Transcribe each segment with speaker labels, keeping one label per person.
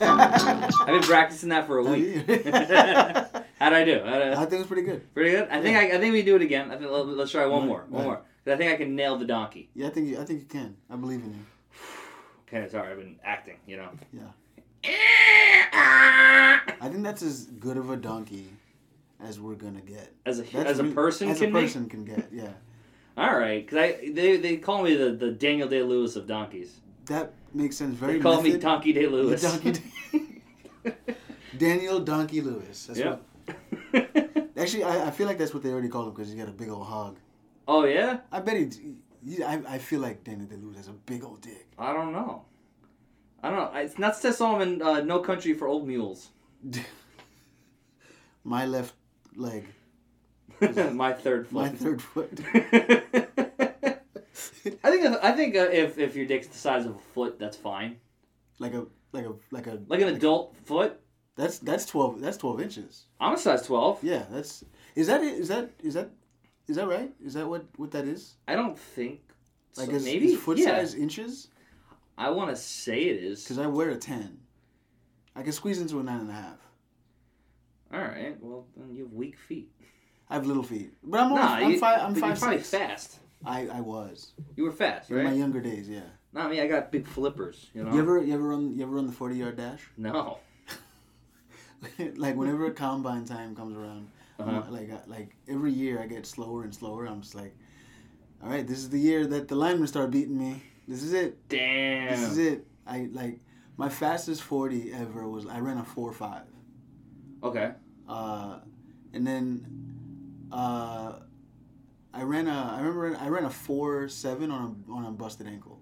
Speaker 1: I've been practicing that for a week.
Speaker 2: I
Speaker 1: How'd I do? How'd I-
Speaker 2: think it's pretty good.
Speaker 1: Pretty good. I think I, I think we do it again. I think let- let's try one
Speaker 2: Right,
Speaker 1: more. One
Speaker 2: right.
Speaker 1: more. 'Cause I think I can nail the donkey.
Speaker 2: Yeah, I think you, I think you can. I believe in you.
Speaker 1: Okay, sorry, I've been acting. You know.
Speaker 2: Yeah.
Speaker 1: Yeah.
Speaker 2: I think that's as good of a donkey as we're gonna get.
Speaker 1: As a
Speaker 2: That's
Speaker 1: as a
Speaker 2: re-
Speaker 1: person
Speaker 2: as
Speaker 1: can
Speaker 2: a
Speaker 1: make?
Speaker 2: person can get. Yeah,
Speaker 1: All right, because I they, they call me the, the Daniel Day Lewis of donkeys.
Speaker 2: that makes sense. Very.
Speaker 1: They call me
Speaker 2: method.
Speaker 1: Donkey Day Lewis.
Speaker 2: Donkey Daniel Donkey Lewis. That's
Speaker 1: Yep.
Speaker 2: what, actually, I, I feel like that's what they already call him because he's got a big old hog.
Speaker 1: oh yeah,
Speaker 2: I bet he. he- I, I feel like Daniel Day Lewis has a big old dick.
Speaker 1: I don't know. I don't know. It's not Seth Solomon. Uh, no Country for Old Mules.
Speaker 2: My left leg,
Speaker 1: my third foot.
Speaker 2: my third foot.
Speaker 1: I think if, I think uh, if if your dick's the size of a foot, that's fine.
Speaker 2: like a like a like a
Speaker 1: Like an adult foot,
Speaker 2: That's that's twelve. That's twelve inches.
Speaker 1: I'm a size twelve.
Speaker 2: Yeah, that's is that it? Is that is that is that right? Is that what what that is?
Speaker 1: I don't think.
Speaker 2: Like
Speaker 1: so.
Speaker 2: is,
Speaker 1: maybe
Speaker 2: is foot
Speaker 1: yeah.
Speaker 2: size inches?
Speaker 1: I want to say it is.
Speaker 2: Because I wear a ten. I can squeeze into a nine and a half.
Speaker 1: All right. Well, then you have weak feet.
Speaker 2: I have little feet, but I'm only,
Speaker 1: Nah,
Speaker 2: I'm
Speaker 1: you,
Speaker 2: five. I'm
Speaker 1: but
Speaker 2: five
Speaker 1: You're probably
Speaker 2: six.
Speaker 1: fast.
Speaker 2: I I was
Speaker 1: You were fast,
Speaker 2: in my
Speaker 1: right? Uh-huh.
Speaker 2: younger days. Yeah.
Speaker 1: Not me. I got big flippers. You know.
Speaker 2: You ever you ever run you ever run the forty yard dash?
Speaker 1: No. Uh-huh.
Speaker 2: like whenever combine time comes around, I'm
Speaker 1: Uh-huh.
Speaker 2: like I- like every year I get slower and slower. I'm just like, all right, this is the year that the linemen start beating me. This is it.
Speaker 1: Damn.
Speaker 2: This is it. I like my fastest forty ever was I ran a four five,
Speaker 1: Okay.
Speaker 2: uh, and then uh, I ran a I remember I ran a four seven on a on a busted ankle.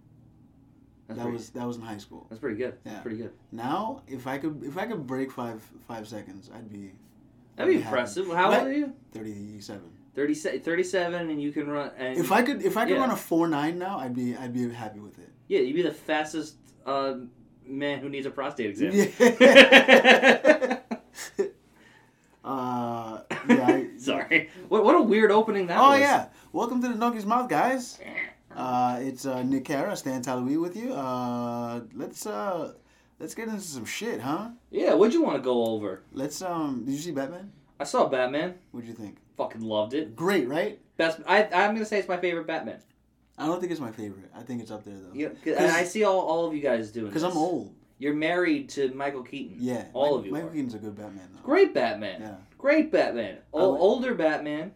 Speaker 1: That's
Speaker 2: that
Speaker 1: pretty,
Speaker 2: was that was in high school.
Speaker 1: that's pretty good.
Speaker 2: Yeah.
Speaker 1: Pretty good.
Speaker 2: Now if I could if I could break five five seconds, I'd be
Speaker 1: That'd be
Speaker 2: Yeah.
Speaker 1: impressive. How
Speaker 2: Right.
Speaker 1: old are you?
Speaker 2: thirty seven.
Speaker 1: 30, 37 and you can run. And
Speaker 2: If I could if I could
Speaker 1: Yeah.
Speaker 2: run a four nine now, I'd be I'd be happy with it.
Speaker 1: yeah, you'd be the fastest uh, man who needs a prostate exam.
Speaker 2: Yeah. uh, yeah. I,
Speaker 1: Sorry. What, what a weird opening that
Speaker 2: Oh
Speaker 1: was.
Speaker 2: yeah! Welcome to the Donkey's Mouth, guys. Uh, it's uh, Nick Cara, Stan Talawee with you. Uh, let's uh, let's get into some shit, huh?
Speaker 1: Yeah. What'd you want to go over?
Speaker 2: Let's um. Did you see Batman?
Speaker 1: I saw Batman.
Speaker 2: What'd you think?
Speaker 1: Fucking loved it.
Speaker 2: Great, right?
Speaker 1: Best. I, I'm gonna say it's my favorite Batman.
Speaker 2: I don't think it's my favorite. I think it's up there though.
Speaker 1: Yeah. 'cause- and I see all, all of you guys doing.
Speaker 2: Because I'm
Speaker 1: this.
Speaker 2: old.
Speaker 1: You're married to Michael Keaton.
Speaker 2: Yeah.
Speaker 1: All
Speaker 2: Mike-
Speaker 1: of you.
Speaker 2: Michael
Speaker 1: are.
Speaker 2: Keaton's a good Batman though.
Speaker 1: Great Batman.
Speaker 2: Yeah.
Speaker 1: Great Batman.
Speaker 2: I
Speaker 1: O-
Speaker 2: would-
Speaker 1: older Batman.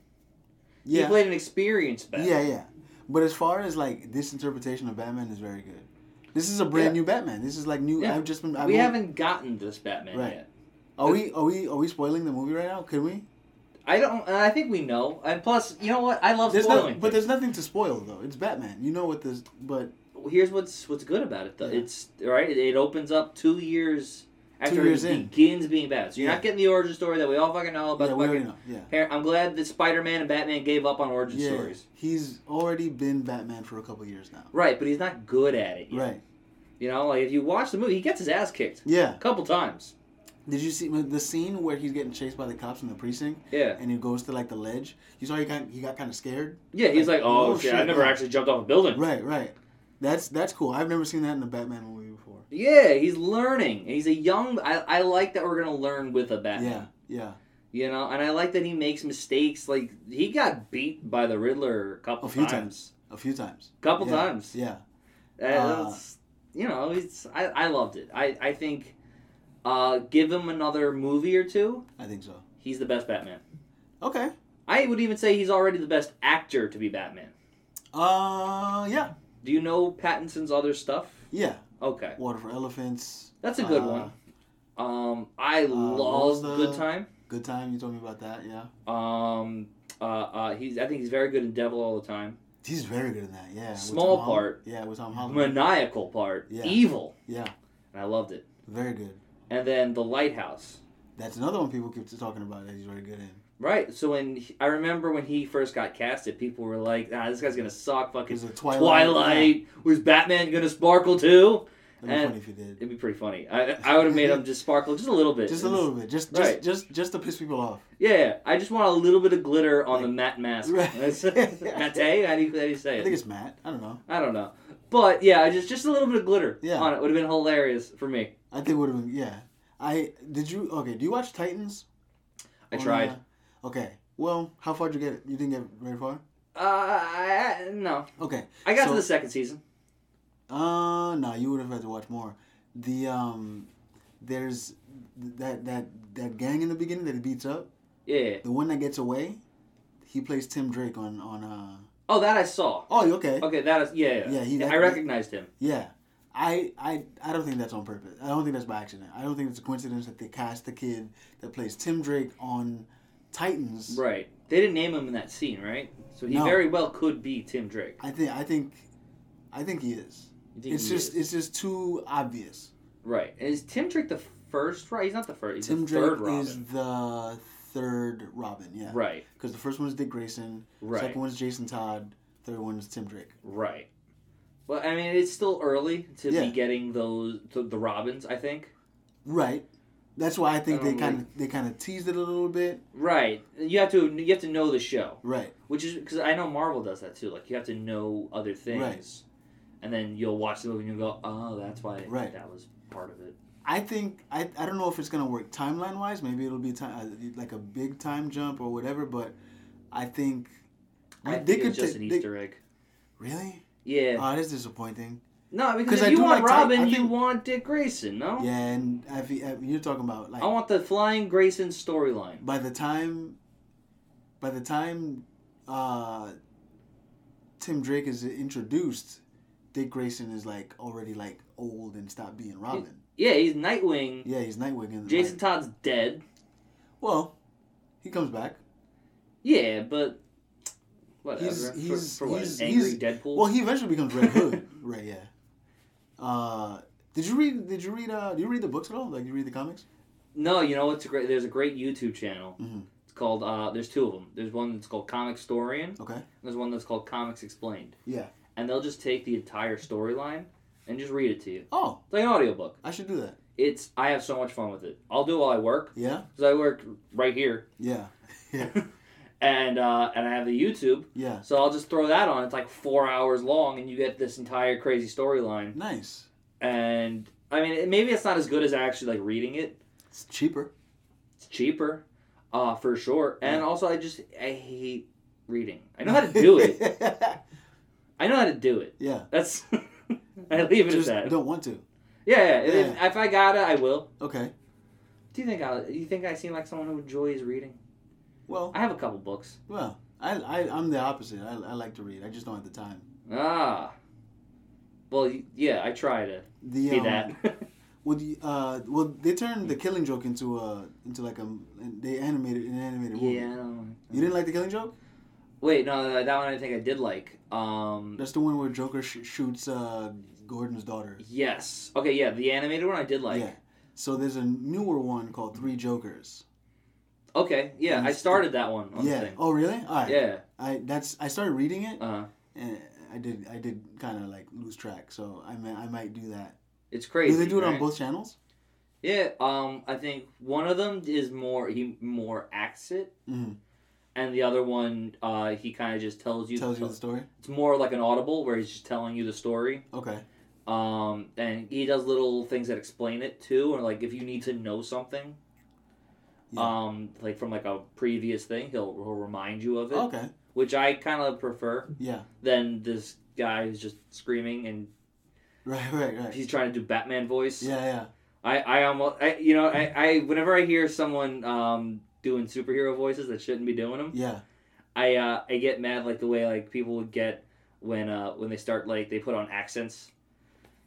Speaker 1: He
Speaker 2: Yeah.
Speaker 1: played an experienced Batman.
Speaker 2: yeah, yeah. But as far as like this interpretation of Batman is very good. This is a brand
Speaker 1: Yeah.
Speaker 2: new Batman. This is like new.
Speaker 1: Yeah.
Speaker 2: I've just been. I've
Speaker 1: we
Speaker 2: only-
Speaker 1: haven't gotten this Batman
Speaker 2: Right.
Speaker 1: yet.
Speaker 2: Are we? Are we? Are we spoiling the movie right now? Can we?
Speaker 1: I don't. and I think we know. And plus, you know what? I love
Speaker 2: There's
Speaker 1: spoiling.
Speaker 2: no, but there's nothing to spoil though. It's Batman. You know what this, but
Speaker 1: Well, Here's what's what's good about it though.
Speaker 2: Yeah.
Speaker 1: It's right. It, it opens up two years after
Speaker 2: years
Speaker 1: he
Speaker 2: in.
Speaker 1: begins being Batman. So you're
Speaker 2: Yeah.
Speaker 1: not getting the origin story that we all fucking know about.
Speaker 2: yeah,
Speaker 1: the
Speaker 2: we already
Speaker 1: fucking
Speaker 2: know. Yeah,
Speaker 1: parent. I'm glad that Spider-Man and Batman gave up on origin
Speaker 2: yeah.
Speaker 1: stories.
Speaker 2: He's already been Batman for a couple years now.
Speaker 1: Right, but he's not good at it. Yet.
Speaker 2: Right.
Speaker 1: You know, like if you watch the movie, he gets his ass kicked
Speaker 2: Yeah.
Speaker 1: a couple times.
Speaker 2: Did you see the scene where he's getting chased by the cops in the precinct,
Speaker 1: Yeah.
Speaker 2: and he goes to like the ledge? You saw he got he got kind of scared.
Speaker 1: Yeah, he's like,
Speaker 2: Like,
Speaker 1: oh,
Speaker 2: oh,
Speaker 1: shit, I
Speaker 2: shit,
Speaker 1: never
Speaker 2: yeah.
Speaker 1: actually jumped off a building.
Speaker 2: Right. Right. That's that's cool. I've never seen that in a Batman movie before.
Speaker 1: Yeah, he's learning. and He's a young. I, I like that we're gonna learn with a Batman.
Speaker 2: Yeah. Yeah.
Speaker 1: You know, and I like that he makes mistakes. Like he got beat by the Riddler a couple
Speaker 2: A few
Speaker 1: times.
Speaker 2: times. A few times.
Speaker 1: Couple
Speaker 2: Yeah,
Speaker 1: times.
Speaker 2: Yeah.
Speaker 1: And
Speaker 2: Uh,
Speaker 1: it's- you know, it's I, I loved it. I I think, uh, give him another movie or two.
Speaker 2: I think so.
Speaker 1: He's the best Batman.
Speaker 2: Okay.
Speaker 1: I would even say he's already the best actor to be Batman.
Speaker 2: Uh. Yeah.
Speaker 1: Do you know Pattinson's other stuff?
Speaker 2: Yeah.
Speaker 1: Okay,
Speaker 2: Water for elephants.
Speaker 1: that's a good
Speaker 2: Uh,
Speaker 1: one. Um, I
Speaker 2: what
Speaker 1: love
Speaker 2: was the-
Speaker 1: Good Time.
Speaker 2: Good time. You told me about that. Yeah.
Speaker 1: Um, uh, uh, he's I think he's very good in Devil all the time.
Speaker 2: He's very good in that. Yeah. with
Speaker 1: Small
Speaker 2: Tom Hol-
Speaker 1: part.
Speaker 2: Yeah, with Tom Holland.
Speaker 1: Maniacal part,
Speaker 2: Um, Yeah.
Speaker 1: evil,
Speaker 2: yeah,
Speaker 1: and I loved it.
Speaker 2: very good.
Speaker 1: And then the lighthouse,
Speaker 2: That's another one people keep talking about that he's very good in.
Speaker 1: right? So when he- I remember when he first got casted, people were like, "Ah, this guy's gonna suck." Fucking
Speaker 2: He's a Twilight.
Speaker 1: Twilight. Was Batman gonna sparkle too?
Speaker 2: That'd be
Speaker 1: And-
Speaker 2: funny if you did.
Speaker 1: It'd be pretty funny. I I would have made them just sparkle just a little bit.
Speaker 2: Just a little bit. Just just
Speaker 1: Right.
Speaker 2: just just to piss people off.
Speaker 1: Yeah, yeah. I just want a little bit of glitter on the matte mask.
Speaker 2: Right.
Speaker 1: Matte? How do you, how do you say
Speaker 2: I
Speaker 1: it?
Speaker 2: think it's Matt. I don't know.
Speaker 1: I don't know. But yeah, I just just a little bit of glitter
Speaker 2: Yeah.
Speaker 1: on it would have been hilarious for me.
Speaker 2: I think would have been yeah. I did you okay? Do you watch Titans?
Speaker 1: I
Speaker 2: on,
Speaker 1: tried.
Speaker 2: uh, okay. Well, how far did you get? it? You didn't get very far.
Speaker 1: Uh, I, I- no.
Speaker 2: Okay.
Speaker 1: I got
Speaker 2: So-
Speaker 1: to the second season.
Speaker 2: Uh no, you would have had to watch more. The um, there's that that that gang in the beginning that he beats up.
Speaker 1: Yeah.
Speaker 2: The one that gets away, he plays Tim Drake on on uh.
Speaker 1: Oh, that I saw.
Speaker 2: Oh, okay.
Speaker 1: Okay, that is yeah. Yeah,
Speaker 2: Yeah, he-
Speaker 1: I recognized him.
Speaker 2: Yeah. I, I I don't think that's on purpose. I don't think that's by accident. I don't think it's a coincidence that they cast the kid that plays Tim Drake on Titans.
Speaker 1: Right. They didn't name him in that scene, right? So he
Speaker 2: No.
Speaker 1: very well could be Tim Drake.
Speaker 2: I think I think I think he is.
Speaker 1: You think
Speaker 2: it's
Speaker 1: he
Speaker 2: just
Speaker 1: is?
Speaker 2: it's just too obvious.
Speaker 1: right. Is Tim Drake the first? Right. He's not the first. He's
Speaker 2: Tim
Speaker 1: the third
Speaker 2: Drake
Speaker 1: Robin.
Speaker 2: is the third Robin, yeah.
Speaker 1: Right.
Speaker 2: Because the first one is Dick Grayson,
Speaker 1: Right.
Speaker 2: second one's Jason Todd, third one is Tim Drake.
Speaker 1: Right. Well, I mean, it's still early to
Speaker 2: Yeah.
Speaker 1: be getting those to the Robins. I think.
Speaker 2: Right. That's why I think
Speaker 1: I
Speaker 2: they
Speaker 1: don't
Speaker 2: kind of they kind of teased it a little bit.
Speaker 1: Right. You have to you have to know the show,
Speaker 2: Right.
Speaker 1: which is because I know Marvel does that too. Like you have to know other things, and then you'll watch the movie and you'll go, "Oh, that's why
Speaker 2: Right.
Speaker 1: that was part of it."
Speaker 2: I think I, I don't know if it's gonna work timeline wise. Maybe it'll be ti- uh like a big time jump or whatever. But I think
Speaker 1: I
Speaker 2: they
Speaker 1: think
Speaker 2: could
Speaker 1: it's just
Speaker 2: ta-
Speaker 1: an
Speaker 2: they-
Speaker 1: Easter egg.
Speaker 2: Really?
Speaker 1: Yeah.
Speaker 2: Oh, that's disappointing.
Speaker 1: no, because
Speaker 2: 'cause
Speaker 1: if
Speaker 2: I
Speaker 1: you
Speaker 2: do
Speaker 1: want
Speaker 2: like Ti-
Speaker 1: Robin,
Speaker 2: I
Speaker 1: you
Speaker 2: think-
Speaker 1: want Dick Grayson, no?
Speaker 2: Yeah, and if, you- if you're talking about like
Speaker 1: I want the flying Grayson storyline.
Speaker 2: by the time, by the time, uh, Tim Drake is introduced, Dick Grayson is like already like old and stopped being Robin.
Speaker 1: Yeah, he's Nightwing.
Speaker 2: Yeah, he's Nightwing. And
Speaker 1: Jason
Speaker 2: Like,
Speaker 1: Todd's dead.
Speaker 2: well, he comes back.
Speaker 1: Yeah, but whatever.
Speaker 2: He's-
Speaker 1: For-
Speaker 2: he's-
Speaker 1: for, what?
Speaker 2: he's-
Speaker 1: an angry
Speaker 2: he's-
Speaker 1: Deadpool.
Speaker 2: Well, he eventually becomes Red Hood, right? Yeah. Uh, did you read? Did you read? Uh, do you read the books at all? Like you read the comics?
Speaker 1: No, you know what's a great? There's a great YouTube channel.
Speaker 2: Mhm.
Speaker 1: It's called. Uh, there's two of them. There's one that's called Comic Storian. and
Speaker 2: Okay.
Speaker 1: There's one that's called Comics Explained.
Speaker 2: Yeah.
Speaker 1: And they'll just take the entire storyline and just read it to you.
Speaker 2: Oh,
Speaker 1: It's like an audiobook.
Speaker 2: I should do that.
Speaker 1: It's. I have so much fun with it. I'll do it while I work
Speaker 2: Yeah.
Speaker 1: because I work right here,
Speaker 2: Yeah. Yeah.
Speaker 1: and uh, and I have the YouTube.
Speaker 2: Yeah.
Speaker 1: So I'll just throw that on. It's like four hours long, and you get this entire crazy storyline.
Speaker 2: Nice.
Speaker 1: And I mean, it, maybe it's not as good as actually like reading it.
Speaker 2: It's cheaper.
Speaker 1: It's cheaper, uh, for sure. And also, I just I hate reading. I know how to do it. I know how to do it.
Speaker 2: yeah.
Speaker 1: That's I leave it
Speaker 2: Just
Speaker 1: at that.
Speaker 2: don't want to.
Speaker 1: Yeah, yeah. If, if I gotta, I will.
Speaker 2: Okay.
Speaker 1: Do you think I? Do you think I seem like someone who enjoys reading?
Speaker 2: Well,
Speaker 1: I have a couple books.
Speaker 2: well, I, I I'm the opposite. I, I like to read. I just don't have the time.
Speaker 1: Ah. Well, y- yeah, I try to
Speaker 2: The
Speaker 1: be
Speaker 2: um,
Speaker 1: that.
Speaker 2: Well, the, uh, well, they turned the Killing Joke into a into like a they animated an animated movie.
Speaker 1: yeah. I don't
Speaker 2: You didn't like the Killing Joke?
Speaker 1: Wait, no, no, that one I think I did like. Um,
Speaker 2: That's the one where Joker sh- shoots uh, Gordon's daughter.
Speaker 1: yes. Okay, yeah, the animated one I did like.
Speaker 2: yeah. So there's a newer one called Three Jokers.
Speaker 1: Okay, yeah, I started that one on
Speaker 2: yeah.
Speaker 1: the thing.
Speaker 2: Oh, really? All right.
Speaker 1: Yeah.
Speaker 2: I that's I started reading it
Speaker 1: Uh,
Speaker 2: and I did I did kind of like lose track. So I may, I might do that.
Speaker 1: it's crazy.
Speaker 2: do they do it on
Speaker 1: right?
Speaker 2: both channels?
Speaker 1: Yeah, um, I think one of them is more he more acts it,
Speaker 2: hmm
Speaker 1: and the other one, uh, he kind of just tells you.
Speaker 2: Tells you the story.
Speaker 1: It's more like an audible where he's just telling you the story.
Speaker 2: Okay.
Speaker 1: Um, and he does little things that explain it too, or like if you need to know something,
Speaker 2: Yeah.
Speaker 1: um, like from like a previous thing, he'll he'll remind you of it,
Speaker 2: Okay.
Speaker 1: which I kind of prefer
Speaker 2: Yeah.
Speaker 1: than this guy who's just screaming and
Speaker 2: Right. Right. Right.
Speaker 1: he's trying to do Batman voice.
Speaker 2: Yeah. Yeah.
Speaker 1: I, I almost, I, you know, I, I, whenever I hear someone um, doing superhero voices that shouldn't be doing them,
Speaker 2: Yeah.
Speaker 1: I, uh, I get mad like the way like people would get when, uh, when they start like they put on accents.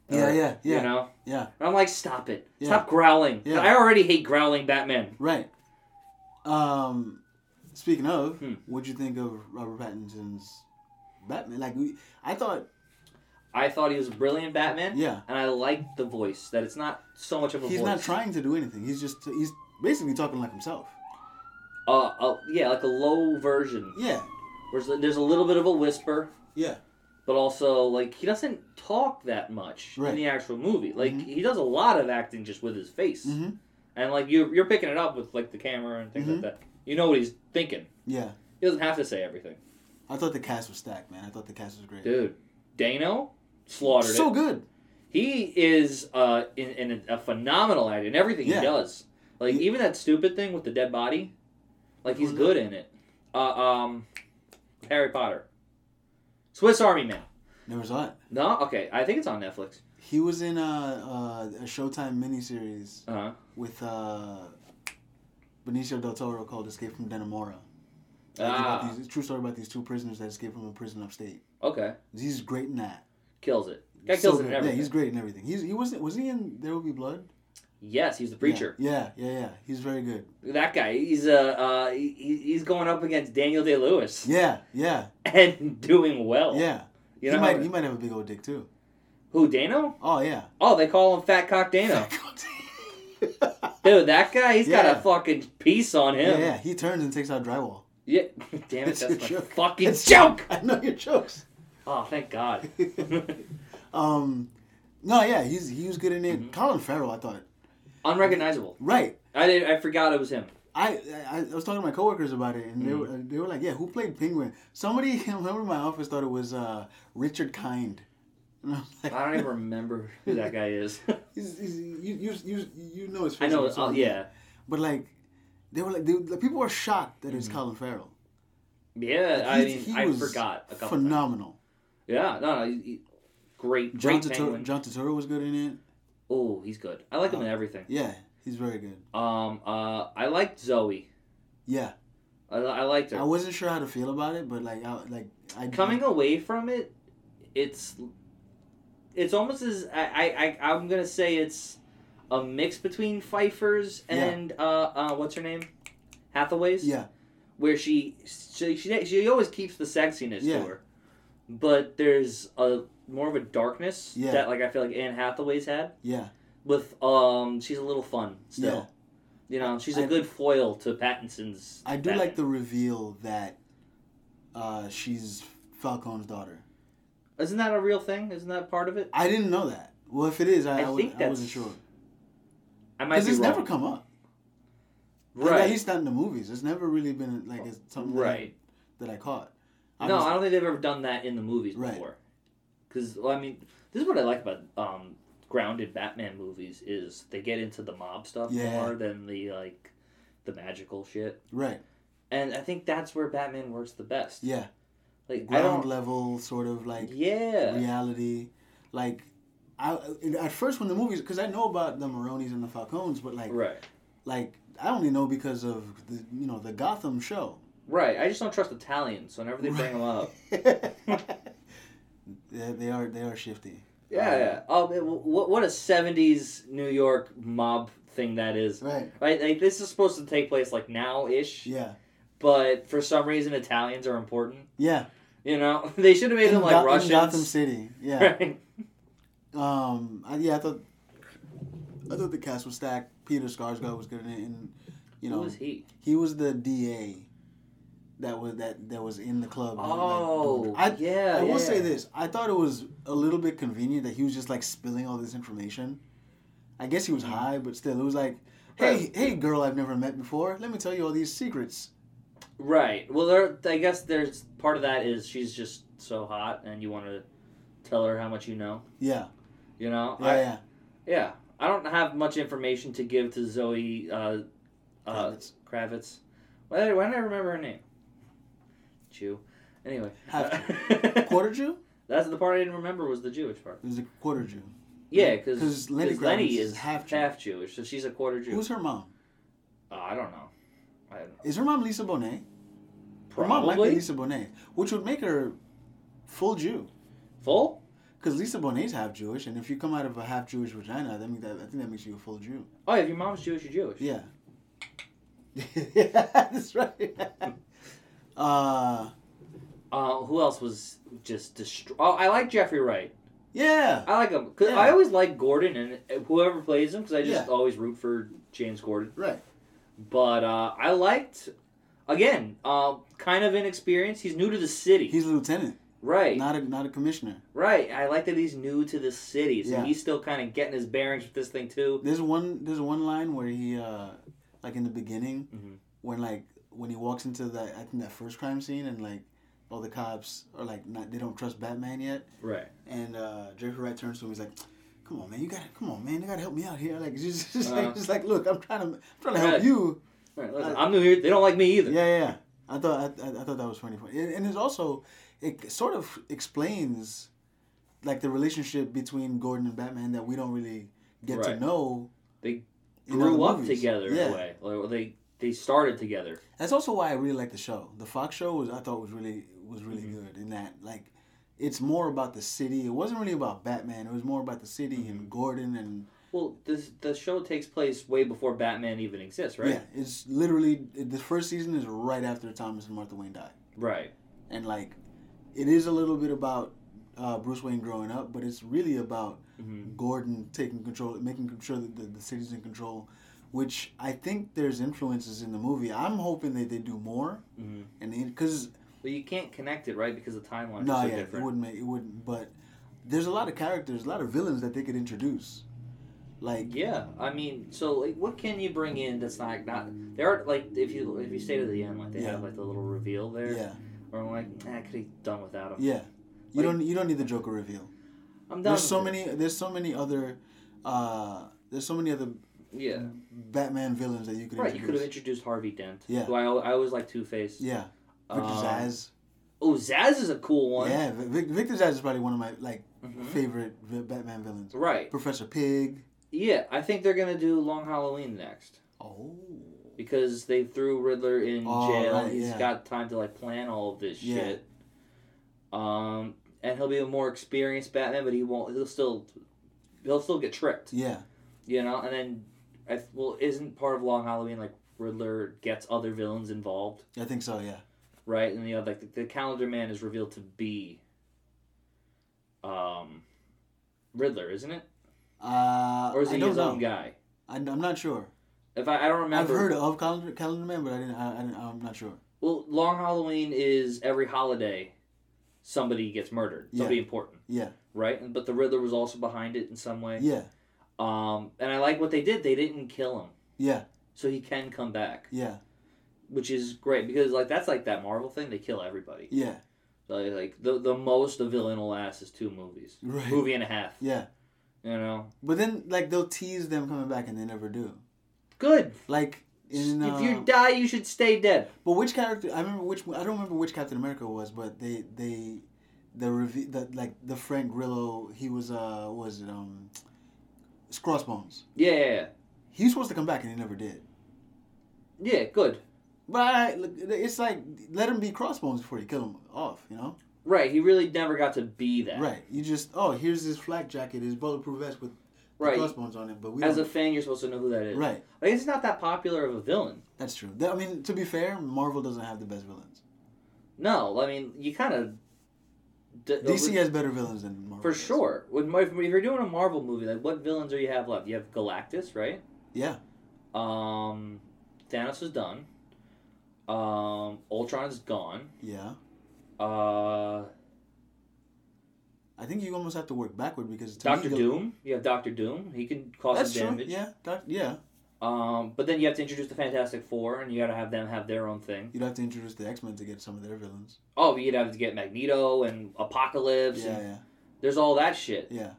Speaker 2: Yeah.
Speaker 1: Or,
Speaker 2: Yeah. Yeah.
Speaker 1: You know.
Speaker 2: Yeah.
Speaker 1: And I'm like, stop it!
Speaker 2: Yeah.
Speaker 1: Stop growling!
Speaker 2: Yeah.
Speaker 1: I already hate growling, Batman.
Speaker 2: Right. Um, speaking of,
Speaker 1: Hmm.
Speaker 2: what'd you think of Robert Pattinson's Batman? Like, we, I thought,
Speaker 1: I thought he was a brilliant Batman,
Speaker 2: yeah,
Speaker 1: and I liked the voice. That it's not so much of a
Speaker 2: he's
Speaker 1: voice.
Speaker 2: not trying to do anything. He's just he's basically talking like himself.
Speaker 1: Uh, uh, yeah, like a low version.
Speaker 2: Yeah,
Speaker 1: Where's the- there's a little bit of a whisper,
Speaker 2: yeah,
Speaker 1: but also like he doesn't talk that much
Speaker 2: Right.
Speaker 1: in the actual movie. Like
Speaker 2: Mhm.
Speaker 1: he does a lot of acting just with his face,
Speaker 2: hmm
Speaker 1: and like you're you're picking it up with like the camera and things
Speaker 2: Mhm.
Speaker 1: like that. You know what he's thinking.
Speaker 2: Yeah.
Speaker 1: He doesn't have to say everything,
Speaker 2: I thought the cast was stacked, man. I thought the cast was great.
Speaker 1: dude. Dano slaughtered
Speaker 2: so
Speaker 1: it.
Speaker 2: good.
Speaker 1: He is uh in, in a, phenomenal at it in everything
Speaker 2: Yeah.
Speaker 1: he does. Like
Speaker 2: He- Mm-hmm.
Speaker 1: even that stupid thing with the dead body, like he's
Speaker 2: Who's
Speaker 1: good in it. Uh, um, Harry Potter, Swiss Army Man.
Speaker 2: Never saw it.
Speaker 1: No, okay, I think it's on Netflix.
Speaker 2: He was in a, a, a Showtime miniseries
Speaker 1: Uh huh.
Speaker 2: with uh, Benicio del Toro called "Escape from Denimora." Like, about
Speaker 1: Ah,
Speaker 2: these- true story about these two prisoners that escaped from a prison upstate.
Speaker 1: okay.
Speaker 2: He's great in that.
Speaker 1: Kills it. Guy
Speaker 2: So
Speaker 1: kills it
Speaker 2: good.
Speaker 1: in everything.
Speaker 2: Yeah, he's great in everything. He's, he wasn't. Was he in There Will Be Blood?
Speaker 1: yes, he's the preacher.
Speaker 2: Yeah, yeah, yeah. yeah. He's very good.
Speaker 1: That guy. He's uh, uh he, he's going up against Daniel Day Lewis
Speaker 2: Yeah, yeah,
Speaker 1: and doing well.
Speaker 2: yeah.
Speaker 1: Oh. You know
Speaker 2: he
Speaker 1: how-
Speaker 2: might he might have a big old dick too.
Speaker 1: who Dano?
Speaker 2: Oh yeah.
Speaker 1: Oh, they call him Fat Cock Dano. Dude, that guy, he's got
Speaker 2: Yeah.
Speaker 1: a fucking piece on
Speaker 2: yeah,
Speaker 1: him.
Speaker 2: yeah. He turns and takes out drywall.
Speaker 1: Yeah. Damn it,
Speaker 2: It's a
Speaker 1: that's my
Speaker 2: joke.
Speaker 1: fucking
Speaker 2: It's-
Speaker 1: joke.
Speaker 2: I know your jokes.
Speaker 1: Oh, thank God.
Speaker 2: Um, no, yeah, he's he was good in it.
Speaker 1: Mm-hmm.
Speaker 2: Colin Farrell, I thought.
Speaker 1: Unrecognizable.
Speaker 2: Right.
Speaker 1: I did, I forgot it was him.
Speaker 2: I, I I was talking to my coworkers about it, and they
Speaker 1: Mm-hmm.
Speaker 2: were they were like, "Yeah, who played Penguin?" Somebody, remember in my office thought it was uh, Richard Kind. And I'm like,
Speaker 1: I don't even remember who that guy is.
Speaker 2: He's, he's, you, you, you, you know his
Speaker 1: I
Speaker 2: face.
Speaker 1: know.
Speaker 2: when you saw
Speaker 1: Oh,
Speaker 2: him.
Speaker 1: yeah.
Speaker 2: But like, they were like, they, like, people were shocked that it's Colin Farrell.
Speaker 1: Yeah, Mm-hmm. I
Speaker 2: He-
Speaker 1: mean,
Speaker 2: he
Speaker 1: I
Speaker 2: was
Speaker 1: forgot a couple times.
Speaker 2: Phenomenal.
Speaker 1: Yeah, no, no, he- he- great,
Speaker 2: John
Speaker 1: great
Speaker 2: Turturro,
Speaker 1: penguin.
Speaker 2: John Uh, Turturro was good in it.
Speaker 1: Oh, he's good. I like him in everything.
Speaker 2: Yeah, he's very good.
Speaker 1: Um, uh, I liked Zoe.
Speaker 2: Yeah,
Speaker 1: I, I liked
Speaker 2: I
Speaker 1: her.
Speaker 2: wasn't sure how to feel about it, but like, I, like I
Speaker 1: Coming away from it, it's it's almost as I I i am gonna say it's a mix between Pfeiffer's
Speaker 2: Yeah.
Speaker 1: and uh, uh what's her name, Hathaway's.
Speaker 2: Yeah,
Speaker 1: where she she she, she always keeps the sexiness
Speaker 2: Yeah.
Speaker 1: to her, but there's a more of a darkness
Speaker 2: Yeah.
Speaker 1: that like I feel like Anne Hathaway's had.
Speaker 2: yeah,
Speaker 1: with um she's a little fun
Speaker 2: yeah.
Speaker 1: still. You know, she's a
Speaker 2: I-
Speaker 1: good foil to Pattinson's.
Speaker 2: I do
Speaker 1: Batman.
Speaker 2: like the reveal that uh, she's Falcone's daughter.
Speaker 1: Isn't that a real thing? Isn't that part of it?
Speaker 2: I didn't know that. Well, if it is, I, I,
Speaker 1: I
Speaker 2: wa-
Speaker 1: think
Speaker 2: I wasn't
Speaker 1: that's-
Speaker 2: sure
Speaker 1: I might
Speaker 2: because
Speaker 1: be
Speaker 2: it's
Speaker 1: wrong.
Speaker 2: never come up.
Speaker 1: right.
Speaker 2: At least not in the movies. It's never really been like it's something that I-
Speaker 1: right.
Speaker 2: that, I caught.
Speaker 1: no,
Speaker 2: was-
Speaker 1: I don't think they've ever done that in the movies
Speaker 2: Right.
Speaker 1: before. Because well, I mean, this is what I like about um grounded Batman movies is they get into the mob stuff
Speaker 2: Yeah.
Speaker 1: more than the like the magical shit.
Speaker 2: right.
Speaker 1: And I think that's where Batman works the best.
Speaker 2: Yeah,
Speaker 1: Like I
Speaker 2: ground
Speaker 1: don't.
Speaker 2: level sort of like
Speaker 1: Yeah.
Speaker 2: reality. Like, I at first when the movies because I know about the Maronis and the Falcones, but like
Speaker 1: Right.
Speaker 2: like I only know because of the you know the Gotham show.
Speaker 1: Right. I just don't trust Italians, so whenever they bring them up,
Speaker 2: Yeah, they are they are shifty.
Speaker 1: Yeah, yeah.
Speaker 2: Um,
Speaker 1: Oh, man, wh- what what a '70s New York mob thing that is.
Speaker 2: Right.
Speaker 1: Right, like this is supposed to take place like now ish,
Speaker 2: Yeah.
Speaker 1: but for some reason Italians are important.
Speaker 2: Yeah.
Speaker 1: You know, they should have made them like
Speaker 2: Go-
Speaker 1: Russians.
Speaker 2: Gotham City. Yeah.
Speaker 1: Right?
Speaker 2: Um. I, yeah. I thought. I thought the cast was stacked. Peter Skarsgård was good in it, and you know
Speaker 1: Who is he?
Speaker 2: he was the DA that was that that was in the club. like,
Speaker 1: Oh,
Speaker 2: I,
Speaker 1: yeah.
Speaker 2: I will
Speaker 1: yeah.
Speaker 2: say this: I thought it was a little bit convenient that he was just like spilling all this information. I guess he was high, but still, it was like, "Hey,
Speaker 1: Mm-hmm. Right.
Speaker 2: hey, girl, I've never met before. Let me tell you all these secrets."
Speaker 1: Right. Well, there. I guess there's part of that is she's just so hot, and you want to tell her how much you know.
Speaker 2: Yeah,
Speaker 1: You know.
Speaker 2: yeah,
Speaker 1: I,
Speaker 2: yeah.
Speaker 1: yeah. I don't have much information to give to Zoe. Uh, uh,
Speaker 2: Kravitz.
Speaker 1: Kravitz. Why did, why did I remember her name? Jew. Anyway.
Speaker 2: Have
Speaker 1: Uh,
Speaker 2: quarter Jew?
Speaker 1: that's the part I didn't remember was the Jewish part.
Speaker 2: It was a quarter Jew.
Speaker 1: Yeah, because
Speaker 2: 'Cause Lenny
Speaker 1: Lenny,
Speaker 2: Kravitz is
Speaker 1: is
Speaker 2: half
Speaker 1: half,
Speaker 2: Jew.
Speaker 1: Jewish, so she's a quarter Jew.
Speaker 2: Who's her mom?
Speaker 1: Uh, I don't know. I don't know.
Speaker 2: Is her mom Lisa Bonet? Her mom might be
Speaker 1: Probably.
Speaker 2: Lisa Bonet, which would make her full Jew.
Speaker 1: Full?
Speaker 2: Because Lisa Bonet's half Jewish, and if you come out of a half Jewish vagina, that, mean, that I think that makes you a full Jew.
Speaker 1: Oh, if your mom's Jewish, you're Jewish.
Speaker 2: Yeah. That's right. uh,
Speaker 1: Uh, who else was just destroyed? Oh, I like Jeffrey Wright.
Speaker 2: yeah.
Speaker 1: I like him. 'Cause
Speaker 2: Yeah.
Speaker 1: I always like Gordon and uh, whoever plays him, because I just
Speaker 2: Yeah.
Speaker 1: always root for James Gordon.
Speaker 2: Right.
Speaker 1: But uh, I liked, again, uh, kind of inexperienced. He's new to the city.
Speaker 2: He's a lieutenant.
Speaker 1: Right.
Speaker 2: not a not a commissioner.
Speaker 1: Right. I like that he's new to the city, so
Speaker 2: Yeah.
Speaker 1: he's still kind of getting his bearings with this thing too.
Speaker 2: There's one there's one line where he uh like in the beginning
Speaker 1: Mhm.
Speaker 2: when like when he walks into that I think that first crime scene and like all the cops are like not they don't trust Batman yet
Speaker 1: Right.
Speaker 2: and uh Jerry Wright turns to him he's like come on man you gotta come on man you gotta help me out here like just, just,
Speaker 1: Uh-huh.
Speaker 2: like, just like look I'm trying to I'm trying to help
Speaker 1: Right.
Speaker 2: you
Speaker 1: Right. Listen, I'm new here. They don't like me either.
Speaker 2: Uh, yeah yeah, yeah. I thought I, I I thought that was funny and, and it's also it sort of explains like the relationship between Gordon and Batman that we don't really get to
Speaker 1: Right.
Speaker 2: know
Speaker 1: They
Speaker 2: in
Speaker 1: Grew
Speaker 2: other
Speaker 1: up
Speaker 2: movies.
Speaker 1: together in
Speaker 2: yeah
Speaker 1: a way. Like, well, they they started together.
Speaker 2: That's also why I really like the show. The Fox show was I thought was really was really
Speaker 1: Mm-hmm.
Speaker 2: good in that like it's more about the city. It wasn't really about Batman. It was more about the city
Speaker 1: Mm-hmm.
Speaker 2: and Gordon and
Speaker 1: Well, this the show takes place way before Batman even exists, right?
Speaker 2: yeah. It's literally the first season is right after Thomas and Martha Wayne died,
Speaker 1: Right.
Speaker 2: and like it is a little bit about uh, Bruce Wayne growing up, but it's really about
Speaker 1: hmm
Speaker 2: Gordon taking control, making sure that the, the city's in control. Which I think there's influences in the movie. I'm hoping that they do more,
Speaker 1: Mhm.
Speaker 2: and because
Speaker 1: Well, you can't connect it, right? Because the timeline
Speaker 2: No,
Speaker 1: is so
Speaker 2: yeah, it
Speaker 1: different.
Speaker 2: wouldn't make it wouldn't. But there's a lot of characters, a lot of villains that they could introduce. Like
Speaker 1: Yeah, I mean, so like, what can you bring in that's not not there are like if you if you stay to the end, like they
Speaker 2: Yeah.
Speaker 1: have like the little reveal there,
Speaker 2: yeah,
Speaker 1: or I'm like, nah, I could have done without him.
Speaker 2: yeah. You
Speaker 1: Like-
Speaker 2: don't you don't need the Joker reveal.
Speaker 1: I'm done.
Speaker 2: There's so
Speaker 1: with it.
Speaker 2: many. There's so many other. Uh, there's so many other
Speaker 1: Yeah,
Speaker 2: Batman villains that you could
Speaker 1: right. You could have
Speaker 2: introduce.
Speaker 1: introduced Harvey Dent.
Speaker 2: Yeah.
Speaker 1: who I, al- I always like Two Face.
Speaker 2: yeah, Victor Zsasz.
Speaker 1: Oh, Zaz is a cool Um, one.
Speaker 2: Yeah, Vic, Victor Zsasz is probably one of my like
Speaker 1: Mhm.
Speaker 2: favorite vi- Batman villains.
Speaker 1: Right.
Speaker 2: Professor Pig.
Speaker 1: Yeah, I think they're gonna do Long Halloween next
Speaker 2: Oh.
Speaker 1: because they threw Riddler in
Speaker 2: Oh,
Speaker 1: jail.
Speaker 2: right,
Speaker 1: He's
Speaker 2: yeah.
Speaker 1: got time to like plan all of this
Speaker 2: Yeah.
Speaker 1: shit. Um, and he'll be a more experienced Batman, but he won't. He'll still, he'll still get tricked.
Speaker 2: Yeah.
Speaker 1: You know, and then, I, well, isn't part of Long Halloween like Riddler gets other villains involved,
Speaker 2: I think so. Yeah.
Speaker 1: right? And you know, like the, the Calendar Man is revealed to be, um, Riddler, isn't it?
Speaker 2: Uh,
Speaker 1: Or is
Speaker 2: I
Speaker 1: he
Speaker 2: don't
Speaker 1: his
Speaker 2: know.
Speaker 1: own guy?
Speaker 2: I, am not sure.
Speaker 1: If I, I don't remember.
Speaker 2: I've heard of Calendar, Calendar Man, but I didn't. I, I didn't I'm not sure.
Speaker 1: Well, Long Halloween is every holiday, somebody gets murdered, somebody important,
Speaker 2: Yeah.
Speaker 1: right? And, but the Riddler was also behind it in some way.
Speaker 2: Yeah.
Speaker 1: Um, and I like what they did. They didn't kill him,
Speaker 2: Yeah,
Speaker 1: so he can come back,
Speaker 2: yeah,
Speaker 1: which is great because like that's like that Marvel thing. They kill everybody.
Speaker 2: yeah,
Speaker 1: So, like the the most a villain will last is two movies,
Speaker 2: Right.
Speaker 1: movie and a half.
Speaker 2: yeah.
Speaker 1: You know,
Speaker 2: But then, like, they'll tease them coming back, and they never do.
Speaker 1: good.
Speaker 2: Like, in, uh,
Speaker 1: if you die, you should stay dead.
Speaker 2: but which character? I remember which. I don't remember which Captain America it was, but they they the review that like the Frank Grillo. He was uh what was it um Crossbones.
Speaker 1: Yeah, yeah,
Speaker 2: He was supposed to come back, and he never did.
Speaker 1: yeah. yeah good.
Speaker 2: But I, look, it's like let him be Crossbones before you kill him off. You know,
Speaker 1: Right. He really never got to be that.
Speaker 2: right? You just oh here's his flak jacket, his bulletproof vest with the
Speaker 1: Right.
Speaker 2: crossbones on it, but we
Speaker 1: As a
Speaker 2: don't,
Speaker 1: fan, you're supposed to know who that is.
Speaker 2: right.
Speaker 1: Like, it's not that popular of a villain.
Speaker 2: That's true. That- I mean, to be fair, Marvel doesn't have the best villains.
Speaker 1: No, I mean you kind of
Speaker 2: DC has better villains than Marvel.
Speaker 1: for
Speaker 2: does.
Speaker 1: sure. When if you're doing a Marvel movie, like what villains do you have left? You have Galactus, right?
Speaker 2: Yeah,
Speaker 1: Um, Thanos is done. Um, Ultron's gone.
Speaker 2: yeah.
Speaker 1: Uh,
Speaker 2: I think you almost have to work backward because to
Speaker 1: Doctor
Speaker 2: me, the-
Speaker 1: Doom. You have Doctor Doom. He can cause
Speaker 2: That's
Speaker 1: some
Speaker 2: true.
Speaker 1: damage.
Speaker 2: Yeah, doc, yeah.
Speaker 1: Um, but then you have to introduce the Fantastic Four, and you got to have them have their own thing.
Speaker 2: You'd have to introduce the X Men to get some of their villains.
Speaker 1: Oh, you'd have to get Magneto and Apocalypse.
Speaker 2: Yeah,
Speaker 1: And
Speaker 2: yeah,
Speaker 1: there's all that shit.
Speaker 2: yeah.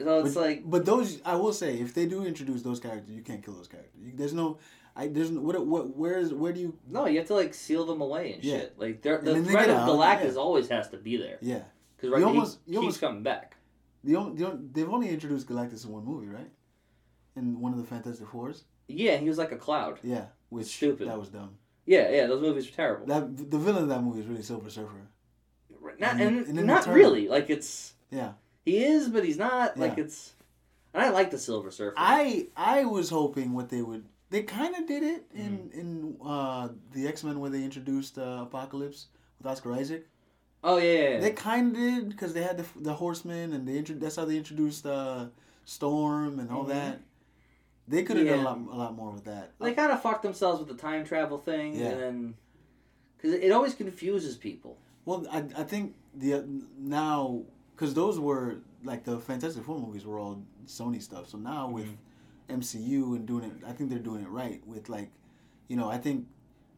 Speaker 1: So it's like
Speaker 2: But those, I will say, if they do introduce those characters, you can't kill those characters. You, there's no, I there's no, what what where is where do you?
Speaker 1: No, you have to like seal them away and
Speaker 2: Yeah.
Speaker 1: shit. Like they're,
Speaker 2: And
Speaker 1: the
Speaker 2: then they
Speaker 1: threat
Speaker 2: get
Speaker 1: of
Speaker 2: out,
Speaker 1: Galactus
Speaker 2: yeah.
Speaker 1: always has to be there
Speaker 2: Yeah,
Speaker 1: because right,
Speaker 2: You
Speaker 1: he
Speaker 2: almost- you
Speaker 1: keeps
Speaker 2: almost-
Speaker 1: coming back.
Speaker 2: the only, the only they've only introduced Galactus in one movie, right? In one of the Fantastic Fours.
Speaker 1: Yeah, he was like a cloud.
Speaker 2: Yeah, which
Speaker 1: Stupid.
Speaker 2: That was dumb.
Speaker 1: Yeah, yeah, those movies are terrible.
Speaker 2: That the villain of that movie is really Silver Surfer.
Speaker 1: not
Speaker 2: and-
Speaker 1: and,
Speaker 2: and in
Speaker 1: not
Speaker 2: return-
Speaker 1: really. Like it's
Speaker 2: Yeah.
Speaker 1: he is, but he's not. Like
Speaker 2: Yeah.
Speaker 1: it's. And I like the Silver Surfer.
Speaker 2: I I was hoping what they would. They kind of did it in
Speaker 1: Mm-hmm.
Speaker 2: in uh, the X Men where they introduced uh, Apocalypse with Oscar Isaac.
Speaker 1: oh yeah, yeah, yeah.
Speaker 2: They kind of did because they had the the Horsemen and they intro- that's how they introduced uh, Storm and all
Speaker 1: Mhm.
Speaker 2: that. They could have done a
Speaker 1: Yeah.
Speaker 2: lot a lot more with that.
Speaker 1: They kind of fucked themselves with the time travel thing,
Speaker 2: Yeah.
Speaker 1: and then because it always confuses people.
Speaker 2: well, I I think the now because those were like the Fantastic Four movies were all Sony stuff. So now with MCU and doing it, I think they're doing it right with like, you know, I think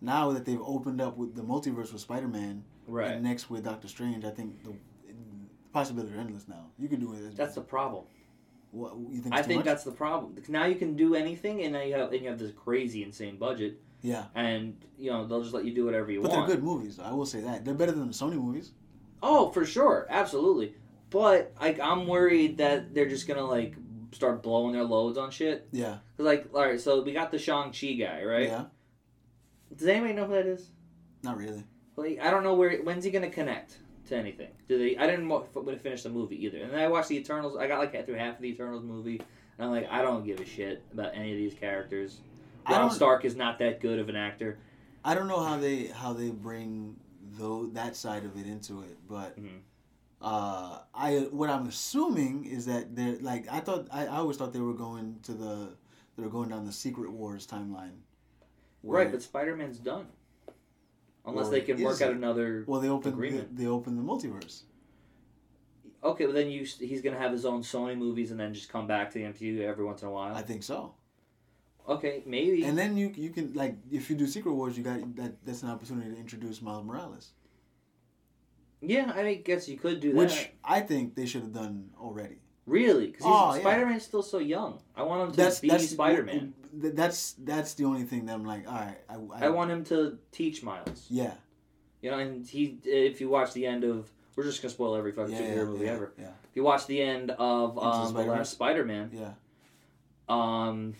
Speaker 2: now that they've opened up with the multiverse with Spider Man,
Speaker 1: Right.
Speaker 2: and next with Doctor Strange, I think the, the possibilities are endless now. You can do it.
Speaker 1: That's the problem.
Speaker 2: what you think.
Speaker 1: I
Speaker 2: it's too
Speaker 1: think
Speaker 2: much?
Speaker 1: that's the problem. 'Cause Now you can do anything, and now you have and you have this crazy insane budget,
Speaker 2: yeah,
Speaker 1: and you know they'll just let you do whatever you
Speaker 2: but
Speaker 1: want.
Speaker 2: they're good movies. I will say that they're better than the Sony movies.
Speaker 1: Oh, for sure, absolutely. But like, I'm worried that they're just gonna like start blowing their loads on shit.
Speaker 2: Yeah,
Speaker 1: Cause like, all right, so we got the Shang Chi guy, right?
Speaker 2: yeah,
Speaker 1: Does anybody know who that is?
Speaker 2: not really.
Speaker 1: Like, I don't know where. When's he gonna connect to anything? Do they? I didn't wa- f- finish the movie either. And then I watched the Eternals. I got like through half of the Eternals movie, and I'm like, I don't give a shit about any of these characters.
Speaker 2: I
Speaker 1: Rob
Speaker 2: don't.
Speaker 1: Stark is not that good of an actor.
Speaker 2: I don't know how they how they bring though that side of it into it, but
Speaker 1: Mhm.
Speaker 2: uh, I what I'm assuming is that they're like I thought I, I always thought they were going to the they were going down the Secret Wars timeline. where-
Speaker 1: Right, but Spider Man's done. Unless
Speaker 2: Or
Speaker 1: they can
Speaker 2: is
Speaker 1: work out
Speaker 2: it?
Speaker 1: another.
Speaker 2: well, they opened the,
Speaker 1: agreement.
Speaker 2: they opened the multiverse.
Speaker 1: Okay, but then you he's gonna have his own Sony movies and then just come back to the MCU every once in a while.
Speaker 2: I think so.
Speaker 1: okay, maybe.
Speaker 2: And then you you can like if you do Secret Wars, you got that that's an opportunity to introduce Miles Morales,
Speaker 1: yeah, I mean, guess you could do
Speaker 2: which
Speaker 1: that.
Speaker 2: I think they should have done already.
Speaker 1: Really, because
Speaker 2: Oh, yeah.
Speaker 1: Spider Man's still so young. I want him to
Speaker 2: That's
Speaker 1: be
Speaker 2: that's
Speaker 1: Spider Man.
Speaker 2: th- That's that's the only thing that I'm like, all right, I, I,
Speaker 1: I want him to teach Miles.
Speaker 2: yeah.
Speaker 1: You know, and he if you watch the end of we're just gonna spoil every fucking superhero movie
Speaker 2: yeah,
Speaker 1: ever.
Speaker 2: Yeah,
Speaker 1: If you watch the end of
Speaker 2: Into
Speaker 1: um, the
Speaker 2: Spider-Man?
Speaker 1: last Spider Man,
Speaker 2: yeah.
Speaker 1: um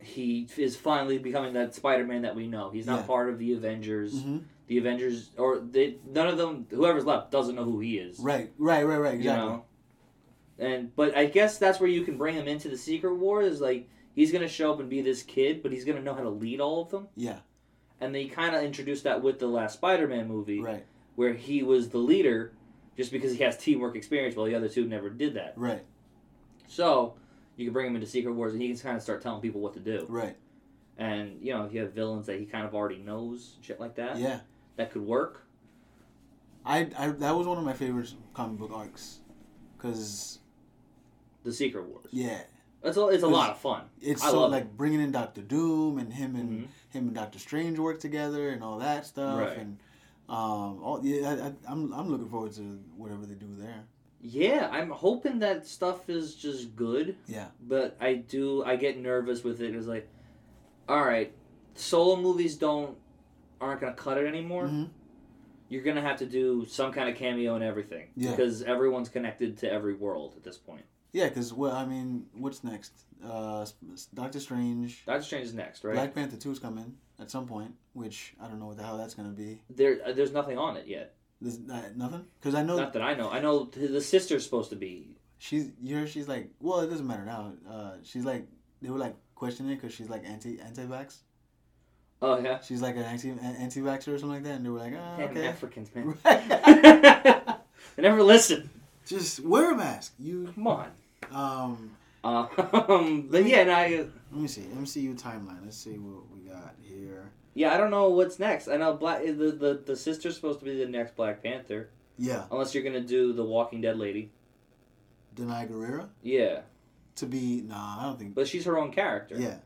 Speaker 1: he is finally becoming that spider-man that we know he's not
Speaker 2: Yeah.
Speaker 1: part of the avengers
Speaker 2: hmm
Speaker 1: the avengers or they, none of them whoever's left doesn't know who he is
Speaker 2: Right, right, right, right.
Speaker 1: you
Speaker 2: Exactly.
Speaker 1: know and but i guess that's where you can bring him into the secret war is like he's gonna show up and be this kid but he's gonna know how to lead all of them
Speaker 2: Yeah,
Speaker 1: and they kind of introduced that with the last spider-man movie
Speaker 2: right,
Speaker 1: where he was the leader just because he has teamwork experience while the other two never did that
Speaker 2: right,
Speaker 1: so you can bring him into secret wars and he can kind of start telling people what to do
Speaker 2: right.
Speaker 1: and you know if you have villains that he kind of already knows shit like that
Speaker 2: Yeah,
Speaker 1: that could work
Speaker 2: I, I that was one of my favorite comic book arcs, cause
Speaker 1: the secret wars
Speaker 2: yeah,
Speaker 1: it's a, it's a lot of fun
Speaker 2: it's
Speaker 1: I
Speaker 2: so
Speaker 1: love Mm-hmm.
Speaker 2: like bringing in Doctor Doom and him and him and Doctor Strange work together and all that stuff
Speaker 1: Right.
Speaker 2: and um all yeah I, I, I'm I'm looking forward to whatever they do there.
Speaker 1: yeah i'm hoping that stuff is just good
Speaker 2: Yeah,
Speaker 1: but i do i get nervous with it it's like all right solo movies don't aren't gonna cut it anymore
Speaker 2: hmm
Speaker 1: you're gonna have to do some kind of cameo and everything
Speaker 2: Yeah.
Speaker 1: because everyone's connected to every world at this point
Speaker 2: yeah, cause well I mean what's next? Uh, Doctor Strange,
Speaker 1: doctor strange is next right
Speaker 2: Black Panther two is coming at some point, which I don't know what the hell that's gonna be.
Speaker 1: there uh, there's nothing on it yet
Speaker 2: There's uh, nothing because I know
Speaker 1: not that i know i know th- the sister's supposed to be
Speaker 2: she's you heard she's like well it doesn't matter now uh she's like they were like questioning because she's like anti anti-vax
Speaker 1: oh yeah
Speaker 2: she's like an anti anti vaxxer or something like that and they were like ah,
Speaker 1: Damn
Speaker 2: okay
Speaker 1: Africans, man. they never listen.
Speaker 2: just wear a mask you
Speaker 1: Come on.
Speaker 2: um
Speaker 1: Uh, Um, but yeah, and I,
Speaker 2: let me see MCU timeline let's see what we got here
Speaker 1: yeah, I don't know what's next. I know Black the, the the sister's supposed to be the next Black Panther,
Speaker 2: yeah
Speaker 1: unless you're gonna do the Walking Dead lady.
Speaker 2: Denai Guerrera
Speaker 1: Yeah,
Speaker 2: to be nah I don't think
Speaker 1: but she's her own character.
Speaker 2: yeah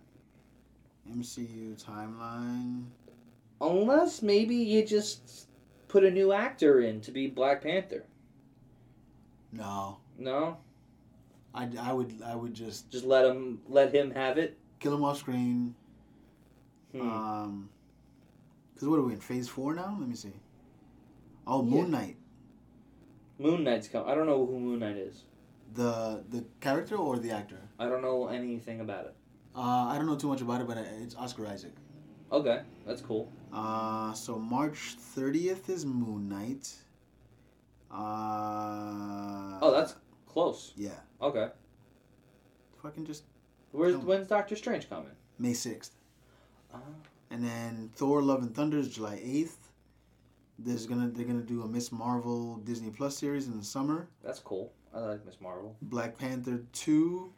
Speaker 2: MCU timeline
Speaker 1: Unless maybe you just put a new actor in to be Black Panther.
Speaker 2: no
Speaker 1: No,
Speaker 2: I, I would I would just
Speaker 1: just let him let him have it.
Speaker 2: kill him off screen
Speaker 1: Hmm.
Speaker 2: Um, because what are we in phase four now? Let me see. Oh,
Speaker 1: Yeah.
Speaker 2: Moon Knight,
Speaker 1: Moon Knight's come. I don't know who Moon Knight is.
Speaker 2: the the character or the actor?
Speaker 1: I don't know anything about it.
Speaker 2: Uh, I don't know too much about it, but it's Oscar Isaac.
Speaker 1: Okay, that's cool.
Speaker 2: Uh, so March thirtieth is Moon Knight. Uh,
Speaker 1: Oh, that's close.
Speaker 2: yeah.
Speaker 1: Okay,
Speaker 2: Fucking just
Speaker 1: where's
Speaker 2: Come.
Speaker 1: when's Doctor Strange coming?
Speaker 2: May sixth,
Speaker 1: Uh,
Speaker 2: and then Thor: Love and Thunder is July eighth. There's gonna they're gonna do a Miss Marvel Disney Plus series in the summer.
Speaker 1: that's cool. I like Miss Marvel.
Speaker 2: Black Panther 2.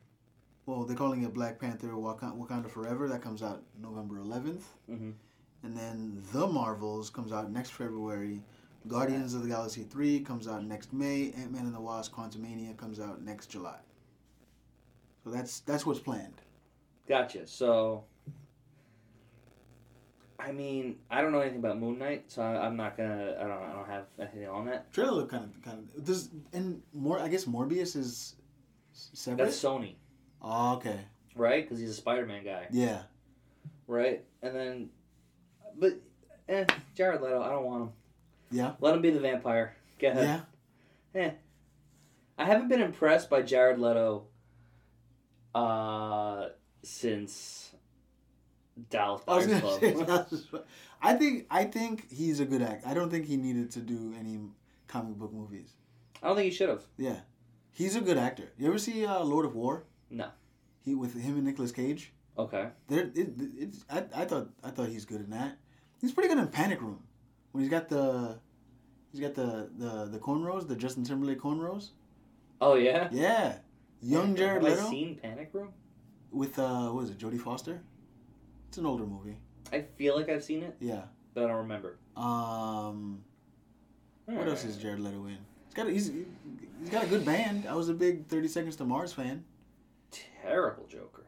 Speaker 2: Well, they're calling it Black Panther Wakanda, Wakanda Forever. That comes out November 11th.
Speaker 1: Mhm.
Speaker 2: And then The Marvels comes out next February Guardians of the Galaxy 3 comes out next May. Ant Man and the Wasp Quantumania comes out next July. So that's that's what's planned.
Speaker 1: Gotcha. So, I mean, I don't know anything about Moon Knight, so I, I'm not gonna. I don't. I don't have anything on that.
Speaker 2: Trailer look kind of kind of this and more. I guess Morbius is s- separate.
Speaker 1: That's Sony,
Speaker 2: oh, okay.
Speaker 1: right? Because he's a Spider-Man guy,
Speaker 2: Yeah.
Speaker 1: right? And then, but eh, Jared Leto, I don't want him.
Speaker 2: Yeah.
Speaker 1: Let him be the vampire. Go ahead.
Speaker 2: Yeah.
Speaker 1: I haven't been impressed by Jared Leto. Uh, since Dallas
Speaker 2: I was
Speaker 1: Buyers
Speaker 2: gonna
Speaker 1: Club.
Speaker 2: say, I was- I think I think he's a good actor. I don't think he needed to do any comic book movies.
Speaker 1: I don't think he should have.
Speaker 2: Yeah, he's a good actor. You ever see uh, Lord of War?
Speaker 1: No.
Speaker 2: He with him and Nicolas Cage.
Speaker 1: Okay.
Speaker 2: There, it, it's I, I thought I thought he's good in that. He's pretty good in Panic Room when he's got the he's got the the the cornrows, the Justin Timberlake cornrows.
Speaker 1: Oh yeah.
Speaker 2: Yeah, young Jared
Speaker 1: Have
Speaker 2: Leto
Speaker 1: I seen Panic Room?
Speaker 2: with uh, what is it, Jodie Foster? It's an older movie.
Speaker 1: I feel like I've seen it,
Speaker 2: Yeah.
Speaker 1: but I don't remember.
Speaker 2: Um. What else is Jared Leto in? He's got a, he's he's got a good band. I was a big Thirty Seconds to Mars fan.
Speaker 1: Hmm. Terrible Joker.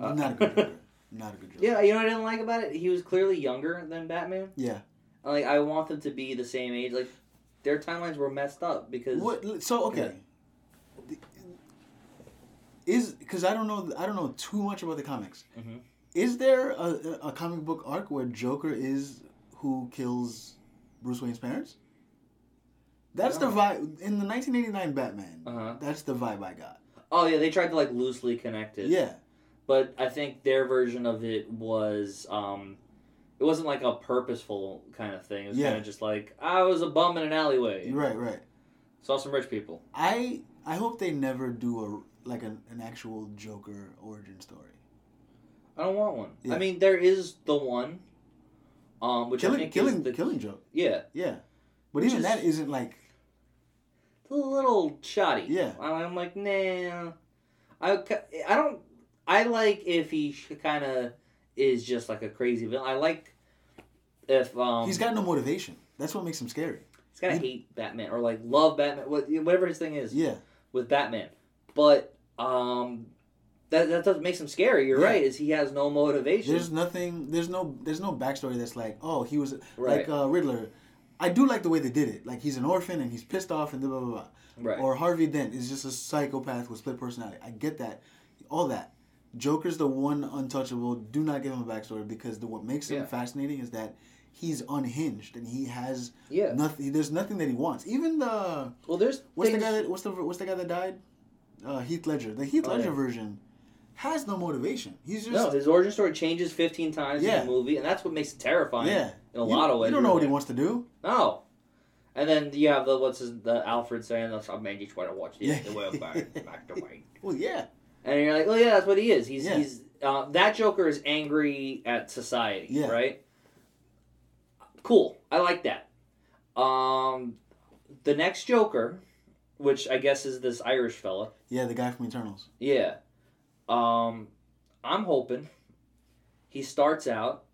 Speaker 1: Uh,
Speaker 2: Not a good Joker. Not a good Joker.
Speaker 1: Yeah, you know what I didn't like about it? He was clearly younger than Batman.
Speaker 2: Yeah.
Speaker 1: And, Like I want them to be the same age. Like their timelines were messed up because
Speaker 2: What? So okay. Is because I don't know I don't know too much about the comics.
Speaker 1: Mhm.
Speaker 2: Is there a, a comic book arc where Joker is who kills Bruce Wayne's parents? That's the
Speaker 1: No.
Speaker 2: vibe in the 1989 Batman.
Speaker 1: Uh-huh.
Speaker 2: That's the vibe I got.
Speaker 1: oh yeah, they tried to like loosely connect it.
Speaker 2: Yeah.
Speaker 1: But I think their version of it was um it wasn't like a purposeful kind of thing. It was
Speaker 2: Yeah.
Speaker 1: kind of just like I was a bum in an alleyway,
Speaker 2: Right. Right.
Speaker 1: saw some rich people.
Speaker 2: I I hope they never do a like an, an actual Joker origin story.
Speaker 1: I don't want one.
Speaker 2: Yeah.
Speaker 1: I mean, there is the one, um, which I
Speaker 2: killing
Speaker 1: think
Speaker 2: killing
Speaker 1: is the
Speaker 2: killing joke.
Speaker 1: yeah,
Speaker 2: Yeah. But
Speaker 1: Which
Speaker 2: even
Speaker 1: is-
Speaker 2: that isn't like
Speaker 1: it's a little shoddy.
Speaker 2: Yeah.
Speaker 1: I- I'm like, nah. I ca- I don't. I like if he kind of is just like a crazy villain. I like if um
Speaker 2: he's got no motivation. That's what makes him scary.
Speaker 1: he's gotta
Speaker 2: he-
Speaker 1: hate Batman or like love Batman, what- whatever his thing is
Speaker 2: Yeah.
Speaker 1: with Batman. But um, that that does makes him scary. You're
Speaker 2: Yeah.
Speaker 1: right. Is he has no motivation.
Speaker 2: There's nothing there's no there's no backstory that's like, oh, he was
Speaker 1: Right.
Speaker 2: like uh, Riddler. I do like the way they did it. Like he's an orphan and he's pissed off and blah blah blah.
Speaker 1: right.
Speaker 2: Or Harvey Dent is just a psychopath with split personality. I get that. All that. Joker's the one untouchable. Do not give him a backstory because the what makes him
Speaker 1: Yeah.
Speaker 2: fascinating is that he's unhinged and he has
Speaker 1: yeah.
Speaker 2: nothing. There's nothing that he wants. Even the
Speaker 1: Well, there's
Speaker 2: what's
Speaker 1: things-
Speaker 2: the guy that what's the what's the guy that died? Uh, Heath Ledger. The Heath
Speaker 1: Oh,
Speaker 2: Ledger
Speaker 1: yeah.
Speaker 2: version has no motivation. He's just
Speaker 1: No, his origin story changes 15 times
Speaker 2: Yeah.
Speaker 1: in the movie, and that's what makes it terrifying
Speaker 2: yeah.
Speaker 1: in a
Speaker 2: You-
Speaker 1: lot of ways.
Speaker 2: You don't know what he
Speaker 1: really.
Speaker 2: wants to do.
Speaker 1: No. And then you have the, what's his, the Alfred saying, that's how made you try to watch the,
Speaker 2: Yeah.
Speaker 1: the way back, back to white.
Speaker 2: Well, yeah,
Speaker 1: And you're like, oh yeah, that's what he is. He's,
Speaker 2: Yeah.
Speaker 1: he's, uh, that Joker is angry at society,
Speaker 2: Yeah.
Speaker 1: right? Cool. I like that. Um, the next Joker, which I guess is this Irish fella.
Speaker 2: yeah. The guy from Eternals.
Speaker 1: Yeah. Um, I'm hoping he starts out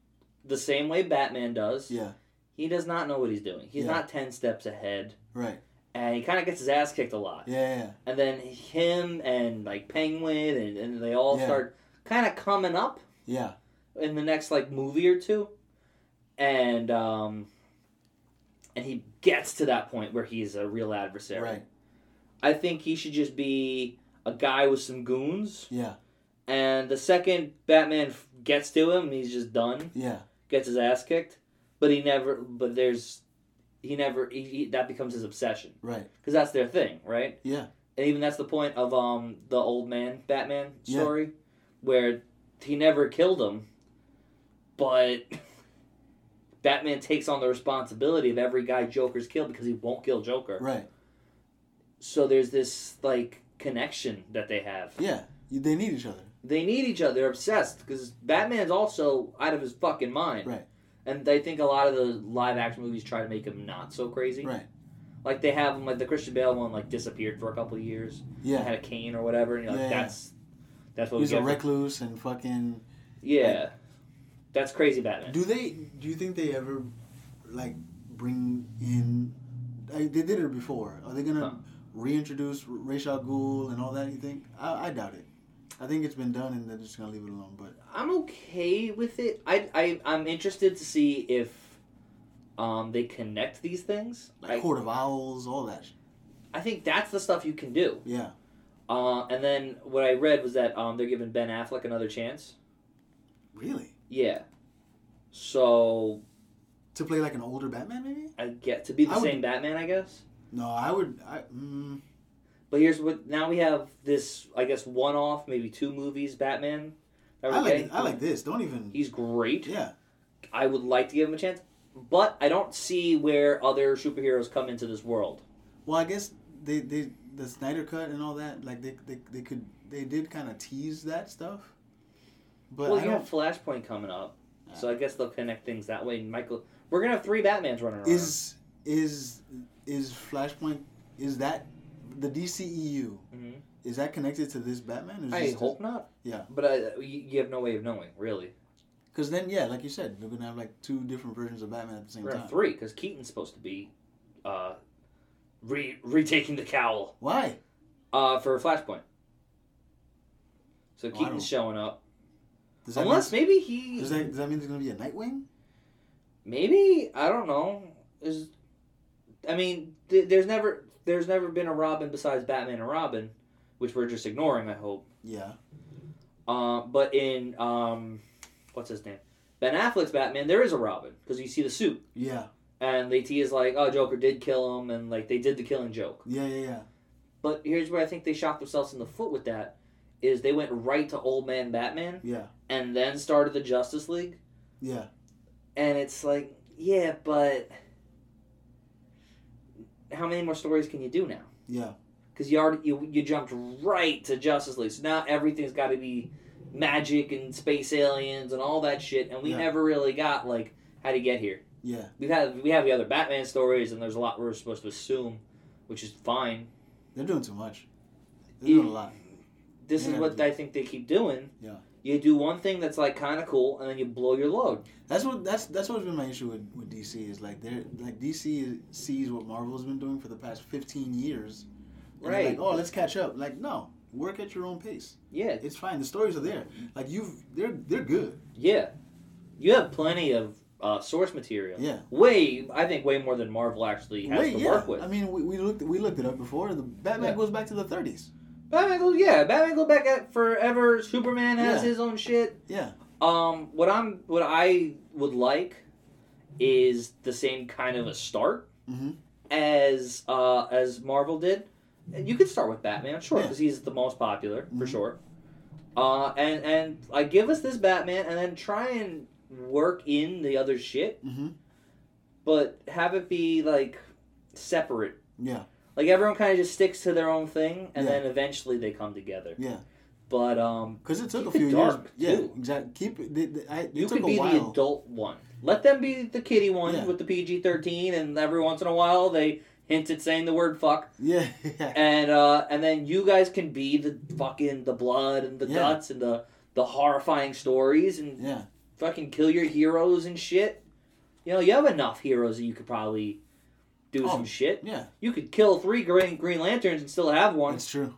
Speaker 1: the same way Batman does.
Speaker 2: Yeah,
Speaker 1: He does not know what he's doing. He's
Speaker 2: Yeah.
Speaker 1: not 10 steps ahead.
Speaker 2: right.
Speaker 1: And he kind of gets his ass kicked a lot.
Speaker 2: Yeah, yeah, yeah.
Speaker 1: And then him and like Penguin and, and they all
Speaker 2: Yeah.
Speaker 1: start kind of coming up
Speaker 2: yeah.
Speaker 1: in the next like movie or two. And um and he gets to that point where he's a real adversary.
Speaker 2: Right.
Speaker 1: I think he should just be a guy with some goons
Speaker 2: Yeah,
Speaker 1: and the second Batman f- gets to him, he's just done.
Speaker 2: yeah,
Speaker 1: Gets his ass kicked, but he never. But there's, he never. He, he, that becomes his obsession
Speaker 2: right.
Speaker 1: because that's their thing, right?
Speaker 2: Yeah.
Speaker 1: And even that's the point of um the old man Batman
Speaker 2: Yeah.
Speaker 1: story, where he never killed him, but Batman takes on the responsibility of every guy Joker's killed because he won't kill Joker.
Speaker 2: Right.
Speaker 1: So there's this like connection that they have.
Speaker 2: Yeah. You, they need each other.
Speaker 1: they need each other. They're obsessed because Batman's also out of his fucking mind.
Speaker 2: Right.
Speaker 1: And I think a lot of the live action movies try to make him not so crazy.
Speaker 2: Right.
Speaker 1: Like they have him, like the Christian Bale one, like disappeared for a couple of years,
Speaker 2: Yeah.
Speaker 1: had a cane or whatever, and you're like,
Speaker 2: Yeah.
Speaker 1: that's that's what
Speaker 2: He's
Speaker 1: we
Speaker 2: a
Speaker 1: get. for-
Speaker 2: recluse and fucking.
Speaker 1: yeah, that's crazy Batman.
Speaker 2: Do they? Do you think they ever, like, bring in? I, they did it before. Are they gonna
Speaker 1: Huh.
Speaker 2: reintroduce Ra's al Ghul and all that? You think? I, I doubt it. I think it's been done, and they're just gonna leave it alone. But
Speaker 1: I'm okay with it. I, I I'm interested to see if um they connect these things.
Speaker 2: like
Speaker 1: I,
Speaker 2: Court of Owls, all that. sh-
Speaker 1: I think that's the stuff you can do.
Speaker 2: Yeah,
Speaker 1: Uh, and then what I read was that um they're giving Ben Affleck another chance.
Speaker 2: really.
Speaker 1: Yeah. So
Speaker 2: To play like an older Batman, maybe?
Speaker 1: I get to be the
Speaker 2: I would-
Speaker 1: same Batman, I guess.
Speaker 2: No, I would. I, mm,
Speaker 1: But here's what now we have this I guess one off, maybe two movies Batman. that we're
Speaker 2: I like.
Speaker 1: getting.
Speaker 2: I like this. Don't even.
Speaker 1: He's great.
Speaker 2: Yeah.
Speaker 1: I would like to give him a chance, but I don't see where other superheroes come into this world.
Speaker 2: Well, I guess they, they the Snyder cut and all that. Like they they, they could they did kind of tease that stuff. But
Speaker 1: well,
Speaker 2: I
Speaker 1: you
Speaker 2: don't.
Speaker 1: have Flashpoint coming up, so I guess they'll connect things that way. Michael, we're gonna have three Batmans running around.
Speaker 2: Is is is Flashpoint? Is that the DCEU?
Speaker 1: Mhm.
Speaker 2: Is that connected to this Batman? Is
Speaker 1: I hope not.
Speaker 2: Yeah.
Speaker 1: but I, you, you have no way of knowing really.
Speaker 2: Because then, yeah, like you said, they're gonna have like two different versions of Batman at the same
Speaker 1: We're gonna
Speaker 2: time.
Speaker 1: have three because Keaton's supposed to be, uh, re retaking the cowl
Speaker 2: Why?
Speaker 1: uh for Flashpoint. So
Speaker 2: Oh, I don't-
Speaker 1: Keaton's showing up.
Speaker 2: Does that
Speaker 1: Unless
Speaker 2: mean,
Speaker 1: maybe he,
Speaker 2: does that does that mean there's gonna be a Nightwing?
Speaker 1: maybe I don't know. Is, I mean, th- there's never there's never been a Robin besides Batman and Robin, which we're just ignoring. I hope.
Speaker 2: Yeah.
Speaker 1: Um, but in um, what's his name? Ben Affleck's Batman, there is a Robin because you see the suit,
Speaker 2: Yeah.
Speaker 1: and they tease like, "Oh, Joker did kill him," and like they did the killing joke.
Speaker 2: Yeah. Yeah. Yeah.
Speaker 1: But here's where I think they shot themselves in the foot with that: is they went right to Old Man Batman
Speaker 2: Yeah.
Speaker 1: and then started the Justice League,
Speaker 2: Yeah.
Speaker 1: and it's like, yeah, but how many more stories can you do now?
Speaker 2: Yeah.
Speaker 1: because you already you, you jumped right to Justice League. So now everything's got to be magic and space aliens and all that shit, and we
Speaker 2: Yeah.
Speaker 1: never really got like how to get here.
Speaker 2: Yeah.
Speaker 1: We've had we have the other Batman stories, and there's a lot we're supposed to assume, which is fine.
Speaker 2: They're doing too much. They're
Speaker 1: You-
Speaker 2: doing a lot.
Speaker 1: This
Speaker 2: Yeah.
Speaker 1: is what I think they keep doing.
Speaker 2: Yeah.
Speaker 1: You do one thing that's like kind of cool, and then you blow your load.
Speaker 2: That's what that's that's what's been my issue with, with DC is like they're like DC sees what Marvel's been doing for the past fifteen years. and they're
Speaker 1: Right.
Speaker 2: Like, oh, let's catch up. Like, no, work at your own pace.
Speaker 1: Yeah,
Speaker 2: It's fine. The stories are there. Like you've they're they're good.
Speaker 1: yeah. You have plenty of uh, source material.
Speaker 2: Yeah.
Speaker 1: Way, I think way more than Marvel actually has
Speaker 2: Wait,
Speaker 1: to
Speaker 2: yeah.
Speaker 1: work with.
Speaker 2: I mean, we, we looked we looked it up before. The Batman
Speaker 1: Yeah.
Speaker 2: goes back to the thirties.
Speaker 1: Batman goes, yeah, Batman go back at forever. Superman has
Speaker 2: Yeah.
Speaker 1: his own shit.
Speaker 2: Yeah.
Speaker 1: Um, what I'm, what I would like is the same kind of a start
Speaker 2: Mm-hmm.
Speaker 1: as uh, as Marvel did. And You could start with Batman, sure, because he's the most popular for
Speaker 2: Mhm.
Speaker 1: sure. Uh, and and like give us this Batman, and then try and work in the other shit,
Speaker 2: Mm-hmm.
Speaker 1: but have it be like separate.
Speaker 2: Yeah.
Speaker 1: Like everyone kind of just sticks to their own thing, and
Speaker 2: Yeah.
Speaker 1: then eventually they come together.
Speaker 2: Yeah.
Speaker 1: But um,
Speaker 2: Because it took
Speaker 1: Keep
Speaker 2: a few
Speaker 1: it dark,
Speaker 2: years. Yeah.
Speaker 1: too.
Speaker 2: Exactly. Keep it. They, they, I, it
Speaker 1: You
Speaker 2: took
Speaker 1: could
Speaker 2: a
Speaker 1: be the
Speaker 2: while.
Speaker 1: adult one. Let them be the kitty one
Speaker 2: Yeah.
Speaker 1: with the PG thirteen, and every once in a while they hint at saying the word fuck,
Speaker 2: Yeah.
Speaker 1: and uh, and then you guys can be the fucking the blood and the
Speaker 2: Yeah.
Speaker 1: guts and the the horrifying stories and
Speaker 2: yeah.
Speaker 1: fucking kill your heroes and shit. You know you have enough heroes that you could probably do
Speaker 2: Oh.
Speaker 1: some shit.
Speaker 2: Yeah.
Speaker 1: You could kill three Green Green Lanterns and still have one.
Speaker 2: It's true.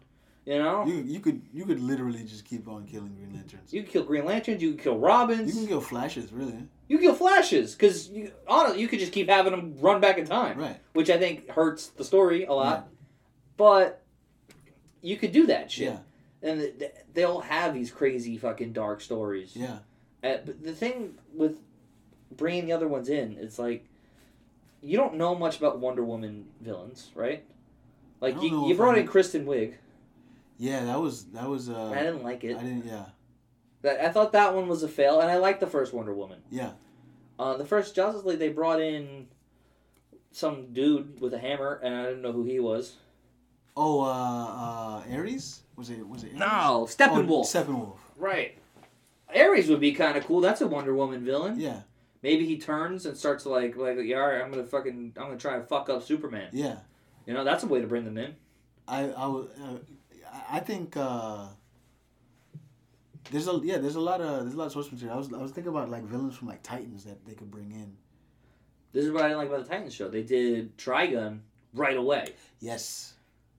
Speaker 1: You know
Speaker 2: You you could you could literally just keep on killing Green Lanterns.
Speaker 1: you could kill Green Lanterns. You could kill
Speaker 2: You
Speaker 1: Robins.
Speaker 2: can kill flashes, really.
Speaker 1: You could kill Flashes because you honestly you could just keep having them run back in time.
Speaker 2: Right.
Speaker 1: which I think hurts the story a lot. But you could do that shit,
Speaker 2: Yeah.
Speaker 1: and th- th- they'll have these crazy fucking dark stories.
Speaker 2: Yeah.
Speaker 1: Uh, but the thing with bringing the other ones in, it's like you don't know much about Wonder Woman villains, right? Like
Speaker 2: don't
Speaker 1: you,
Speaker 2: know
Speaker 1: you
Speaker 2: if
Speaker 1: brought
Speaker 2: I-
Speaker 1: in Kristen Wiig.
Speaker 2: Yeah, that was that was uh
Speaker 1: and I didn't like it.
Speaker 2: I didn't yeah.
Speaker 1: That- I thought that one was a fail, and I liked the first Wonder Woman.
Speaker 2: Yeah.
Speaker 1: Uh, the first Justice League, they brought in some dude with a hammer, and I didn't know who he was.
Speaker 2: Oh, uh uh Ares? Was it was it Ares? Oh,
Speaker 1: Steppenwolf.
Speaker 2: Steppenwolf.
Speaker 1: Right. Ares would be kind of cool. That's a Wonder Woman villain.
Speaker 2: Yeah.
Speaker 1: Maybe he turns and starts to like like yeah, all right, I'm gonna fucking I'm gonna try and fuck up Superman.
Speaker 2: Yeah.
Speaker 1: You know, that's a way to bring them in.
Speaker 2: I I was uh, I- I think uh there's a yeah, there's a lot of there's a lot of source material. I was I was thinking about like villains from like Titans that they could bring in.
Speaker 1: This is what I didn't like about the Titans show. They did Trigun right away.
Speaker 2: Yes.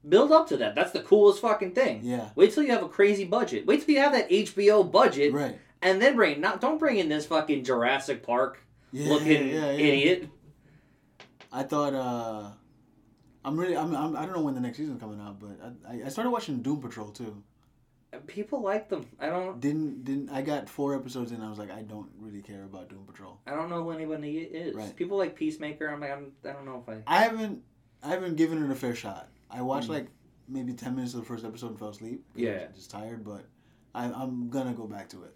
Speaker 1: Build up to that. That's the coolest fucking thing.
Speaker 2: Yeah.
Speaker 1: Wait till you have a crazy budget. Wait till you have that HBO budget,
Speaker 2: Right.
Speaker 1: and then bring not don't bring in this fucking Jurassic Park
Speaker 2: Yeah,
Speaker 1: looking
Speaker 2: yeah, yeah.
Speaker 1: idiot.
Speaker 2: I thought. uh I'm really. I'm, I'm. I don't know when the next season's coming out, but I- I, I started watching Doom Patrol too.
Speaker 1: People like them. I don't.
Speaker 2: Didn't didn't I got four episodes in? I was like, I don't really care about Doom Patrol.
Speaker 1: I don't know who anybody is.
Speaker 2: Right.
Speaker 1: People like Peacemaker. I'm like I'm. I don't know if I.
Speaker 2: I haven't. I haven't given it a fair shot. I watched
Speaker 1: Mm.
Speaker 2: like maybe ten minutes of the first episode and fell asleep.
Speaker 1: Yeah.
Speaker 2: just tired. But I, I'm gonna go back to it.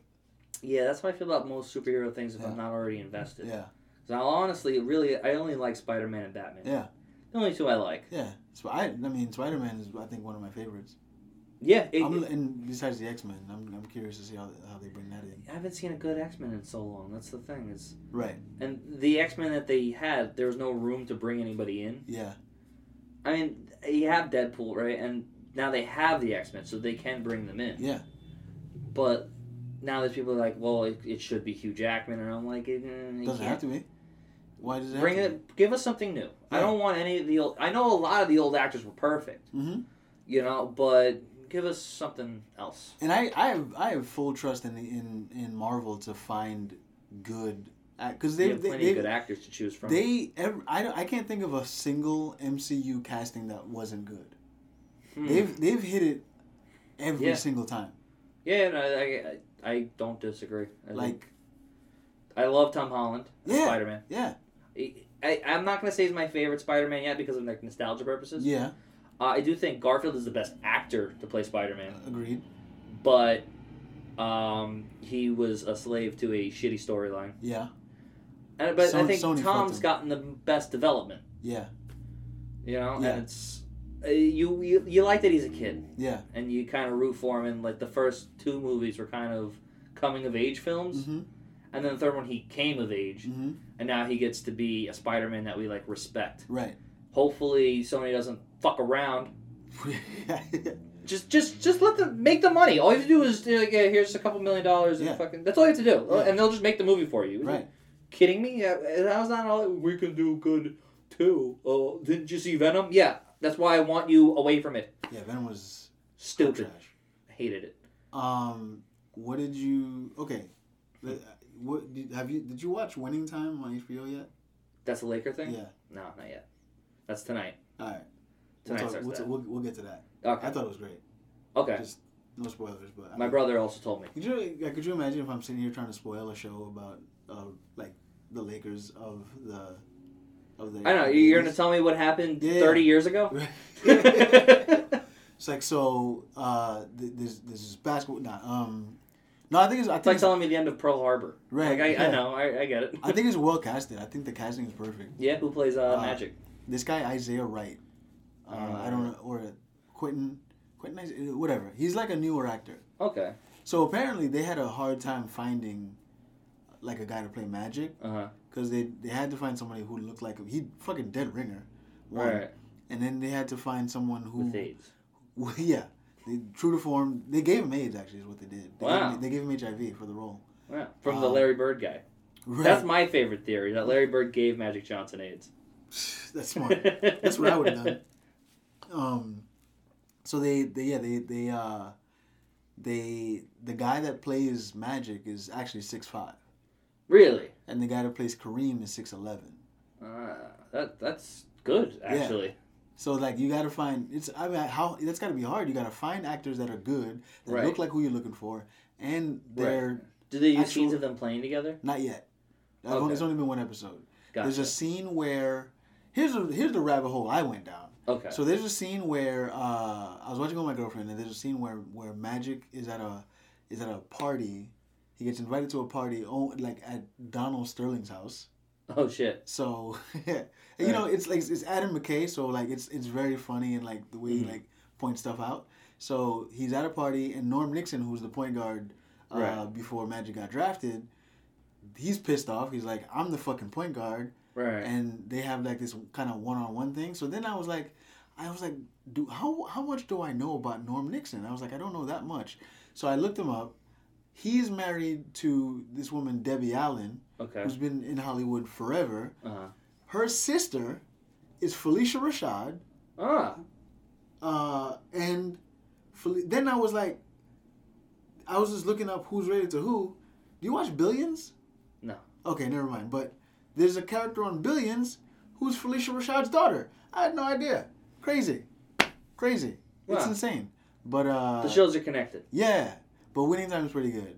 Speaker 1: Yeah, that's how I feel about most superhero things if
Speaker 2: Yeah.
Speaker 1: I'm not already invested.
Speaker 2: Yeah,
Speaker 1: So I'll honestly, really, I only like Spider Man and Batman.
Speaker 2: Yeah.
Speaker 1: The only two I like.
Speaker 2: yeah. So I. I mean, Spider Man is I think one of my favorites.
Speaker 1: Yeah. It,
Speaker 2: I'm, and besides the X Men, I'm, I'm curious to see how how they bring that in.
Speaker 1: I haven't seen a good X Men in so long. That's the thing. Is
Speaker 2: Right.
Speaker 1: and the X Men that they had, there was no room to bring anybody in.
Speaker 2: Yeah.
Speaker 1: I mean, you have Deadpool, right? And now they have the X Men, so they can bring them in.
Speaker 2: Yeah.
Speaker 1: But now there's people like, well, it, it should be Hugh Jackman, and I'm like, eh, you
Speaker 2: Doesn't
Speaker 1: can't
Speaker 2: have to be. Why does it
Speaker 1: Bring
Speaker 2: have to
Speaker 1: it. Give us something new. I
Speaker 2: Yeah.
Speaker 1: don't want any of the old. I know a lot of the old actors were perfect,
Speaker 2: Be? Mm-hmm.
Speaker 1: you know, but give us something else.
Speaker 2: And I, I have I have full trust in in in Marvel to find good because
Speaker 1: They
Speaker 2: they
Speaker 1: have
Speaker 2: they,
Speaker 1: plenty
Speaker 2: they,
Speaker 1: of good actors to choose from.
Speaker 2: they ev I, don't- I can't think of a single MCU casting that wasn't good.
Speaker 1: Hmm.
Speaker 2: They've they've hit it every
Speaker 1: Yeah.
Speaker 2: single time.
Speaker 1: yeah, no, I, I I don't disagree. I think-
Speaker 2: Like
Speaker 1: I love Tom Holland,
Speaker 2: Yeah.
Speaker 1: Spider Man.
Speaker 2: yeah
Speaker 1: I, I'm not gonna say he's my favorite Spider Man yet because of like nostalgia purposes.
Speaker 2: yeah
Speaker 1: Uh, I do think Garfield is the best actor to play Spider Man,
Speaker 2: agreed
Speaker 1: but um, he was a slave to a shitty storyline.
Speaker 2: yeah
Speaker 1: And but I
Speaker 2: Sony-
Speaker 1: think
Speaker 2: Sony fucked
Speaker 1: Tom's
Speaker 2: him.
Speaker 1: gotten the best development.
Speaker 2: yeah
Speaker 1: You know,
Speaker 2: Yeah.
Speaker 1: and it's uh, you, you you like that he's a kid,
Speaker 2: yeah
Speaker 1: and you kind of root for him. And like the first two movies were kind of coming of age films,
Speaker 2: hmm
Speaker 1: and then the third one he came of age,
Speaker 2: hmm
Speaker 1: and now he gets to be a Spider Man that we like respect.
Speaker 2: right
Speaker 1: Hopefully, Sony doesn't fuck around. Just, just, just let them make the money. All you have to do is uh, like, yeah, here's a couple million dollars. And
Speaker 2: Yeah.
Speaker 1: fucking, that's all you have to do,
Speaker 2: Yeah.
Speaker 1: and they'll just make the movie for you.
Speaker 2: right
Speaker 1: kidding me? Uh, How's that all? We can do good too. Oh, didn't you see Venom? Yeah, that's why I want you away from it.
Speaker 2: yeah Venom was
Speaker 1: Stupid.
Speaker 2: trash.
Speaker 1: I hated it.
Speaker 2: Um, what did you okay? The- What did, have you did you watch Winning Time on HBO yet?
Speaker 1: That's a Laker thing?
Speaker 2: Yeah.
Speaker 1: No, not yet. That's tonight.
Speaker 2: All right. We'll,
Speaker 1: Tonight
Speaker 2: talk-
Speaker 1: starts
Speaker 2: we'll,
Speaker 1: that.
Speaker 2: we'll, we'll get to that. I
Speaker 1: Okay.
Speaker 2: thought it was great.
Speaker 1: Okay.
Speaker 2: Just no spoilers, but I
Speaker 1: My
Speaker 2: mean-
Speaker 1: brother also told me.
Speaker 2: Could you like, could you imagine if I'm sitting here trying to spoil a show about uh, like the Lakers of the of the
Speaker 1: I know. You're going to tell me what happened
Speaker 2: Yeah.
Speaker 1: 30 years ago?
Speaker 2: it's like so uh, th- there's there's this basketball. Nah, um, no, I think it's
Speaker 1: It's
Speaker 2: I
Speaker 1: like
Speaker 2: think it's,
Speaker 1: telling me the end of Pearl Harbor.
Speaker 2: Right,
Speaker 1: Like, I, I
Speaker 2: yeah.
Speaker 1: know. I, I get it.
Speaker 2: I think it's well casted. I think the casting is perfect.
Speaker 1: yeah, who plays uh,
Speaker 2: Uh,
Speaker 1: Magic?
Speaker 2: This guy Isaiah Wright, uh,
Speaker 1: Uh,
Speaker 2: I don't know, or Quentin Quentin Isa- whatever. He's like a newer actor.
Speaker 1: Okay.
Speaker 2: So apparently they had a hard time finding like a guy to play Magic.
Speaker 1: Uh huh.
Speaker 2: because they they had to find somebody who looked like him. He fucking dead ringer, one.
Speaker 1: Right.
Speaker 2: And then they had to find someone who,
Speaker 1: With AIDS.
Speaker 2: yeah, they, true to form. They gave him AIDS actually is what they did. They
Speaker 1: Wow.
Speaker 2: Gave him, they gave him HIV for the role.
Speaker 1: Yeah. From the
Speaker 2: Um,
Speaker 1: Larry Bird guy.
Speaker 2: Right.
Speaker 1: That's my favorite theory that Larry Bird gave Magic Johnson AIDS.
Speaker 2: That's smart. That's what I would have done. Um, so they they yeah they they uh, they the guy that plays Magic is actually six five,
Speaker 1: Really?
Speaker 2: and the guy that plays Kareem is six eleven.
Speaker 1: Uh, that that's good actually.
Speaker 2: So like you gotta find it's I mean how that's gotta be hard. You gotta find actors that are good that
Speaker 1: Right.
Speaker 2: look like who you're looking for, and they're
Speaker 1: Do they use
Speaker 2: Actual-
Speaker 1: scenes of them playing together?
Speaker 2: not yet. I've only-
Speaker 1: Okay.
Speaker 2: It's only been one episode.
Speaker 1: Gotcha.
Speaker 2: There's a scene where here's a, here's the rabbit hole I went down.
Speaker 1: okay.
Speaker 2: So there's a scene where uh, I was watching with my girlfriend, and there's a scene where where Magic is at a is at a party. He gets invited to a party, oh, like at Donald Sterling's house.
Speaker 1: oh shit.
Speaker 2: So, yeah. And, you know, it's like it's Adam McKay, so like it's it's very funny and like the way he
Speaker 1: Mhm.
Speaker 2: like points stuff out. So he's at a party, and Norm Nixon, who's the point guard uh,
Speaker 1: Right.
Speaker 2: before Magic got drafted, he's pissed off. He's like, "I'm the fucking point guard,"
Speaker 1: Right.
Speaker 2: and they have like this kind of one-on-one thing. So then I was like, I was like, "Do how how much do I know about Norm Nixon?" I was like, "I don't know that much." So I looked him up. He's married to this woman Debbie Allen,
Speaker 1: okay.
Speaker 2: who's been in Hollywood forever
Speaker 1: Uh-huh.
Speaker 2: Her sister is Felicia Rashad.
Speaker 1: Ah,
Speaker 2: Uh, and Fel- then I was like, I was just looking up who's related to who. Do you watch Billions?
Speaker 1: No.
Speaker 2: Okay, never mind. But there's a character on Billions who's Felicia Rashad's daughter. I had no idea. Crazy, crazy. It's
Speaker 1: Wow.
Speaker 2: insane. But uh,
Speaker 1: the shows are connected.
Speaker 2: yeah. But Winning Time is pretty good.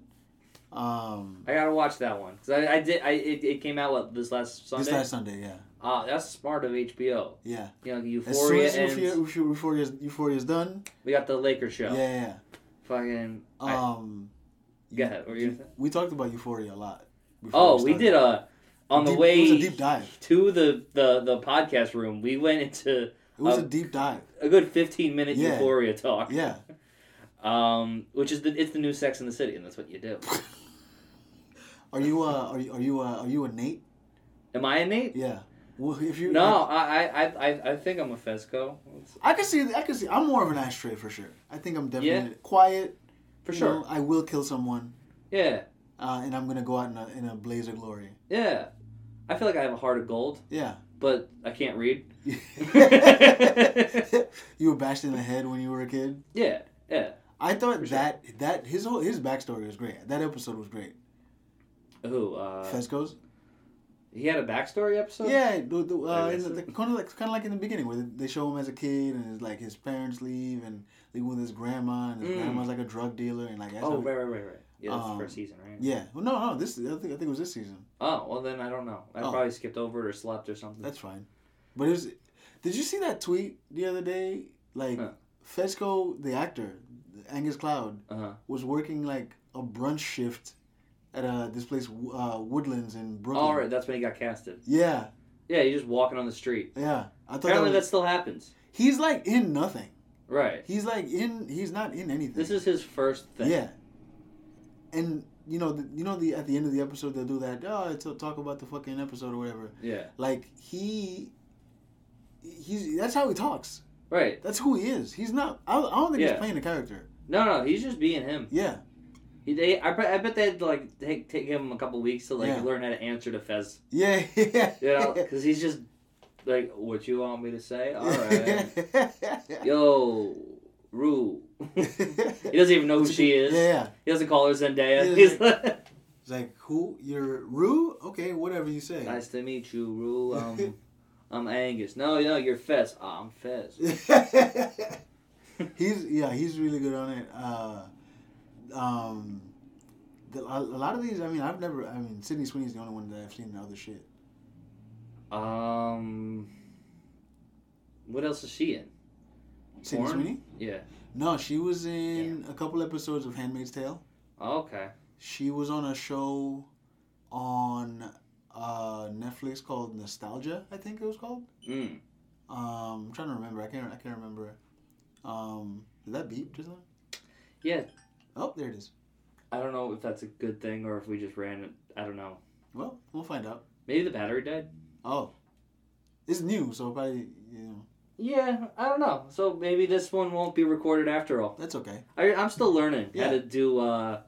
Speaker 2: Um,
Speaker 1: I gotta watch that one because I, I did. I it, it came out what, this last Sunday.
Speaker 2: this last Sunday, yeah,
Speaker 1: Ah, that's smart of HBO.
Speaker 2: yeah.
Speaker 1: You know,
Speaker 2: As soon
Speaker 1: Euphoria
Speaker 2: as
Speaker 1: and
Speaker 2: Euphoria, Euphoria, Euphoria's, Euphoria's done,
Speaker 1: we got the Lakers show.
Speaker 2: yeah, yeah.
Speaker 1: Fucking. I-
Speaker 2: yeah. Um,
Speaker 1: Go ahead, what were you gonna say?
Speaker 2: we talked about Euphoria a lot. before
Speaker 1: oh, we
Speaker 2: started.
Speaker 1: did a on the
Speaker 2: Deep-
Speaker 1: way
Speaker 2: It was a deep dive.
Speaker 1: to the, the the podcast room. We went into
Speaker 2: It was
Speaker 1: Uh,
Speaker 2: a deep dive.
Speaker 1: a good fifteen minute
Speaker 2: Yeah.
Speaker 1: Euphoria talk.
Speaker 2: Yeah.
Speaker 1: Um, which is the it's the new Sex in the City, and that's what you do.
Speaker 2: Are you uh are you are you uh, are you a Nate?
Speaker 1: Am I a Nate?
Speaker 2: Yeah. Well, if you
Speaker 1: No, I I, I I I think I'm a Fesco. It's-
Speaker 2: I can see I can see I'm more of an ashtray for sure. I think I'm definitely quiet.
Speaker 1: For
Speaker 2: you
Speaker 1: sure.
Speaker 2: know, I will kill someone,
Speaker 1: Yeah,
Speaker 2: uh, and I'm gonna go out in a in a blaze of glory.
Speaker 1: yeah. I feel like I have a heart of gold,
Speaker 2: Yeah.
Speaker 1: but I can't read.
Speaker 2: you were bashed in the head when you were a kid.
Speaker 1: Yeah, yeah.
Speaker 2: I thought
Speaker 1: For sure.
Speaker 2: that that his whole his backstory was great. That episode was great.
Speaker 1: Who? Uh,
Speaker 2: Fesco's.
Speaker 1: he had a backstory episode.
Speaker 2: Yeah, the, the, uh,
Speaker 1: I
Speaker 2: in
Speaker 1: guess
Speaker 2: the,
Speaker 1: so.
Speaker 2: kind of like kind of like in the beginning where they show him as a kid and it's like his parents leave and leave with his grandma and his
Speaker 1: Mm.
Speaker 2: grandma's like a drug dealer and like that's
Speaker 1: Oh,
Speaker 2: how-
Speaker 1: right, right, right, right. Yeah, that's
Speaker 2: Um,
Speaker 1: the first season, right?
Speaker 2: yeah. Well, no, no, this I think I think it was this season.
Speaker 1: Oh, well then I don't know. I
Speaker 2: Oh.
Speaker 1: probably skipped over it or slept or something.
Speaker 2: That's fine. But it was. Did you see that tweet the other day? Like
Speaker 1: Huh.
Speaker 2: Fesco, the actor, Angus Cloud,
Speaker 1: Uh-huh.
Speaker 2: was working like a brunch shift at uh, this place uh, Woodlands in Brooklyn.
Speaker 1: All right, that's when he got casted.
Speaker 2: Yeah,
Speaker 1: Yeah, he's just walking on the street.
Speaker 2: yeah. I thought that
Speaker 1: Apparently
Speaker 2: was,
Speaker 1: that still happens.
Speaker 2: he's like in nothing.
Speaker 1: Right.
Speaker 2: He's like in. He's not in anything.
Speaker 1: This is his first thing.
Speaker 2: Yeah. And you know, the, you know, the at the end of the episode they'll do that. Oh, it's a talk about the fucking episode or whatever.
Speaker 1: Yeah.
Speaker 2: Like he, he's that's how he talks.
Speaker 1: Right.
Speaker 2: That's who he is. He's not. I, I don't think
Speaker 1: Yeah.
Speaker 2: he's playing a character.
Speaker 1: No, no, he's just being him.
Speaker 2: Yeah.
Speaker 1: He, they, I, bet- I bet they had to, like take, take him a couple weeks to like
Speaker 2: Yeah.
Speaker 1: learn how to answer to Fez.
Speaker 2: Yeah. Yeah.
Speaker 1: You know, because he's just like, what you want me to say? All right. Yo, Rue. he doesn't even know who she is.
Speaker 2: Yeah, yeah.
Speaker 1: He doesn't call her Zendaya.
Speaker 2: Yeah,
Speaker 1: He's
Speaker 2: yeah.
Speaker 1: like,
Speaker 2: It's like who you're Rue? Okay, whatever you say.
Speaker 1: nice to meet you, Rue. Um, I'm Angus. No, no, you're Fez. Ah, I'm Fez.
Speaker 2: he's yeah, he's really good on it. Uh, um, the, a, a lot of these, I mean, I've never. I mean, Sydney Sweeney's the only one that I've seen in other shit.
Speaker 1: Um, what else is she in?
Speaker 2: Sydney
Speaker 1: Porn?
Speaker 2: Sweeney?
Speaker 1: Yeah.
Speaker 2: No, she was in a couple episodes of Handmaid's Tale.
Speaker 1: Oh, Okay.
Speaker 2: She was on a show on uh, Netflix called Nostalgia, I think it was called.
Speaker 1: Mm.
Speaker 2: Um, I'm trying to remember. I can't. I can't remember. Um, did that beep just now?
Speaker 1: Yeah.
Speaker 2: Oh, there it is.
Speaker 1: I don't know if that's a good thing or if we just ran it. I don't know.
Speaker 2: Well, we'll find out.
Speaker 1: Maybe the battery died.
Speaker 2: Oh, it's new, so probably you know
Speaker 1: Yeah, I don't know. So maybe this one won't be recorded after all.
Speaker 2: that's okay.
Speaker 1: I, I'm still learning
Speaker 2: Yeah.
Speaker 1: how to do uh,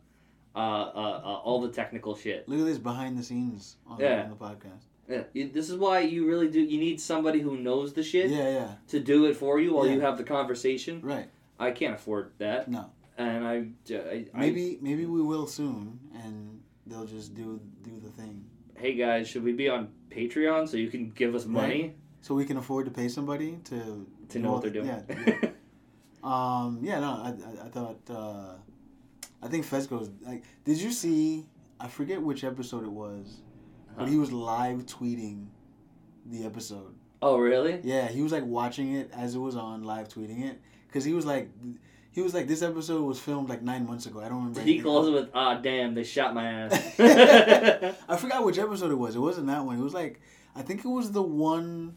Speaker 1: uh, uh, uh, all the technical shit.
Speaker 2: Look at this behind the scenes on,
Speaker 1: Yeah.
Speaker 2: on the podcast.
Speaker 1: Yeah. You, this is why you really do. You need somebody who knows the shit
Speaker 2: Yeah, yeah,
Speaker 1: to do it for you while you
Speaker 2: Yeah.
Speaker 1: have the conversation.
Speaker 2: right.
Speaker 1: I can't afford that.
Speaker 2: No.
Speaker 1: And I, I I-
Speaker 2: Maybe maybe we will soon, and they'll just do do the thing,
Speaker 1: hey guys, should we be on Patreon so you can give us money
Speaker 2: so we can afford to pay somebody to
Speaker 1: to know
Speaker 2: all
Speaker 1: what they're
Speaker 2: the-
Speaker 1: doing?
Speaker 2: Yeah, yeah. Um. Yeah. No. I. I, I thought. Uh, I think Fesco's like. Did you see? I forget which episode it was,
Speaker 1: Huh.
Speaker 2: but he was live tweeting the episode.
Speaker 1: oh really?
Speaker 2: Yeah, he was like watching it as it was on, live tweeting it, because he was like, he was like, this episode was filmed like nine months ago. I don't remember.
Speaker 1: Did he
Speaker 2: anything."
Speaker 1: close it with ah damn they shot my ass?
Speaker 2: I forgot which episode it was. It wasn't that one. It was like I think it was the one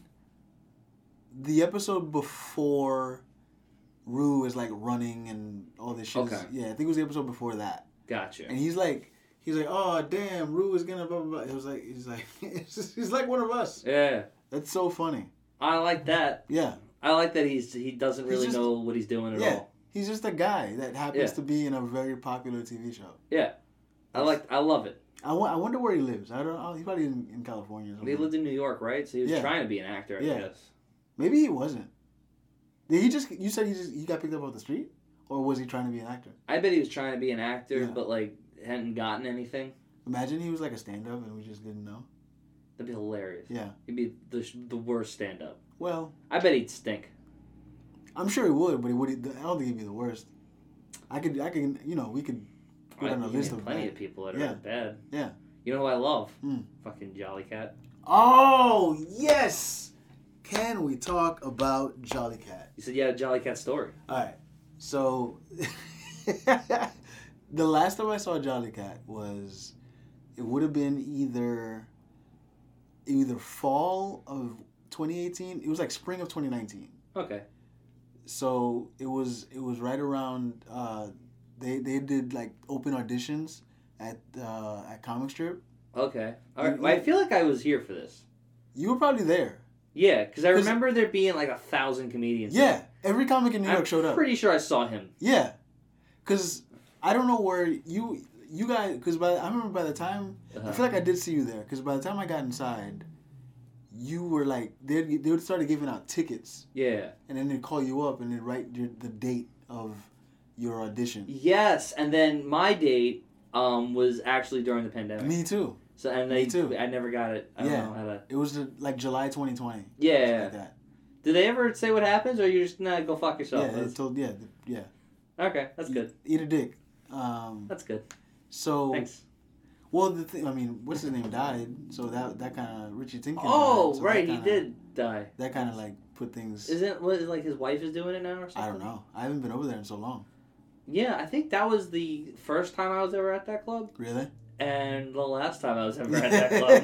Speaker 2: the episode before Rue is like running and all this shit. is-
Speaker 1: Okay.
Speaker 2: yeah, I think it was the episode before that.
Speaker 1: gotcha.
Speaker 2: And he's like he's like, Oh damn, Rue is gonna blah blah blah. It was like he's like he's like one of us.
Speaker 1: Yeah,
Speaker 2: That's so funny.
Speaker 1: I like that.
Speaker 2: Yeah.
Speaker 1: I like that he's he doesn't
Speaker 2: He's
Speaker 1: really
Speaker 2: just-
Speaker 1: know what he's doing at
Speaker 2: Yeah.
Speaker 1: all.
Speaker 2: He's just a guy that happens
Speaker 1: Yeah.
Speaker 2: to be in a very popular TV show.
Speaker 1: I like I love it.
Speaker 2: I, wo- I wonder where he lives. I don't. know. He's probably in, in California. Or
Speaker 1: He
Speaker 2: something.
Speaker 1: lived in New York, right? So he was
Speaker 2: Mm-hmm. Yeah.
Speaker 1: trying to be an actor, I
Speaker 2: Yeah.
Speaker 1: guess.
Speaker 2: Maybe he wasn't. Did he just? You said he just he got picked up off the street, or was he trying to be an actor?
Speaker 1: I bet he was trying to be an actor,
Speaker 2: Yeah.
Speaker 1: but like hadn't gotten anything.
Speaker 2: Imagine he was like a stand-up and we just didn't know.
Speaker 1: That'd be hilarious.
Speaker 2: Yeah.
Speaker 1: He'd be the, sh- the worst stand up.
Speaker 2: Well,
Speaker 1: I bet he'd stink.
Speaker 2: I'm sure he would, but he would. I don't think he'd be the worst. I could. I can. You know, we could. Put
Speaker 1: I
Speaker 2: on a
Speaker 1: think you
Speaker 2: list
Speaker 1: name
Speaker 2: of
Speaker 1: plenty
Speaker 2: bad-
Speaker 1: of people that are
Speaker 2: Yeah.
Speaker 1: bad.
Speaker 2: Yeah.
Speaker 1: You know who I love?
Speaker 2: Hmm.
Speaker 1: Fucking Jolly Cat.
Speaker 2: Oh yes. Can we talk about Jolly Cat?
Speaker 1: You said you had a Jolly Cat story.
Speaker 2: All right. So the last time I saw Jolly Cat was it would have been either either fall of 2018. It was like spring of 2019.
Speaker 1: Okay.
Speaker 2: So it was it was right around uh, they they did like open auditions at uh, at Comic Strip.
Speaker 1: Okay. All right.
Speaker 2: You-
Speaker 1: Well, I feel like I was here for this.
Speaker 2: You were probably there.
Speaker 1: Yeah, because I
Speaker 2: 'Cause-
Speaker 1: remember there being like a thousand comedians.
Speaker 2: Yeah, every comic in New York
Speaker 1: I'm
Speaker 2: showed up.
Speaker 1: pretty sure I saw him.
Speaker 2: Yeah, because I don't know where you you guys. Because by I remember by the time I
Speaker 1: Uh-huh.
Speaker 2: feel like I did see you there. Because by the time I got inside, you were like they they would started giving out tickets,
Speaker 1: Yeah.
Speaker 2: and then they'd call you up and they'd write your, the date of your audition.
Speaker 1: Yes, and then my date um, was actually during the pandemic.
Speaker 2: Me too.
Speaker 1: so and they
Speaker 2: me too.
Speaker 1: I never got it. I don't
Speaker 2: Yeah.
Speaker 1: know how to.
Speaker 2: It was the, like July 2020. something
Speaker 1: Yeah.
Speaker 2: Like that.
Speaker 1: Did they ever say what happens, or you just nah, go fuck yourself?
Speaker 2: yeah. It
Speaker 1: That's-
Speaker 2: told yeah the- yeah. E,
Speaker 1: okay, that's good.
Speaker 2: Eat a dick. Um.
Speaker 1: That's good.
Speaker 2: So
Speaker 1: Thanks.
Speaker 2: well the thing I mean what's his name died so that that kind of Richie Tinkin.
Speaker 1: Oh,
Speaker 2: died, so that
Speaker 1: right, he
Speaker 2: kinda-
Speaker 1: did die.
Speaker 2: That kind of like put things.
Speaker 1: Isn't what like his wife is doing it now or something?
Speaker 2: I don't know. I haven't been over there in so long.
Speaker 1: Yeah, I think that was the first time I was ever at that club,
Speaker 2: Really?
Speaker 1: and the last time I was ever at that club.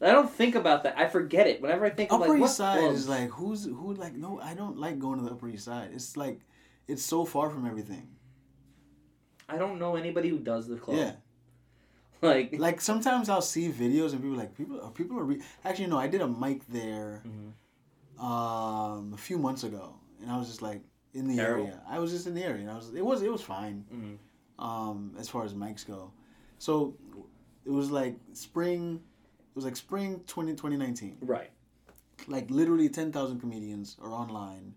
Speaker 1: I don't think about that. I forget it. Whenever I think of
Speaker 2: Upper
Speaker 1: like what
Speaker 2: East Side
Speaker 1: clubs-
Speaker 2: is like who's who like no I don't like going to the Upper East Side. It's like it's so far from everything.
Speaker 1: I don't know anybody who does the club.
Speaker 2: Yeah.
Speaker 1: Like
Speaker 2: Like sometimes I'll see videos and people are like people are people are re-. actually no I did a mic there
Speaker 1: Mhm.
Speaker 2: um a few months ago and I was just like in the
Speaker 1: Terrible.
Speaker 2: area. I was just in the area and I was it was it was fine.
Speaker 1: Mhm.
Speaker 2: um, as far as mics go. So it was like spring, it was like spring 20, 2019.
Speaker 1: right.
Speaker 2: Like literally 10,000 comedians are online.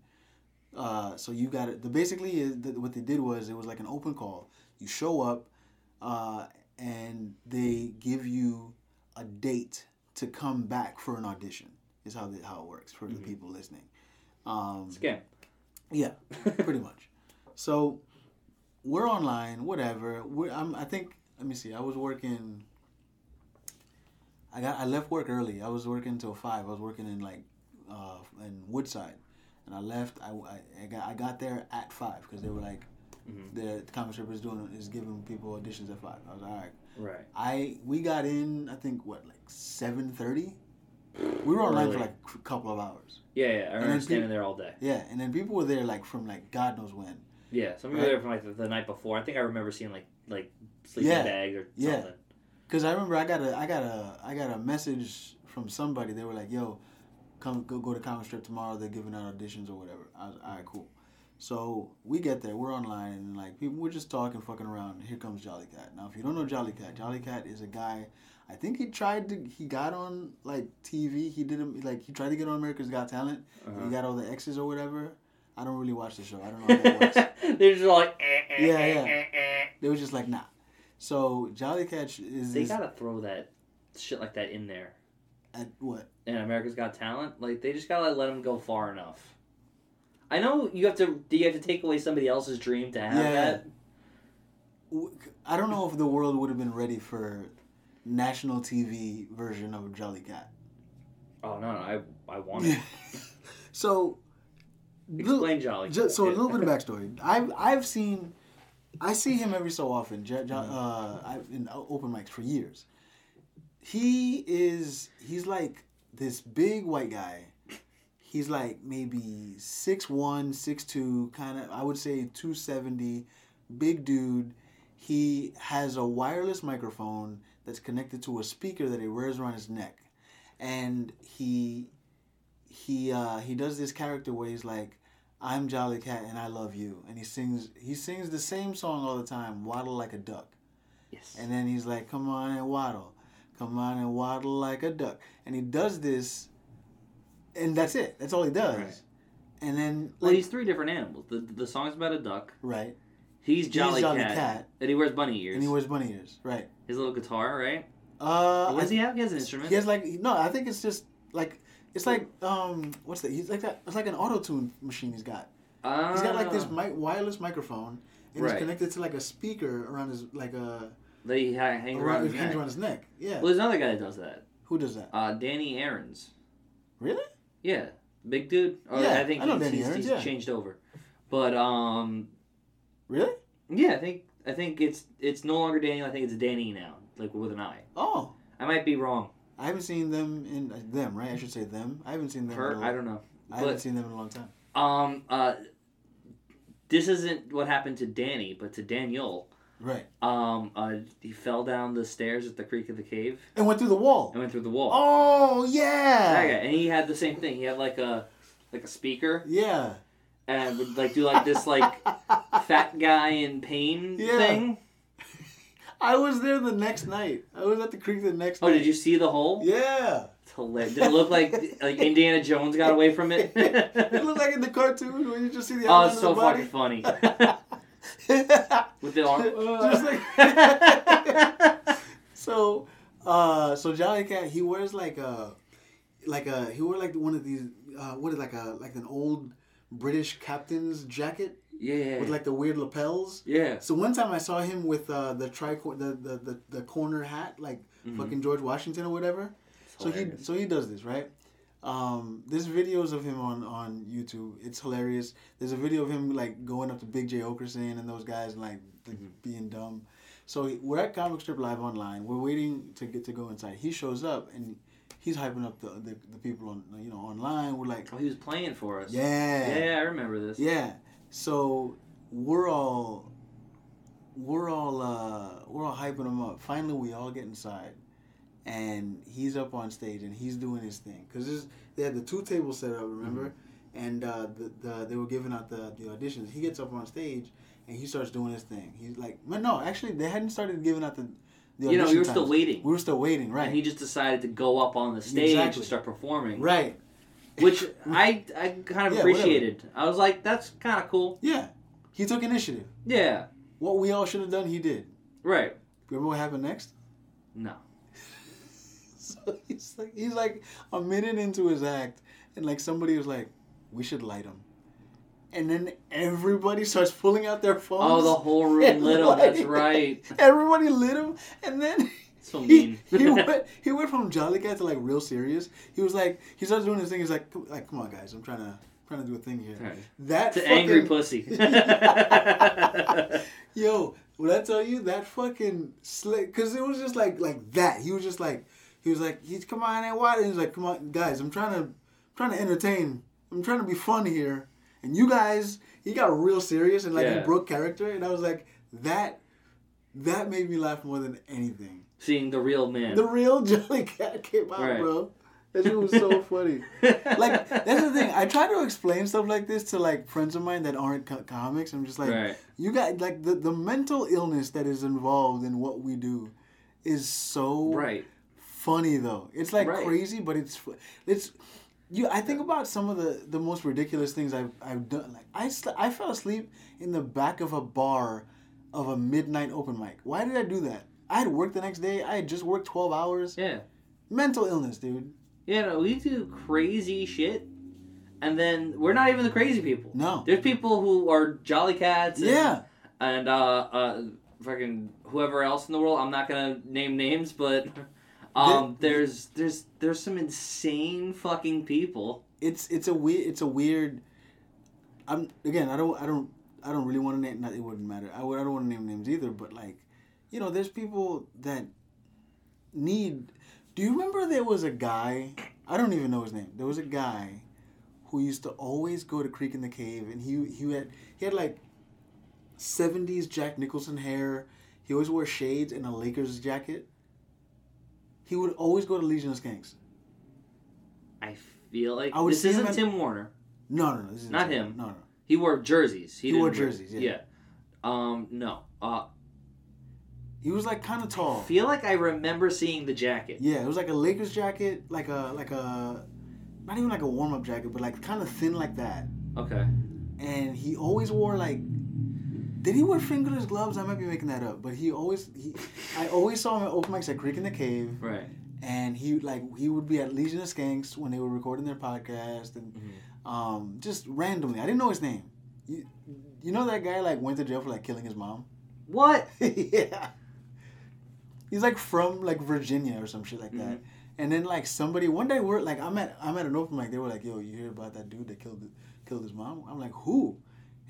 Speaker 2: Uh, so you got it. The, basically, is that what they did was it was like an open call. You show up uh, and they give you a date to come back for an audition, is how, the, how it works for the people listening. Um,
Speaker 1: Scam.
Speaker 2: yeah, pretty much. So we're online, whatever. We're, I'm, I think. Let me see. I was working. I got. I left work early. I was working till five. I was working in like, uh, in Woodside, and I left. I, I, I got. I got there at five because they were like,
Speaker 1: Mhm.
Speaker 2: the, the comic strip is doing is giving people auditions at five. I was like, all right.
Speaker 1: Right.
Speaker 2: I we got in. I think what like seven thirty. We were online for
Speaker 1: Early.
Speaker 2: like a couple of hours.
Speaker 1: Yeah, yeah. I remember
Speaker 2: then
Speaker 1: standing there all day.
Speaker 2: Yeah, and then people were there like from like God knows when.
Speaker 1: Yeah. Some people
Speaker 2: Right.
Speaker 1: were there from like the, the night before. I think I remember seeing like like sleeping
Speaker 2: Yeah.
Speaker 1: bags or
Speaker 2: Yeah.
Speaker 1: something.
Speaker 2: Cause I remember I got a I got a I got a message from somebody. They were like, "Yo, come go go to Comic Strip tomorrow. They're giving out auditions or whatever." I was, all right, cool. So we get there. We're online and like people, we're just talking, fucking around. Here comes Jolly Cat. Now, if you don't know Jolly Cat, Jolly Cat is a guy. I think he tried to he got on like TV. He didn't like he tried to get on America's Got Talent.
Speaker 1: Uh-huh.
Speaker 2: He got all the X's or whatever. I don't really watch the show. I don't know how that works.
Speaker 1: They're just all like, eh, eh,
Speaker 2: Yeah,
Speaker 1: eh,
Speaker 2: yeah.
Speaker 1: eh, eh.
Speaker 2: They were just like, nah. So Jolly Cat is
Speaker 1: They
Speaker 2: this,
Speaker 1: gotta throw that shit like that in there.
Speaker 2: at what?
Speaker 1: And America's Got Talent, like they just gotta like, let them go far enough. I know you have to. Do you have to take away somebody else's dream to have
Speaker 2: Yeah.
Speaker 1: that?
Speaker 2: w- I don't know if the world would have been ready for national TV version of Jolly Cat.
Speaker 1: Oh no, no I I want it.
Speaker 2: so, little-
Speaker 1: Explain Jolly.
Speaker 2: ju- so a
Speaker 1: Yeah.
Speaker 2: little bit of backstory. I've I've seen, I see him every so often. Jo- Jo- uh, I've in o- open mics for years. He is he's like this big white guy. He's like maybe 6'1", 6'2", kind of I would say two seventy, big dude. He has a wireless microphone that's connected to a speaker that he wears around his neck, and he he uh, he does this character where he's like, "I'm Jolly Cat and I love you," and he sings he sings the same song all the time, "Waddle Like a Duck,"
Speaker 1: Yes.
Speaker 2: And then he's like, "Come on and waddle, come on and waddle like a duck." And he does this, and that's it. That's all he does.
Speaker 1: Right.
Speaker 2: And then,
Speaker 1: well,
Speaker 2: like,
Speaker 1: he's three different animals. The the song's about a duck.
Speaker 2: right,
Speaker 1: He's Jolly,
Speaker 2: Jolly
Speaker 1: Cat,
Speaker 2: Cat.
Speaker 1: and he wears bunny ears.
Speaker 2: and he wears bunny ears, right?
Speaker 1: His little guitar, right?
Speaker 2: Uh,
Speaker 1: what does
Speaker 2: I-
Speaker 1: he have? He has an instrument.
Speaker 2: He has like no, I think it's just like it's like um what's that? He's like that. It's like an auto tune machine he's got.
Speaker 1: Ah.
Speaker 2: He's got like this mic- wireless microphone, and
Speaker 1: Right.
Speaker 2: it's connected to like a speaker around his like uh, a
Speaker 1: that he ha- hangs around
Speaker 2: around,
Speaker 1: his
Speaker 2: it hangs
Speaker 1: neck.
Speaker 2: around his neck. Yeah.
Speaker 1: Well, there's another guy that does that.
Speaker 2: Who does that?
Speaker 1: Uh, Danny Aarons.
Speaker 2: Really?
Speaker 1: Yeah, big dude. Or
Speaker 2: Yeah,
Speaker 1: I think
Speaker 2: I know
Speaker 1: he's,
Speaker 2: Danny
Speaker 1: he's,
Speaker 2: Aarons,
Speaker 1: he's
Speaker 2: yeah.
Speaker 1: changed over. But um,
Speaker 2: Really?
Speaker 1: yeah, I think I think it's it's no longer Daniel. I think it's Danny now, like with an I.
Speaker 2: Oh,
Speaker 1: I might be wrong.
Speaker 2: I haven't seen them in uh, them right. I should say them. I haven't seen them. in
Speaker 1: Her,
Speaker 2: a,
Speaker 1: I don't know.
Speaker 2: I haven't
Speaker 1: But
Speaker 2: seen them in a long time.
Speaker 1: um, uh, this isn't what happened to Danny, but to Daniel.
Speaker 2: Right.
Speaker 1: Um, uh, he fell down the stairs at the creek of the cave
Speaker 2: And went through the wall.
Speaker 1: and went through the wall.
Speaker 2: Oh
Speaker 1: That guy.
Speaker 2: yeah.
Speaker 1: And he had the same thing. He had like a like a speaker
Speaker 2: Yeah.
Speaker 1: and would like do like this like fat guy in pain
Speaker 2: Yeah.
Speaker 1: thing.
Speaker 2: I was there the next night. I was at the creek the next
Speaker 1: Oh,
Speaker 2: night.
Speaker 1: did you see the hole?
Speaker 2: Yeah.
Speaker 1: It's hilarious. Did it look like like Indiana Jones got away from it?
Speaker 2: It looks like in the cartoon when you just see the
Speaker 1: oh,
Speaker 2: outline
Speaker 1: it's so
Speaker 2: of the body.
Speaker 1: fucking funny. With the
Speaker 2: just like
Speaker 1: arm.
Speaker 2: so, uh, so Jolly Cat he wears like a, like a he wore like one of these uh, what is like a like an old British captain's jacket
Speaker 1: yeah.
Speaker 2: with like the weird lapels.
Speaker 1: yeah.
Speaker 2: So one time I saw him with uh, the tricor the, the the the corner hat like fucking George Washington or whatever. So he
Speaker 1: hilarious.
Speaker 2: so he does this right. Um, there's videos of him on on YouTube. It's hilarious. There's a video of him like going up to Big J Okerson and those guys and like th-
Speaker 1: Mm-hmm.
Speaker 2: being dumb. So he- we're at Comic Strip Live online. We're waiting to get to go inside. He shows up and he's hyping up the the, the people on you know online. We're like,
Speaker 1: Oh, he was playing for us.
Speaker 2: yeah,
Speaker 1: Yeah, I remember this.
Speaker 2: yeah. So we're all we're all uh, we're all hyping him up. Finally, we all get inside, and he's up on stage and he's doing his thing because they had the two tables set up. Remember,
Speaker 1: Mm-hmm.
Speaker 2: and uh, the, the they were giving out the the auditions. He gets up on stage and he starts doing his thing. He's like, "Man, no, actually, they hadn't started giving out the." the
Speaker 1: You know, we
Speaker 2: audition
Speaker 1: were still
Speaker 2: times.
Speaker 1: waiting.
Speaker 2: We were still waiting, right?
Speaker 1: And he just decided to go up on the stage
Speaker 2: Exactly.
Speaker 1: and start performing.
Speaker 2: right.
Speaker 1: Which I, I kind of
Speaker 2: Yeah,
Speaker 1: appreciated. I was like, that's kind of cool.
Speaker 2: yeah, he took initiative.
Speaker 1: Yeah.
Speaker 2: What we all should have done, he did.
Speaker 1: Right.
Speaker 2: Remember what happened next?
Speaker 1: No.
Speaker 2: So he's like, he's like a minute into his act, and like somebody was like, "We should light him," and then everybody starts pulling out their phones.
Speaker 1: Oh, the whole room
Speaker 2: and
Speaker 1: lit up. That's
Speaker 2: lighting-
Speaker 1: right.
Speaker 2: Everybody lit him, and then
Speaker 1: So
Speaker 2: he,
Speaker 1: mean.
Speaker 2: he went he went from jolly cat to like real serious. He was like, he starts doing his thing. He's like, "Come- like, come on, guys, I'm trying to trying to do a thing here.
Speaker 1: Right.
Speaker 2: That
Speaker 1: to angry
Speaker 2: fucking-
Speaker 1: pussy.
Speaker 2: Yo, when I tell you that fucking slick, cause it was just like like that. He was just like he was like he's come on and why? And he's like come on guys, I'm trying to I'm trying to entertain. I'm trying to be fun here, and you guys, he got real serious and like
Speaker 1: Yeah.
Speaker 2: he broke character, and I was like that that made me laugh more than anything.
Speaker 1: Seeing the real man.
Speaker 2: The real Jelly Cat came out,
Speaker 1: Right.
Speaker 2: bro. That shit was so funny. Like that's the thing. I try to explain stuff like this to like friends of mine that aren't co- comics. I'm just like,
Speaker 1: Right.
Speaker 2: you got like the the mental illness that is involved in what we do is so
Speaker 1: Right.
Speaker 2: funny though. It's like
Speaker 1: Right.
Speaker 2: crazy, but it's fu- it's you. I think about some of the the most ridiculous things I've I've done. Like I sl- I fell asleep in the back of a bar of a midnight open mic. Why did I do that? I had work the next day. I had just worked twelve hours.
Speaker 1: Yeah.
Speaker 2: Mental illness, dude.
Speaker 1: Yeah, no, we do crazy shit. And then we're not even the crazy people.
Speaker 2: No.
Speaker 1: There's people who are jolly cats. And,
Speaker 2: Yeah.
Speaker 1: And uh, uh, fucking whoever else in the world. I'm not gonna name names, but um,
Speaker 2: There-
Speaker 1: there's there's there's some insane fucking people.
Speaker 2: it's it's a weird it's a weird I'm again I don't I don't I don't really want to name not, it wouldn't matter I, would- I don't want to name names either but like you know there's people that need do you remember there was a guy I don't even know his name there was a guy who used to always go to Creek in the Cave and he he had he had like 70s Jack Nicholson hair he always wore shades and a Lakers jacket he would always go to Legion of Skanks
Speaker 1: I feel like
Speaker 2: I would
Speaker 1: this
Speaker 2: see him
Speaker 1: isn't
Speaker 2: at-
Speaker 1: Tim Warner.
Speaker 2: no no no this is
Speaker 1: Not him.
Speaker 2: no no
Speaker 1: He wore jerseys.
Speaker 2: He
Speaker 1: didn't
Speaker 2: wore
Speaker 1: wear-
Speaker 2: jerseys, yeah.
Speaker 1: Um. No. Uh.
Speaker 2: He was like kind of tall.
Speaker 1: feel like I remember seeing the jacket.
Speaker 2: Oh. Yeah, it was like a Lakers jacket, like a like a not even like a warm up jacket, but like kind of thin like that.
Speaker 1: Okay.
Speaker 2: And he always wore like. Did he wear fingerless gloves? I might be making that up, but he always he, I always saw him at open mics at Creek in the Cave,
Speaker 1: Right.
Speaker 2: and he like he would be at Legion of Skanks when they were recording their podcast, and um, just randomly, I didn't know his name. You, you know that guy like went to jail for like killing his mom.
Speaker 1: What?
Speaker 2: yeah. He's like from like Virginia or some shit like that.
Speaker 1: Mm-hmm.
Speaker 2: And then like somebody one day we're like I'm at I'm at an open mic. They were like, "Yo, you hear about that dude that killed killed his mom?" I'm like, "Who?"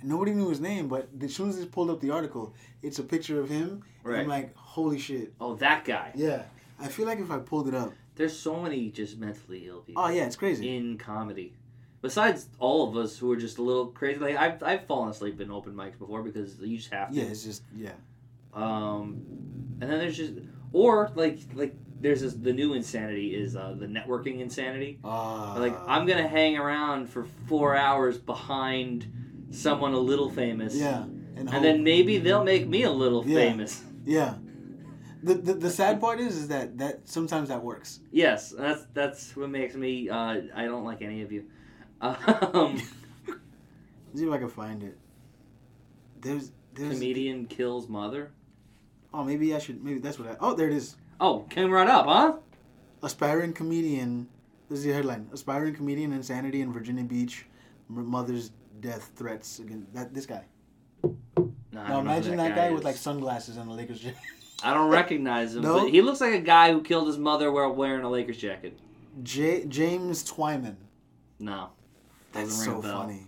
Speaker 2: And nobody knew his name. But as soon as they pulled up the article, it's a picture of him. and
Speaker 1: Right.
Speaker 2: I'm like, "Holy shit!"
Speaker 1: Oh, that guy.
Speaker 2: Yeah. I feel like if I pulled it up.
Speaker 1: There's so many just mentally ill people
Speaker 2: Oh yeah, it's crazy.
Speaker 1: in comedy. Besides all of us who are just a little crazy, like I've, I've fallen asleep in open mics before because you just have to.
Speaker 2: Yeah, it's just yeah.
Speaker 1: Um, and then there's just or like like there's this the new insanity is uh, the networking insanity.
Speaker 2: Uh,
Speaker 1: Like I'm gonna hang around for four hours behind someone a little famous.
Speaker 2: Yeah. hope-
Speaker 1: And then maybe they'll make me a little
Speaker 2: Yeah.
Speaker 1: famous.
Speaker 2: yeah. The, the, the sad part is is that that sometimes that works.
Speaker 1: Yes, that's that's what makes me. Uh, I don't like any of you. Um,
Speaker 2: See if I can find it. There's there's
Speaker 1: comedian kills mother.
Speaker 2: oh maybe I should maybe that's what I oh there it is.
Speaker 1: Oh, came right up, huh?
Speaker 2: Aspiring comedian. This is the headline. Aspiring comedian insanity in Virginia Beach, m- mother's death threats again. That this guy.
Speaker 1: No, I don't
Speaker 2: Now
Speaker 1: know who
Speaker 2: imagine that, guy, with
Speaker 1: is.
Speaker 2: like sunglasses and a Lakers jacket.
Speaker 1: I don't recognize him.
Speaker 2: No?
Speaker 1: But he looks like a guy who killed his mother while wearing a Lakers jacket.
Speaker 2: J- James Twyman.
Speaker 1: No,
Speaker 2: That's
Speaker 1: Doesn't ring
Speaker 2: so
Speaker 1: a bell.
Speaker 2: funny.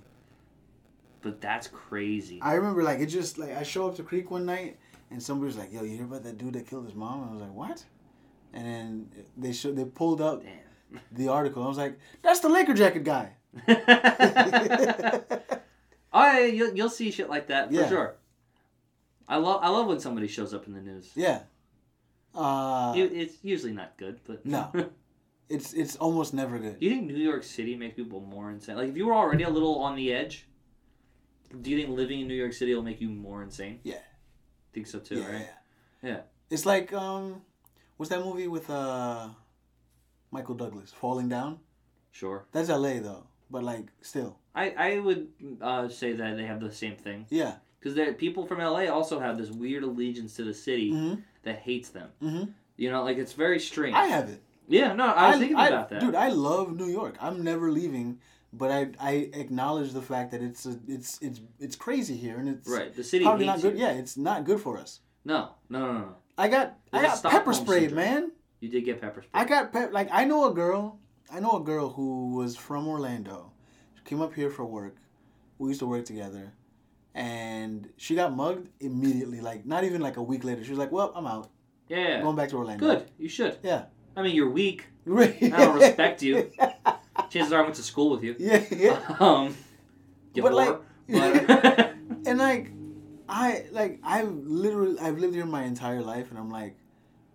Speaker 1: but that's crazy.
Speaker 2: I remember like it just like I show up to Creek one night and somebody was like, "Yo, you hear about that dude that killed his mom?" And I was like, "What?" And then they show they pulled up the article. I was like, "That's the Laker jacket guy."
Speaker 1: Damn. oh, yeah, you'll, you'll see shit like that for
Speaker 2: Yeah.
Speaker 1: sure. I love I love when somebody shows up in the news.
Speaker 2: Yeah. Uh,
Speaker 1: You- it's usually not good, but
Speaker 2: No. it's it's almost never good.
Speaker 1: Do you think New York City makes people more insane? Like, if you were already a little on the edge, do you think living in New York City will make you more insane?
Speaker 2: Yeah.
Speaker 1: think so too, right? Yeah.
Speaker 2: It's like um, what's that movie with uh, Michael Douglas falling down?
Speaker 1: Sure.
Speaker 2: That's L.A. though, but like still,
Speaker 1: I I would uh, say that they have the same thing
Speaker 2: yeah.
Speaker 1: because people from LA also have this weird allegiance to the city
Speaker 2: hmm
Speaker 1: that hates them.
Speaker 2: hmm
Speaker 1: You know, like it's very strange.
Speaker 2: I have it.
Speaker 1: yeah, no, I was thinking about that.
Speaker 2: dude. I love New York. I'm never leaving, but I I acknowledge the fact that it's a, it's it's it's crazy here, and it's
Speaker 1: right, the city
Speaker 2: probably
Speaker 1: hates
Speaker 2: not good.
Speaker 1: you.
Speaker 2: Yeah, it's not good for us.
Speaker 1: No, no, no, no.
Speaker 2: I got I
Speaker 1: There's a
Speaker 2: got
Speaker 1: Stockholm
Speaker 2: pepper sprayed,
Speaker 1: syndrome.
Speaker 2: man.
Speaker 1: You did get pepper spray.
Speaker 2: I got pep. Like I know a girl. I know a girl who was from Orlando. She came up here for work. We used to work together, and she got mugged immediately. Like not even like a week later. She was like, "Well, I'm out.
Speaker 1: yeah,
Speaker 2: Going back to Orlando."
Speaker 1: good. You should.
Speaker 2: Yeah.
Speaker 1: I mean, you're weak.
Speaker 2: Right.
Speaker 1: I don't respect you. Chances are I went to school with you.
Speaker 2: yeah, yeah.
Speaker 1: Um, you
Speaker 2: But,
Speaker 1: whore.
Speaker 2: like-
Speaker 1: But-
Speaker 2: And like, I like I've literally I've lived here my entire life, and I'm like,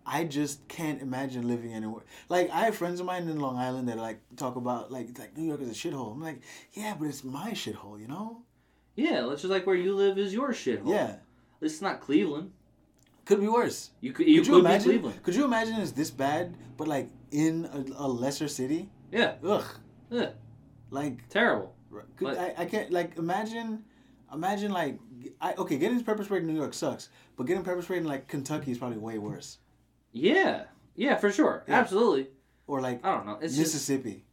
Speaker 2: I just can't imagine living anywhere. Like I have friends of mine in Long Island that like talk about like it's like New York is a shithole. I'm like, yeah, but it's my shithole, you know?
Speaker 1: yeah, let's just like where you live is your shithole.
Speaker 2: Yeah.
Speaker 1: this is not Cleveland.
Speaker 2: Could be worse.
Speaker 1: You could you,
Speaker 2: could you
Speaker 1: could be
Speaker 2: imagine?
Speaker 1: Cleveland.
Speaker 2: Could you imagine it's this bad, but like in a, a lesser city?
Speaker 1: Yeah,
Speaker 2: Ugh.
Speaker 1: Ugh.
Speaker 2: Like,
Speaker 1: terrible.
Speaker 2: could,
Speaker 1: But-
Speaker 2: I, I can't. Like, imagine, imagine like, I okay, getting pepper sprayed in New York sucks, but getting pepper sprayed in like Kentucky is probably way worse.
Speaker 1: Yeah, yeah, for sure,
Speaker 2: Yeah.
Speaker 1: absolutely.
Speaker 2: Or like
Speaker 1: I don't know. It's just
Speaker 2: Mississippi.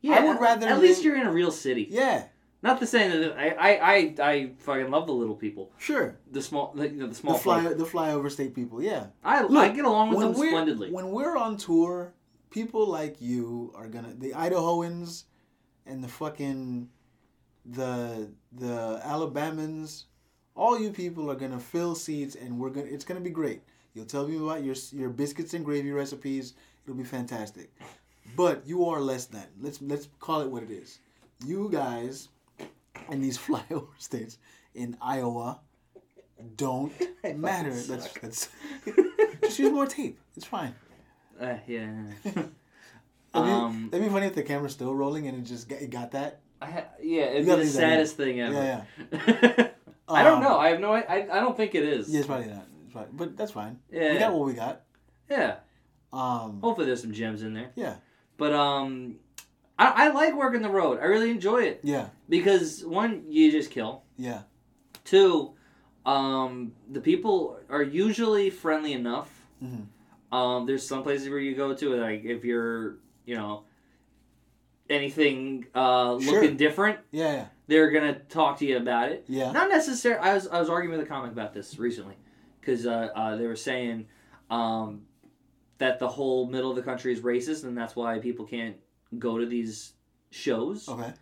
Speaker 1: yeah.
Speaker 2: I would rather
Speaker 1: at least
Speaker 2: live-
Speaker 1: you're in a real city.
Speaker 2: Yeah,
Speaker 1: Not the same. That I, I I I fucking love the little people.
Speaker 2: sure.
Speaker 1: The small the, you know, the
Speaker 2: The
Speaker 1: small.
Speaker 2: fly,
Speaker 1: folk.
Speaker 2: the flyover state people. Yeah.
Speaker 1: I I
Speaker 2: Look,
Speaker 1: get along with them
Speaker 2: we're
Speaker 1: splendidly.
Speaker 2: when we're on tour, people like you are gonna the Idahoans and the fucking the the Alabamans, all you people are gonna fill seats, and we're gonna it's gonna be great. You'll tell me about your your biscuits and gravy recipes. It'll be fantastic. But you are less than. Let's let's call it what it is. You guys in these flyover states in Iowa don't matter. That's, that's just use more tape. It's fine.
Speaker 1: Uh, yeah.
Speaker 2: That'd be,
Speaker 1: Um,
Speaker 2: that'd be funny if the camera's still rolling and it just got, it got that.
Speaker 1: I, ha- yeah, it'd be
Speaker 2: gotta
Speaker 1: the
Speaker 2: leave that in.
Speaker 1: saddest thing ever.
Speaker 2: Yeah, yeah.
Speaker 1: I don't
Speaker 2: Um,
Speaker 1: know. I have no. I, I don't think it is.
Speaker 2: Yeah, it's probably not. It's probably, but that's fine. We
Speaker 1: Yeah, Oh.
Speaker 2: got what we got.
Speaker 1: yeah.
Speaker 2: Um,
Speaker 1: Hopefully, there's some gems in there.
Speaker 2: Yeah.
Speaker 1: But um, I, I like working the road. I really enjoy it
Speaker 2: yeah,
Speaker 1: because one, you just kill.
Speaker 2: yeah,
Speaker 1: Two, um, the people are usually friendly enough.
Speaker 2: Mhm.
Speaker 1: Um, there's some places where you go to like if you're you know anything uh, looking
Speaker 2: Sure.
Speaker 1: different,
Speaker 2: yeah, yeah,
Speaker 1: they're gonna talk to you about it.
Speaker 2: yeah.
Speaker 1: Not necessarily. I was I was arguing with a comic about this recently because uh, uh, they were saying um, that the whole middle of the country is racist and that's why people can't go to these shows.
Speaker 2: Okay.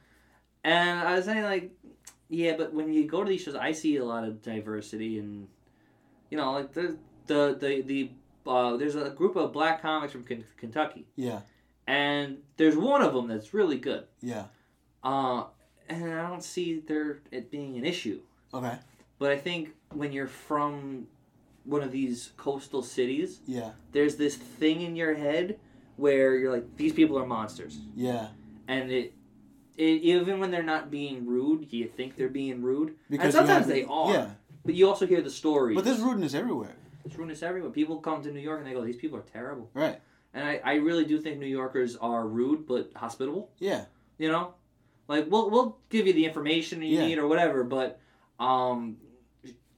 Speaker 1: And I was saying like, yeah, but when you go to these shows, I see a lot of diversity and you know like the the the the. Uh, there's a group of black comics from Ken- Kentucky,
Speaker 2: Yeah,
Speaker 1: and there's one of them that's really good.
Speaker 2: yeah.
Speaker 1: Uh, and I don't see there it being an issue.
Speaker 2: Okay.
Speaker 1: But I think when you're from one of these coastal cities,
Speaker 2: Yeah,
Speaker 1: there's this thing in your head where you're like, these people are monsters,
Speaker 2: yeah.
Speaker 1: and it, it even when they're not being rude, you think they're being rude,
Speaker 2: Because you
Speaker 1: sometimes
Speaker 2: have-
Speaker 1: they are.
Speaker 2: Yeah,
Speaker 1: but you also hear the stories.
Speaker 2: but there's rudeness everywhere.
Speaker 1: It's ruinous everywhere. People come to New York and they go, these people are terrible.
Speaker 2: Right.
Speaker 1: And I, I really do think New Yorkers are rude but hospitable.
Speaker 2: Yeah,
Speaker 1: You know, like we'll we'll give you the information you
Speaker 2: Yeah.
Speaker 1: need or whatever, but um,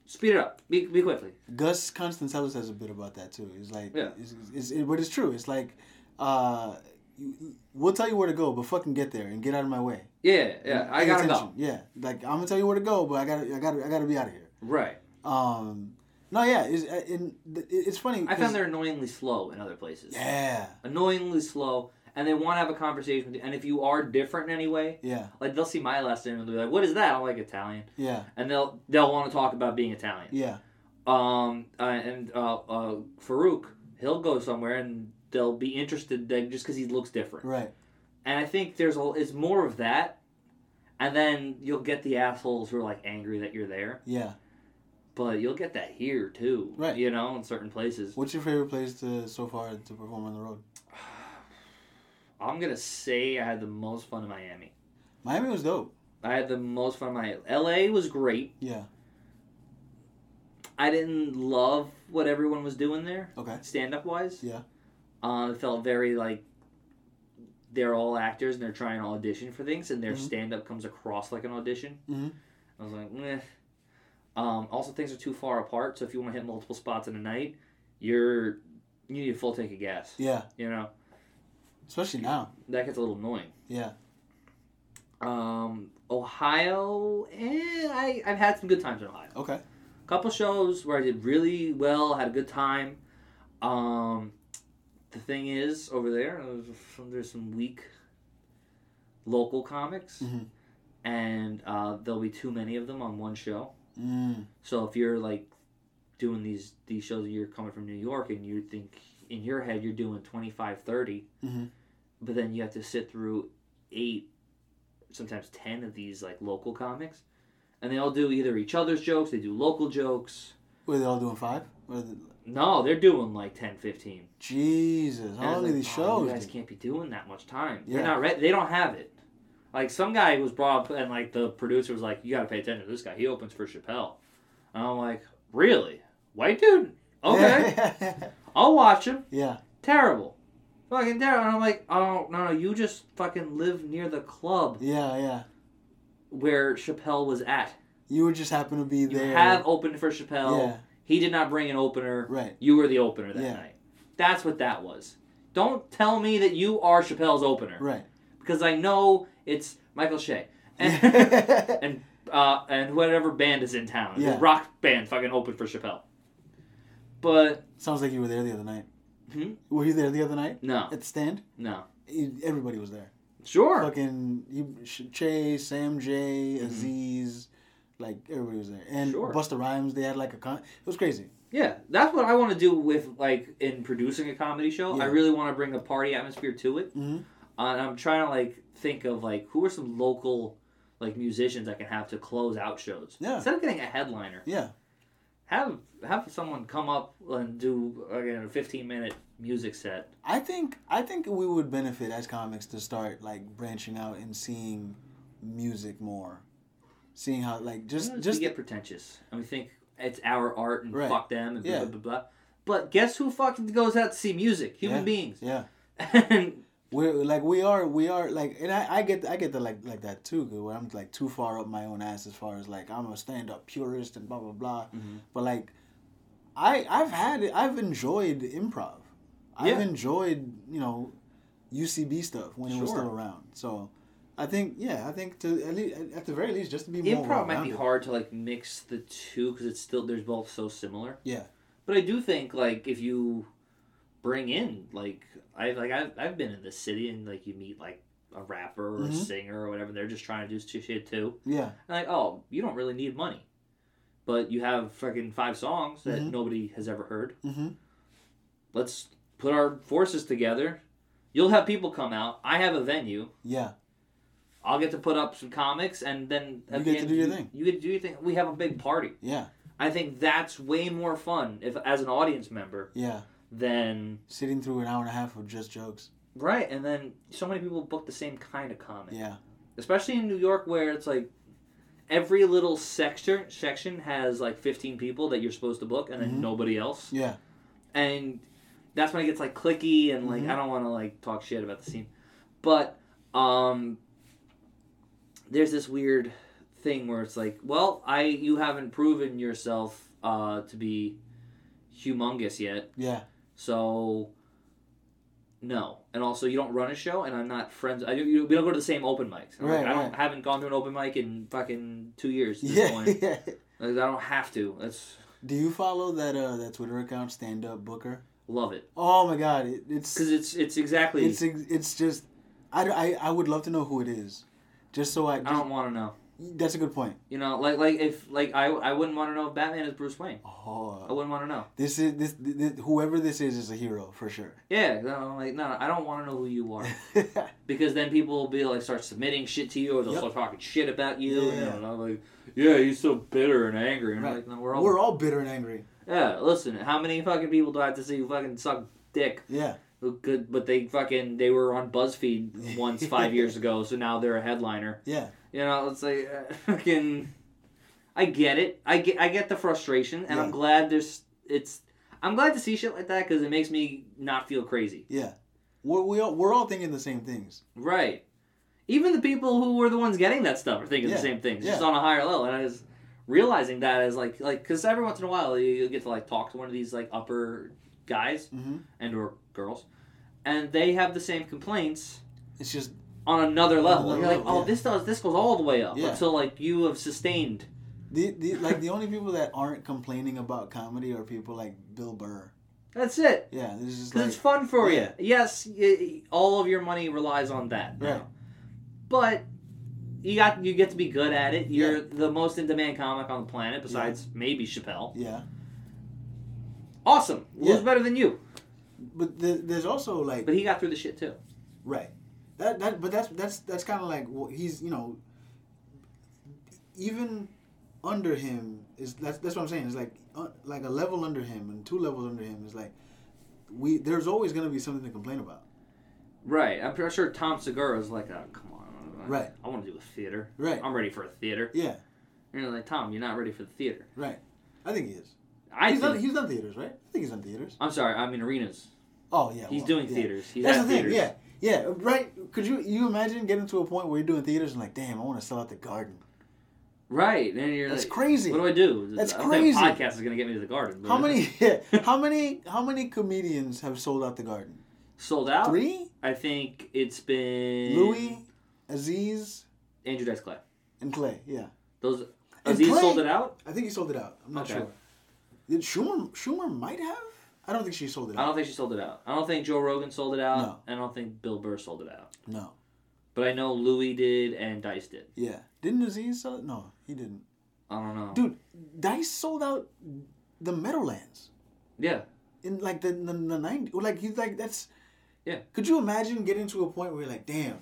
Speaker 1: speed it up, be, be quickly.
Speaker 2: Gus Constantelos has a bit about that too. It's like,
Speaker 1: Yeah.
Speaker 2: it's, it's, it, but it's true. It's like, uh, you- we'll tell you where to go, but fucking get there and get out of my way.
Speaker 1: Yeah, yeah, I
Speaker 2: Pay
Speaker 1: gotta
Speaker 2: attention.
Speaker 1: go.
Speaker 2: Yeah, like I'm gonna tell you where to go, but I gotta, I gotta, I gotta be out of here.
Speaker 1: Right.
Speaker 2: Um, no, yeah, it's, uh, in, it's funny.
Speaker 1: I
Speaker 2: 'cause-
Speaker 1: found they're annoyingly slow in other places.
Speaker 2: Yeah,
Speaker 1: Annoyingly slow, and they want to have a conversation with you. And if you are different in any way,
Speaker 2: yeah,
Speaker 1: like they'll see my last name and they'll be like, "What is that?" I'm like Italian,
Speaker 2: yeah,
Speaker 1: and they'll they'll want to talk about being Italian.
Speaker 2: yeah,
Speaker 1: Um, uh, and uh, uh, Farouk, he'll go somewhere and they'll be interested like, just because he looks different.
Speaker 2: right.
Speaker 1: And I think there's a it's more of that, and then you'll get the assholes who are like angry that you're there,
Speaker 2: Yeah.
Speaker 1: but you'll get that here too.
Speaker 2: Right.
Speaker 1: You know, in certain places.
Speaker 2: What's your favorite place to so far to perform on the road?
Speaker 1: I'm gonna say I had the most fun in Miami.
Speaker 2: Miami was dope.
Speaker 1: I had the most fun in Miami. LA was great.
Speaker 2: Yeah.
Speaker 1: I didn't love what everyone was doing there,
Speaker 2: Okay.
Speaker 1: stand up wise.
Speaker 2: Yeah.
Speaker 1: Uh, it felt very like they're all actors and they're trying to audition for things, and their
Speaker 2: Mhm.
Speaker 1: stand up comes across like an audition.
Speaker 2: Mhm.
Speaker 1: I was like, meh. Um, also, things are too far apart, so if you want to hit multiple spots in a night, you're you need a full tank of gas.
Speaker 2: Yeah.
Speaker 1: You know
Speaker 2: Especially now.
Speaker 1: that gets a little annoying.
Speaker 2: Yeah.
Speaker 1: Um, Ohio, eh, I, I've had some good times in Ohio.
Speaker 2: Okay.
Speaker 1: couple shows where I did really well, had a good time. Um, the thing is, over there, uh, there's some weak local comics,
Speaker 2: Mhm.
Speaker 1: and uh, there'll be too many of them on one show.
Speaker 2: Mm.
Speaker 1: So if you're like doing these these shows, and you're coming from New York, and you think in your head you're doing 25, 30,
Speaker 2: Mhm.
Speaker 1: but then you have to sit through eight, sometimes ten of these like local comics, and they all do either each other's jokes, they do local jokes.
Speaker 2: Were they all doing five? Or the,
Speaker 1: No, they're doing like 10, 15.
Speaker 2: Jesus,
Speaker 1: And I
Speaker 2: how
Speaker 1: was
Speaker 2: long are
Speaker 1: like,
Speaker 2: these
Speaker 1: "Oh,
Speaker 2: shows?
Speaker 1: You guys
Speaker 2: dude?"
Speaker 1: can't be doing that much time.
Speaker 2: Yeah.
Speaker 1: They're not ready. They don't have it. Like some guy was brought up, and like the producer was like, "You got to pay attention to this guy. He opens for Chappelle." And I'm like, "Really? White dude? Okay,
Speaker 2: Yeah.
Speaker 1: I'll watch him."
Speaker 2: yeah.
Speaker 1: Terrible, fucking terrible. And I'm like, "Oh no, no, you just fucking live near the club
Speaker 2: Yeah. Yeah.
Speaker 1: where Chappelle was at.
Speaker 2: You would just happen to be
Speaker 1: You
Speaker 2: there.
Speaker 1: have opened for Chappelle.
Speaker 2: yeah.
Speaker 1: He did not bring an opener.
Speaker 2: Right.
Speaker 1: You were the opener that
Speaker 2: Yeah.
Speaker 1: night. That's what that was. Don't tell me that you are Chappelle's opener
Speaker 2: Right.
Speaker 1: because I know it's Michael Shea and
Speaker 2: yeah.
Speaker 1: uh, and whatever band is in town.
Speaker 2: Yeah.
Speaker 1: The rock band fucking opened for Chappelle. But
Speaker 2: Sounds like you were there the other night.
Speaker 1: Hmm?
Speaker 2: Were you there the other night
Speaker 1: no,
Speaker 2: at the stand?
Speaker 1: no,
Speaker 2: You- Everybody was there.
Speaker 1: sure,
Speaker 2: Fucking you, Sh- Che, Sam J,
Speaker 1: Mhm.
Speaker 2: Aziz, like everybody was there. And
Speaker 1: Sure.
Speaker 2: Busta Rhymes, they had like a con. It was crazy.
Speaker 1: yeah. That's what I want to do with like in producing a comedy show. I
Speaker 2: Yeah.
Speaker 1: really want to bring a party atmosphere to it.
Speaker 2: Mhm.
Speaker 1: Uh, and I'm trying to like think of like who are some local like musicians I can have to close out shows.
Speaker 2: Yeah.
Speaker 1: Instead of getting a headliner,
Speaker 2: Yeah.
Speaker 1: have have someone come up and do again a 15 minute music set.
Speaker 2: I think I think we would benefit as comics to start like branching out and seeing music more, seeing how like just
Speaker 1: Sometimes
Speaker 2: just
Speaker 1: we get pretentious and we think it's our art and
Speaker 2: Right.
Speaker 1: fuck them and blah,
Speaker 2: Yeah.
Speaker 1: blah blah blah. But guess who fucking goes out to see music? Human
Speaker 2: Yeah.
Speaker 1: beings.
Speaker 2: Yeah.
Speaker 1: and
Speaker 2: We're like we are we are like and I, I get I get the like like that too 'cause where I'm like too far up my own ass as far as like I'm a stand up purist and blah blah blah
Speaker 1: Mm-hmm.
Speaker 2: but like I I've had it I've enjoyed improv I've
Speaker 1: Yeah.
Speaker 2: enjoyed you know UCB stuff when it was
Speaker 1: Sure.
Speaker 2: still around so I think yeah I think to at, least, at the very least just to be more
Speaker 1: improv might be
Speaker 2: well-rounded.
Speaker 1: hard to like mix the two because it's still they're both so similar.
Speaker 2: yeah
Speaker 1: But I do think like if you bring in like I like I've, I've been in this city and like you meet like a rapper or a
Speaker 2: Mhm.
Speaker 1: singer or whatever they're just trying to do stu- shit too.
Speaker 2: yeah
Speaker 1: And like, oh, you don't really need money. But you have fucking five songs that
Speaker 2: Mhm.
Speaker 1: nobody has ever heard.
Speaker 2: hmm
Speaker 1: Let's put our forces together. You'll have people come out. I have a venue.
Speaker 2: yeah
Speaker 1: I'll get to put up some comics, and then
Speaker 2: You get to do your thing.
Speaker 1: You get to do your thing. We have a big party.
Speaker 2: yeah
Speaker 1: I think that's way more fun if as an audience member
Speaker 2: yeah
Speaker 1: than
Speaker 2: sitting through an hour and a half of just jokes
Speaker 1: right. And then so many people book the same kind of comic,
Speaker 2: yeah
Speaker 1: especially in New York, where it's like every little sector section has like fifteen people that you're supposed to book, and then
Speaker 2: Mhm.
Speaker 1: nobody else.
Speaker 2: yeah
Speaker 1: and that's when it gets like clicky and like
Speaker 2: Mhm.
Speaker 1: I don't want to like talk shit about the scene, but um, there's this weird thing where it's like, well, I you haven't proven yourself uh, to be humongous yet,
Speaker 2: yeah
Speaker 1: so no, and also you don't run a show, and I'm not friends. I you, we don't go to the same open mics. I'm like,
Speaker 2: Right,
Speaker 1: I don't
Speaker 2: right.
Speaker 1: haven't gone to an open mic in fucking two years. At this
Speaker 2: yeah
Speaker 1: point,
Speaker 2: yeah
Speaker 1: Like, I don't have to. That's
Speaker 2: do you follow that uh that Twitter account stand up booker
Speaker 1: love it
Speaker 2: oh my god it, it's
Speaker 1: because it's it's exactly.
Speaker 2: It's ex- it's just I, I, I would love to know who it is, just so I.
Speaker 1: I
Speaker 2: Just,
Speaker 1: don't want to know.
Speaker 2: that's a good point.
Speaker 1: You know, like like if like I I wouldn't want to know if Batman is Bruce Wayne. I
Speaker 2: Oh,
Speaker 1: wouldn't want to know.
Speaker 2: this is this, this whoever this is is a hero for sure.
Speaker 1: Yeah, no, like no, I don't want to know who you are because then people will be like start submitting shit to you or they'll
Speaker 2: Yep.
Speaker 1: start talking shit about you.
Speaker 2: Yeah.
Speaker 1: And I'm like, yeah, he's so bitter and angry. And I'm
Speaker 2: Right.
Speaker 1: like, no, we're all,
Speaker 2: We're all bitter and angry.
Speaker 1: yeah. Listen, how many fucking people do I have to see who fucking suck dick?
Speaker 2: Yeah,
Speaker 1: Who could, but they fucking they were on BuzzFeed once five years ago, so now they're a headliner.
Speaker 2: yeah,
Speaker 1: You know, it's like uh, fucking. I get it. I get. I get the frustration, and I'm
Speaker 2: Yeah.
Speaker 1: glad there's. It's. I'm glad to see shit like that because it makes me not feel crazy.
Speaker 2: yeah. We're we all, we're all thinking the same things.
Speaker 1: Right. Even the people who were the ones getting that stuff are thinking
Speaker 2: Yeah,
Speaker 1: the same things, just
Speaker 2: yeah.
Speaker 1: on a higher level. And I was realizing that as like like because every once in a while you, you get to like talk to one of these like upper guys
Speaker 2: hmm
Speaker 1: and or girls, and they have the same complaints
Speaker 2: It's just
Speaker 1: on another level.
Speaker 2: Another
Speaker 1: You're like,
Speaker 2: level,
Speaker 1: oh,
Speaker 2: yeah.
Speaker 1: this does this goes all the way up
Speaker 2: Yeah.
Speaker 1: until like you have sustained.
Speaker 2: the, the like the only people that aren't complaining about comedy are people like Bill Burr.
Speaker 1: That's it.
Speaker 2: Yeah, this is
Speaker 1: 'Cause
Speaker 2: like
Speaker 1: it's fun for
Speaker 2: yeah.
Speaker 1: you. Yes, y all of your money relies on that. now.
Speaker 2: Right.
Speaker 1: But you got you get to be good at it. You're the most in demand comic on the planet, besides maybe Chappelle.
Speaker 2: yeah.
Speaker 1: Awesome. Who's
Speaker 2: Yeah.
Speaker 1: better than you?
Speaker 2: But the, there's also like
Speaker 1: But he got through the shit too.
Speaker 2: Right. That that but that's that's that's kind of like well, he's you know. Even under him is that's that's what I'm saying. It's like uh, like a level under him and two levels under him is like we there's always gonna be something to complain about.
Speaker 1: Right. I'm pretty sure Tom Segura is like, oh come on. I-
Speaker 2: Right.
Speaker 1: I want to do a theater.
Speaker 2: Right.
Speaker 1: I'm ready for a theater.
Speaker 2: Yeah.
Speaker 1: And you're like, Tom, you're not ready for the theater.
Speaker 2: Right. I think he is.
Speaker 1: I
Speaker 2: he's
Speaker 1: think,
Speaker 2: done. He's done theaters, right? I think he's done theaters.
Speaker 1: I'm sorry. I mean arenas.
Speaker 2: Oh yeah.
Speaker 1: He's
Speaker 2: well,
Speaker 1: doing
Speaker 2: yeah.
Speaker 1: theaters. He's
Speaker 2: That's
Speaker 1: at
Speaker 2: the thing.
Speaker 1: theaters.
Speaker 2: Yeah. Yeah. Right. Could you you imagine getting to a point where you're doing theaters and like, damn, I want to sell out the garden.
Speaker 1: Right, and you're
Speaker 2: That's
Speaker 1: like,
Speaker 2: crazy.
Speaker 1: What do I do?
Speaker 2: That's
Speaker 1: I don't think a
Speaker 2: crazy.
Speaker 1: Podcast is gonna get me to the garden. but
Speaker 2: How many? how many? How many comedians have sold out the garden?
Speaker 1: sold out?
Speaker 2: Three.
Speaker 1: I think it's been
Speaker 2: Louis, Aziz,
Speaker 1: Andrew Dice Clay.
Speaker 2: and Clay. Yeah,
Speaker 1: Those
Speaker 2: And
Speaker 1: Aziz
Speaker 2: Clay-
Speaker 1: sold it out.
Speaker 2: I think he sold it out. I'm not
Speaker 1: Okay.
Speaker 2: sure. Did Schumer Schumer might have? I don't think she sold it
Speaker 1: I
Speaker 2: out.
Speaker 1: don't think she sold it out. I don't think Joe Rogan sold it out.
Speaker 2: No.
Speaker 1: I don't think Bill Burr sold it out.
Speaker 2: No.
Speaker 1: But I know Louis did and Dice did.
Speaker 2: Yeah. Didn't Aziz sell it? No, he didn't.
Speaker 1: I don't know.
Speaker 2: Dude, Dice sold out the Meadowlands
Speaker 1: Yeah,
Speaker 2: in like the the, the 90s. Like he's like that's.
Speaker 1: Yeah.
Speaker 2: Could you imagine getting to a point where you're like, damn,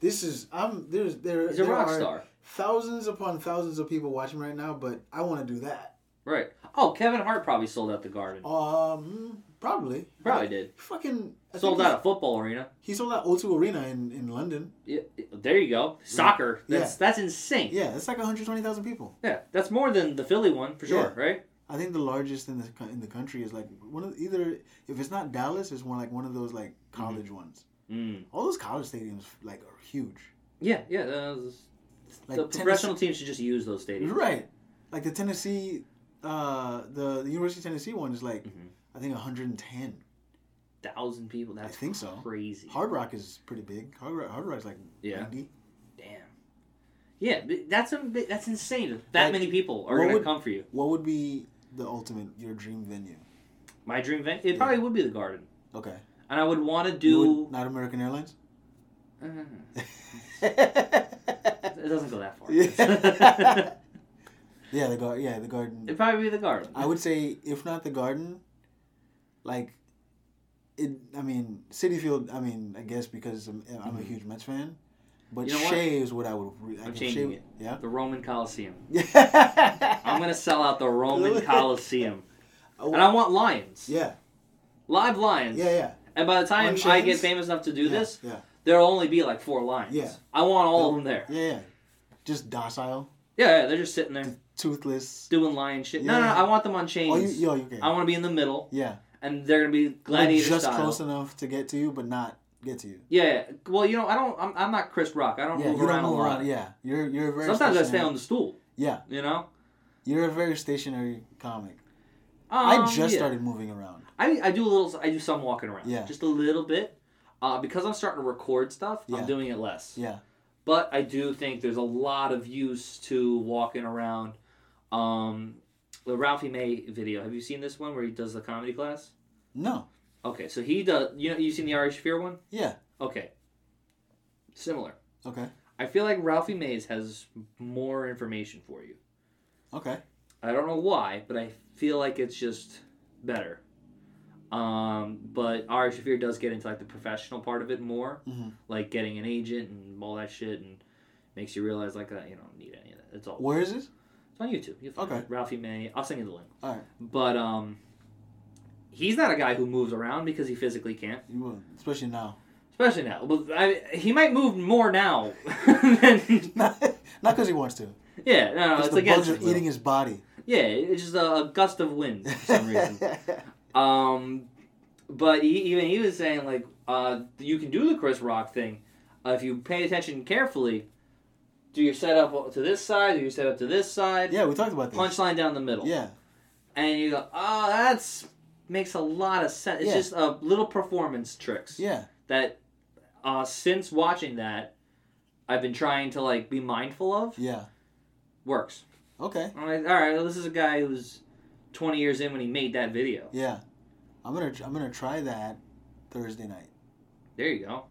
Speaker 2: this is I'm there's there.
Speaker 1: he's a
Speaker 2: there
Speaker 1: rock
Speaker 2: are
Speaker 1: star.
Speaker 2: Thousands upon thousands of people watching right now, but I want to do that.
Speaker 1: Right. Oh, Kevin Hart probably sold out the garden.
Speaker 2: Um, Probably.
Speaker 1: Probably did.
Speaker 2: Fucking I
Speaker 1: Sold
Speaker 2: think
Speaker 1: out a football arena.
Speaker 2: He he sold out O2 Arena in, in London.
Speaker 1: Yeah, there you go. Soccer. That's that's insane. Yeah.
Speaker 2: Yeah, that's like 120,000 people.
Speaker 1: that's more than the Philly one for sure, right?
Speaker 2: I think the largest in the co- in the country is like one of the, either if it's not Dallas, it's one like one of those like
Speaker 1: Mm-hmm.
Speaker 2: college ones.
Speaker 1: Mm.
Speaker 2: All those college stadiums like are huge.
Speaker 1: Yeah, yeah. that was-
Speaker 2: Like
Speaker 1: the
Speaker 2: tennis-
Speaker 1: professional team should just use those stadiums.
Speaker 2: Right. Like the Tennessee, uh, the, the University of Tennessee one is like
Speaker 1: Mhm.
Speaker 2: I think 110.
Speaker 1: Thousand people. That's
Speaker 2: think so.
Speaker 1: Crazy.
Speaker 2: Hard Rock is pretty big. Hard Rock, Hard Rock's like
Speaker 1: Yeah.
Speaker 2: 90.
Speaker 1: Damn. Yeah, th- that's a, bit- that's insane. That
Speaker 2: Like,
Speaker 1: many people are
Speaker 2: what
Speaker 1: gonna
Speaker 2: would-
Speaker 1: come for you.
Speaker 2: What would be the ultimate your dream venue?
Speaker 1: My dream event, it probably would be the Garden,
Speaker 2: Okay.
Speaker 1: and I would want to
Speaker 2: You
Speaker 1: do.
Speaker 2: would- not American Airlines.
Speaker 1: Uh, it doesn't go that far.
Speaker 2: Yeah. yeah, the gar- yeah the Garden.
Speaker 1: It'd probably be the Garden.
Speaker 2: I would say if not the Garden, like it. I mean, City Field. I mean, I guess because I'm, I'm a huge Mets fan, but
Speaker 1: Mm-hmm. You know what?
Speaker 2: Shea is what I would. Re- I
Speaker 1: I'm
Speaker 2: think
Speaker 1: changing
Speaker 2: Shea-
Speaker 1: it. The Roman Coliseum.
Speaker 2: Yeah.
Speaker 1: I'm gonna sell out the Roman Coliseum,
Speaker 2: Oh.
Speaker 1: and I want lions,
Speaker 2: Yeah.
Speaker 1: live lions.
Speaker 2: Yeah. Yeah.
Speaker 1: And by the time
Speaker 2: On
Speaker 1: I get
Speaker 2: chains?
Speaker 1: famous enough to do
Speaker 2: yeah,
Speaker 1: this,
Speaker 2: Yeah.
Speaker 1: there'll only be like four lions.
Speaker 2: Yeah.
Speaker 1: I want all of them there.
Speaker 2: Yeah. Yeah. Just docile,
Speaker 1: Yeah, yeah, they're just sitting there
Speaker 2: toothless.
Speaker 1: doing lion shit. No, no,
Speaker 2: Yeah.
Speaker 1: no, I want them on chains.
Speaker 2: Oh, you, yo, you okay?
Speaker 1: I want to be in the middle,
Speaker 2: yeah.
Speaker 1: and they're gonna be
Speaker 2: Like,
Speaker 1: gladiator
Speaker 2: just
Speaker 1: style.
Speaker 2: close enough to get to you, but not get to you.
Speaker 1: Yeah, yeah. Well, you know, I don't. I'm, I'm not Chris Rock. I don't
Speaker 2: Yeah,
Speaker 1: move
Speaker 2: you
Speaker 1: around
Speaker 2: don't move
Speaker 1: a lot.
Speaker 2: around. Yeah, you're you're a very
Speaker 1: Sometimes I stay
Speaker 2: stationary-
Speaker 1: on the stool.
Speaker 2: Yeah,
Speaker 1: You know.
Speaker 2: you're a very stationary comic.
Speaker 1: Um,
Speaker 2: I just
Speaker 1: yeah.
Speaker 2: started moving around.
Speaker 1: I I do a little. I do some walking around.
Speaker 2: Yeah.
Speaker 1: Just a little bit. Uh, because I'm starting to record stuff,
Speaker 2: Yeah.
Speaker 1: I'm doing it less.
Speaker 2: Yeah,
Speaker 1: But I do think there's a lot of use to walking around. Um, the Ralphie May video. Have you seen this one where he does the comedy class?
Speaker 2: no,
Speaker 1: Okay, so he does. You know, you seen the Ari Shafir one?
Speaker 2: yeah,
Speaker 1: Okay. Similar.
Speaker 2: okay,
Speaker 1: I feel like Ralphie Mays has more information for you.
Speaker 2: okay,
Speaker 1: I don't know why, but I feel like it's just better. Um, but Ari Shafir does get into like the professional part of it more,
Speaker 2: Mhm.
Speaker 1: like getting an agent and all that shit, and makes you realize like that you don't need any of that. It's all
Speaker 2: where is this?
Speaker 1: it's on YouTube. You'll find
Speaker 2: Okay.
Speaker 1: it. Ralphie May. I'll send you the link.
Speaker 2: All right,
Speaker 1: But um, he's not a guy who moves around because he physically can't.
Speaker 2: you will, especially now.
Speaker 1: Especially now. Well, I, he might move more now. than,
Speaker 2: not because he wants to.
Speaker 1: yeah, no, no,
Speaker 2: It's
Speaker 1: it's,
Speaker 2: the
Speaker 1: against.
Speaker 2: bugs are
Speaker 1: his will.
Speaker 2: eating his body.
Speaker 1: Yeah, it's just a, a gust of wind for some reason. Um, but he, even he was saying like, uh, you can do the Chris Rock thing uh, if you pay attention carefully. Do your setup to this side? Do your setup to this side?
Speaker 2: yeah, we talked about this.
Speaker 1: Punchline down the middle.
Speaker 2: Yeah,
Speaker 1: And you go, oh, that's makes a lot of sense. It's
Speaker 2: Yeah.
Speaker 1: just a little performance tricks
Speaker 2: yeah,
Speaker 1: that, uh, since watching that, I've been trying to like be mindful of.
Speaker 2: yeah.
Speaker 1: Works.
Speaker 2: Okay,
Speaker 1: I'm like, all right, well, this is a guy who's 20 years in when he made that video.
Speaker 2: yeah. I'm gonna I'm gonna try that Thursday night,
Speaker 1: There you go.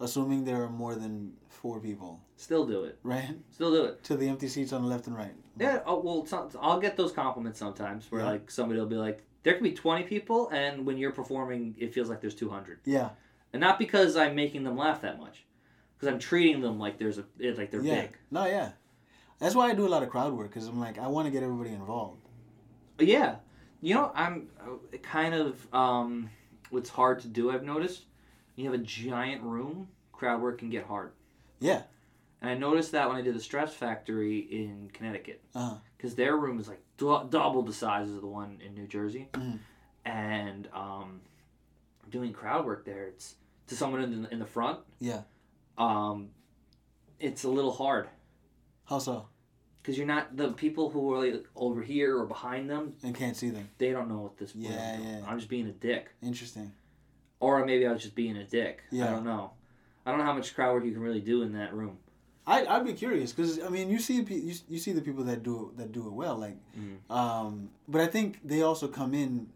Speaker 2: assuming there are more than four people,
Speaker 1: Still do it.
Speaker 2: right?
Speaker 1: Still do it.
Speaker 2: To the empty seats on the left and right.
Speaker 1: Yeah. Oh, well, some- I'll get those compliments sometimes where
Speaker 2: Hmm. Yeah.
Speaker 1: like somebody will be like, there can be 20 people, and when you're performing, it feels like there's 200.
Speaker 2: Yeah.
Speaker 1: And not because I'm making them laugh that much, because I'm treating them like there's a eh, like they're
Speaker 2: yeah.
Speaker 1: big.
Speaker 2: No, yeah. That's why I do a lot of crowd work because I'm like I want to get everybody involved.
Speaker 1: But yeah. You know, I'm uh, kind of um, what's hard to do. I've noticed. You have a giant room, crowd work can get hard.
Speaker 2: Yeah.
Speaker 1: And I noticed that when I did the Stress Factory in Connecticut.
Speaker 2: Uh-huh.
Speaker 1: because their room is like du- double the size of the one in New Jersey,
Speaker 2: Mhm.
Speaker 1: and um, doing crowd work there, it's to someone in the, in the front.
Speaker 2: Yeah.
Speaker 1: Um, it's a little hard
Speaker 2: How so?
Speaker 1: because you're not the people who are like, over here or behind them.
Speaker 2: And can't see them.
Speaker 1: They don't know what this. we're
Speaker 2: Yeah,
Speaker 1: doing.
Speaker 2: yeah.
Speaker 1: I'm just being a dick,
Speaker 2: Interesting.
Speaker 1: or maybe I was just being a dick. I
Speaker 2: Yeah.
Speaker 1: don't know. I don't know how much crowd work you can really do in that room.
Speaker 2: I I'd be curious because I mean you see pe- you, you see the people that do that do it well like,
Speaker 1: Mhm.
Speaker 2: um, but I think they also come in,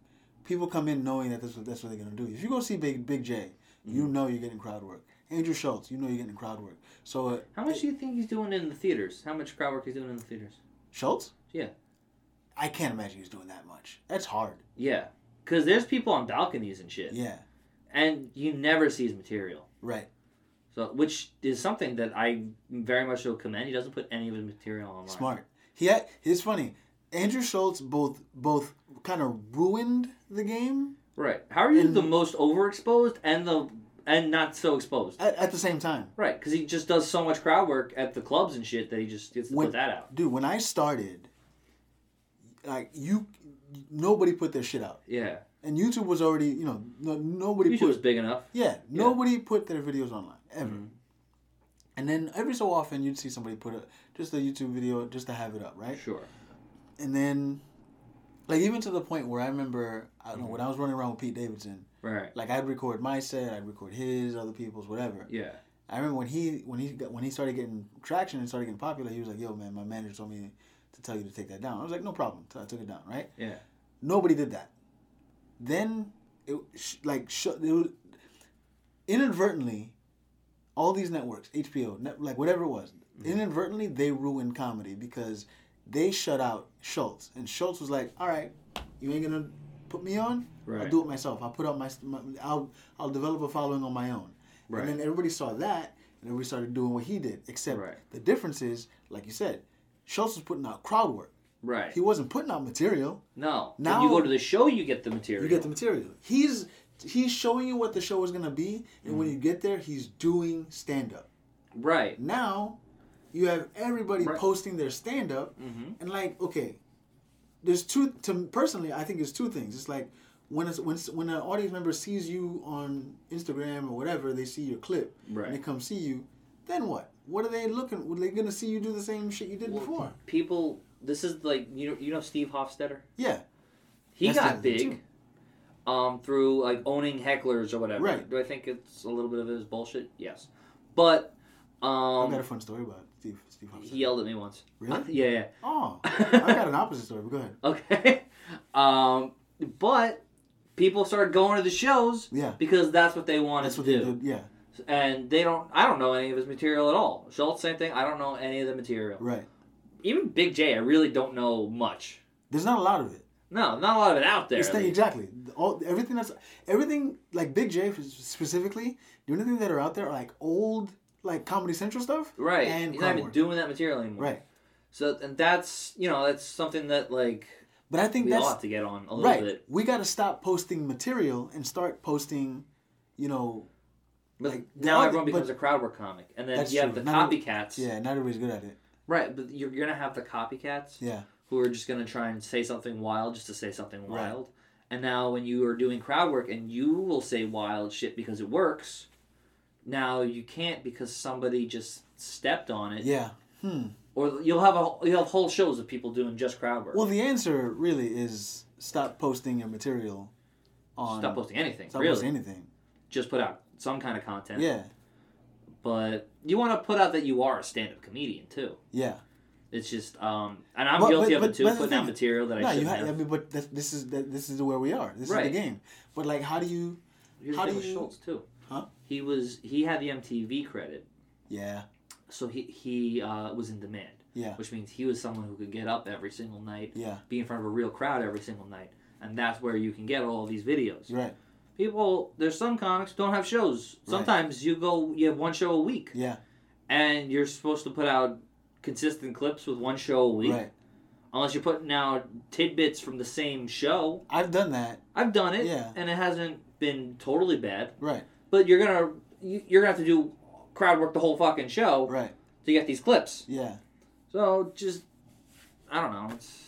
Speaker 2: people come in knowing that that's what that's what they're gonna do. If you go see Big Big J,
Speaker 1: Mm-hmm.
Speaker 2: you know you're getting crowd work. Andrew Schultz, you know you're getting crowd work. So uh,
Speaker 1: How much do you think he's doing in the theaters? How much crowd work he's doing in the theaters?
Speaker 2: Schultz,
Speaker 1: Yeah.
Speaker 2: I can't imagine he's doing that much. That's hard.
Speaker 1: Yeah, because there's people on balconies and shit.
Speaker 2: Yeah,
Speaker 1: and you never see his material.
Speaker 2: right.
Speaker 1: So, which is something that I very much so commend. He doesn't put any of his material online.
Speaker 2: Smart. He had, it's funny. Andrew Schultz both both kind of ruined the game
Speaker 1: Right. How are you
Speaker 2: And-
Speaker 1: the most overexposed and the and not so exposed?
Speaker 2: at, at the same time.
Speaker 1: Right, because he just does so much crowd work at the clubs and shit that he just gets to
Speaker 2: When-
Speaker 1: put that out.
Speaker 2: Dude, when I started, like you, nobody put their shit out,
Speaker 1: Yeah,
Speaker 2: and YouTube was already you know no, nobody
Speaker 1: YouTube
Speaker 2: put
Speaker 1: was big enough.
Speaker 2: Yeah, nobody put their videos online ever. And then every so often you'd see somebody put a, just a YouTube video just to have it up, right?
Speaker 1: Sure.
Speaker 2: And then, like even to the point where I remember, I don't know, when I was running around with Pete Davidson,
Speaker 1: Right.
Speaker 2: like I'd record my set, I'd record his, other people's, whatever.
Speaker 1: Yeah.
Speaker 2: I remember when he when he got, when he started getting traction and started getting popular, he was like, "Yo, man, my manager told me to tell you to take that down." I was like, "No problem." So I took it down, right?
Speaker 1: Yeah.
Speaker 2: Nobody did that. Then it sh- like sh- it was, inadvertently, all these networks, HBO, net, like whatever it was,
Speaker 1: Mm-hmm.
Speaker 2: inadvertently they ruined comedy because they shut out Schultz, and Schultz was like, "All right, you ain't gonna put me on. I'll
Speaker 1: Right.
Speaker 2: do it myself. I'll put out my, my I'll I'll develop a following on my own."
Speaker 1: Right.
Speaker 2: And then everybody saw that, and everybody started doing what he did. Except
Speaker 1: Right.
Speaker 2: the difference is, like you said, Schultz was putting out crowd work.
Speaker 1: Right.
Speaker 2: He wasn't putting out material.
Speaker 1: no.
Speaker 2: Now-
Speaker 1: when you go to the show, you get the material.
Speaker 2: You get the material. He's he's showing you what the show is gonna be, and when
Speaker 1: Mm-hmm.
Speaker 2: you get there, he's doing stand up.
Speaker 1: right.
Speaker 2: Now, you have everybody
Speaker 1: Right. Mm-hmm.
Speaker 2: posting their stand up, and like, okay, there's two. To personally, I think it's two things. It's like when it's, when it's, when an audience member sees you on Instagram or whatever, they see your clip,
Speaker 1: Right.
Speaker 2: and they come see you. Then what? What are they looking? Were they gonna see you do the same shit you did before?
Speaker 1: People, this is like you know you know Steve Hofstetter.
Speaker 2: Yeah,
Speaker 1: He
Speaker 2: That's
Speaker 1: got
Speaker 2: the other thing,
Speaker 1: big, um, through like owning hecklers or whatever.
Speaker 2: Right.
Speaker 1: Do I think it's a little bit of his bullshit? Yes, but
Speaker 2: I got a
Speaker 1: um,
Speaker 2: fun story about Steve. Steve Hobson.
Speaker 1: he yelled at me once. Uh,
Speaker 2: Really?
Speaker 1: yeah. yeah.
Speaker 2: Oh, I got an opposite story. But go ahead.
Speaker 1: Okay. Um, but people started going to the shows
Speaker 2: Yeah.
Speaker 1: because that's what they wanted
Speaker 2: That's
Speaker 1: to
Speaker 2: what they
Speaker 1: do.
Speaker 2: did. Yeah,
Speaker 1: And they don't I don't know any of his material at all. Schultz, same thing, I don't know any of the material.
Speaker 2: right.
Speaker 1: Even Big J, I really don't know much.
Speaker 2: There's not a lot of it.
Speaker 1: No, not a lot of it out there.
Speaker 2: It's
Speaker 1: at
Speaker 2: the-
Speaker 1: least.
Speaker 2: exactly. All everything that's everything like Big J specifically. The only thing that are out there are like old like Comedy Central stuff.
Speaker 1: right.
Speaker 2: And
Speaker 1: He's not even
Speaker 2: crowd work.
Speaker 1: doing that material anymore.
Speaker 2: Right.
Speaker 1: So and that's you know, that's something that like
Speaker 2: But I think
Speaker 1: we all
Speaker 2: that's
Speaker 1: have to get on a little
Speaker 2: right.
Speaker 1: bit.
Speaker 2: We got to stop posting material and start posting, you know.
Speaker 1: But
Speaker 2: Like,
Speaker 1: now
Speaker 2: now-
Speaker 1: everyone becomes
Speaker 2: but-
Speaker 1: a crowd work comic. And then
Speaker 2: That's
Speaker 1: you have
Speaker 2: true.
Speaker 1: the
Speaker 2: Not every-
Speaker 1: copycats.
Speaker 2: Yeah, not everybody's good at it.
Speaker 1: Right, but you're gonna have the copycats.
Speaker 2: Yeah.
Speaker 1: who are just going to try and say something wild just to say something
Speaker 2: Right.
Speaker 1: wild. And now when you are doing crowd work and you will say wild shit because it works, now you can't because somebody just stepped on it.
Speaker 2: Yeah. Hmm.
Speaker 1: Or you'll have a you'll have whole shows of people doing just crowd work.
Speaker 2: Well, the answer really is stop posting your material. On
Speaker 1: Stop posting anything.
Speaker 2: stop
Speaker 1: really,
Speaker 2: posting anything.
Speaker 1: just put out some kind of content.
Speaker 2: Yeah.
Speaker 1: But you want to put out that you are a stand-up comedian too.
Speaker 2: Yeah.
Speaker 1: It's just, um, and I'm
Speaker 2: But-
Speaker 1: guilty
Speaker 2: but-
Speaker 1: of
Speaker 2: but-
Speaker 1: it too,
Speaker 2: but the
Speaker 1: putting out
Speaker 2: thing-
Speaker 1: material that I
Speaker 2: No, you
Speaker 1: shouldn't
Speaker 2: ha-
Speaker 1: have.
Speaker 2: I mean, but that's, this is that this is where we are. This
Speaker 1: Right.
Speaker 2: is the game. But like, how do you?
Speaker 1: Here's
Speaker 2: how
Speaker 1: the
Speaker 2: do
Speaker 1: thing with
Speaker 2: you-
Speaker 1: Schultz too.
Speaker 2: Huh?
Speaker 1: He was he had the MTV credit.
Speaker 2: Yeah,
Speaker 1: so he he uh, was in demand,
Speaker 2: yeah,
Speaker 1: which means he was someone who could get up every single night,
Speaker 2: yeah.
Speaker 1: be in front of a real crowd every single night, and that's where you can get all these videos.
Speaker 2: You're right.
Speaker 1: People, there's some comics don't have shows.
Speaker 2: Right.
Speaker 1: Sometimes you go, you have one show a week,
Speaker 2: Yeah,
Speaker 1: and you're supposed to put out consistent clips with one show a week,
Speaker 2: right.
Speaker 1: unless you're putting out tidbits from the same show.
Speaker 2: I've done that.
Speaker 1: I've done it,
Speaker 2: Yeah.
Speaker 1: and it hasn't been totally bad,
Speaker 2: Right,
Speaker 1: but you're gonna you, you're gonna have to do crowd work the whole fucking show
Speaker 2: right.
Speaker 1: to get these clips.
Speaker 2: Yeah,
Speaker 1: So just, I don't know. It's,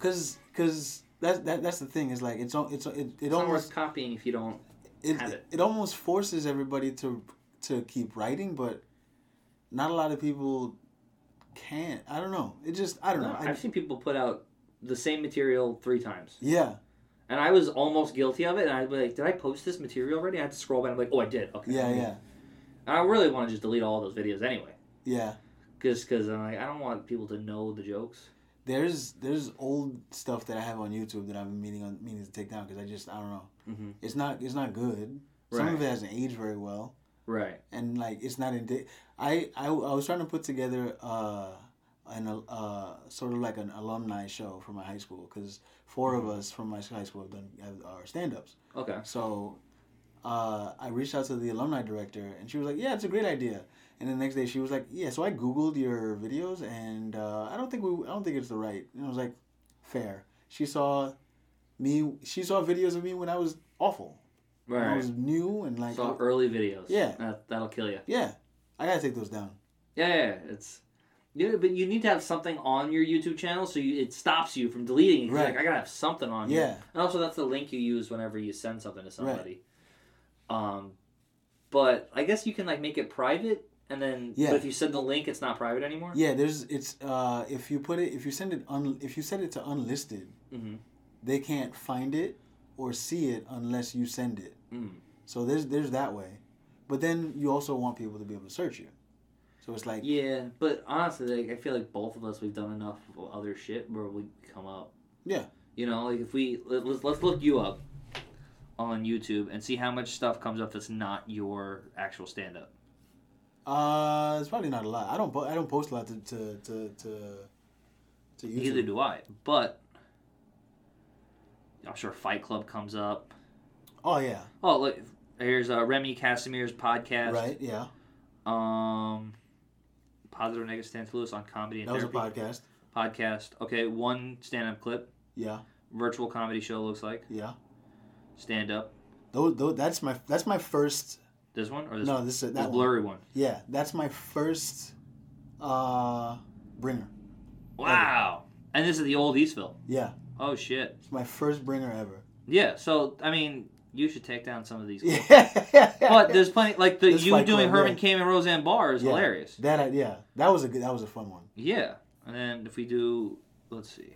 Speaker 2: cause cause that's that, that's the thing. Is like it's al- it's it, it
Speaker 1: it's not worth
Speaker 2: almost
Speaker 1: copying if you don't.
Speaker 2: it,
Speaker 1: have
Speaker 2: it almost forces everybody to to keep writing, but not a lot of people can't. I don't know. It just I don't know.
Speaker 1: No,
Speaker 2: I,
Speaker 1: I've seen people put out the same material three times,
Speaker 2: yeah,
Speaker 1: and I was almost guilty of it. And I'd be like, "Did I post this material already?" I had to scroll back. and be like, "Oh, I did." Okay.
Speaker 2: yeah, yeah,
Speaker 1: And I really want to just delete all those videos anyway,
Speaker 2: yeah.
Speaker 1: just because I'm like, I don't want people to know the jokes.
Speaker 2: There's there's old stuff that I have on YouTube that I've been meaning on meaning to take down because I just I don't know.
Speaker 1: Mhm.
Speaker 2: It's not it's not good. Some of
Speaker 1: Right.
Speaker 2: it hasn't aged very well,
Speaker 1: Right.
Speaker 2: and like it's not in. Di- I, I I was trying to put together uh an uh sort of like an alumni show for my high school because four of us from my high school have done have, are stand ups.
Speaker 1: Okay.
Speaker 2: So uh, I reached out to the alumni director, and she was like, "Yeah, it's a great idea." And the next day, she was like, "Yeah." So I googled your videos, and uh, I don't think we, I don't think it's the right. And I was like, "Fair." She saw me. She saw videos of me when I was awful.
Speaker 1: Right.
Speaker 2: When I
Speaker 1: right.
Speaker 2: was new and like
Speaker 1: so early videos.
Speaker 2: Yeah.
Speaker 1: That, that'll kill you.
Speaker 2: yeah. I gotta take those down.
Speaker 1: Yeah, yeah, yeah, it's. Yeah, but you need to have something on your YouTube channel so you, it stops you from deleting it. 'cause you're
Speaker 2: Right.
Speaker 1: Like I gotta have something on. here."
Speaker 2: Yeah.
Speaker 1: And also, that's the link you use whenever you send something to somebody. Um, but I guess you can like make it private, and then
Speaker 2: Yeah.
Speaker 1: but if you send the link, it's not private anymore.
Speaker 2: Yeah, there's it's uh if you put it if you send it un if you set it to unlisted,
Speaker 1: Mm-hmm.
Speaker 2: they can't find it or see it unless you send it.
Speaker 1: Mm.
Speaker 2: So there's there's that way. But then you also want people to be able to search you. So it's like
Speaker 1: Yeah, but honestly, like, I feel like both of us we've done enough of other shit where we come up.
Speaker 2: Yeah.
Speaker 1: You know, like if we let, let's let's look you up on YouTube and see how much stuff comes up that's not your actual stand up.
Speaker 2: uh it's probably not a lot. I don't po- I don't post a lot to to to to, to YouTube.
Speaker 1: Neither do I. But I'm sure Fight Club comes up.
Speaker 2: Oh yeah.
Speaker 1: Oh, look, here's uh, Remy Casimir's podcast.
Speaker 2: Right, yeah.
Speaker 1: Um, positive negative stance Lewis on comedy and
Speaker 2: That was a
Speaker 1: therapy
Speaker 2: podcast.
Speaker 1: podcast. Okay, one stand up clip.
Speaker 2: Yeah,
Speaker 1: Virtual comedy show looks like
Speaker 2: yeah.
Speaker 1: stand up.
Speaker 2: Those, those, that's my that's my first
Speaker 1: This one or this
Speaker 2: no this is
Speaker 1: this
Speaker 2: that one.
Speaker 1: blurry one.
Speaker 2: yeah that's my first uh bringer
Speaker 1: Wow. And this is the old Eastville.
Speaker 2: yeah
Speaker 1: Oh shit.
Speaker 2: it's my first bringer ever
Speaker 1: Yeah. So I mean, you should take down some of these. clips.
Speaker 2: yeah
Speaker 1: But there's plenty like the
Speaker 2: This
Speaker 1: you
Speaker 2: Fight
Speaker 1: doing
Speaker 2: Club,
Speaker 1: Herman
Speaker 2: yeah.
Speaker 1: Cain and Roseanne Barr is
Speaker 2: Yeah.
Speaker 1: hilarious.
Speaker 2: that I, yeah that was a good that was a fun one
Speaker 1: Yeah. And then if we do, let's see.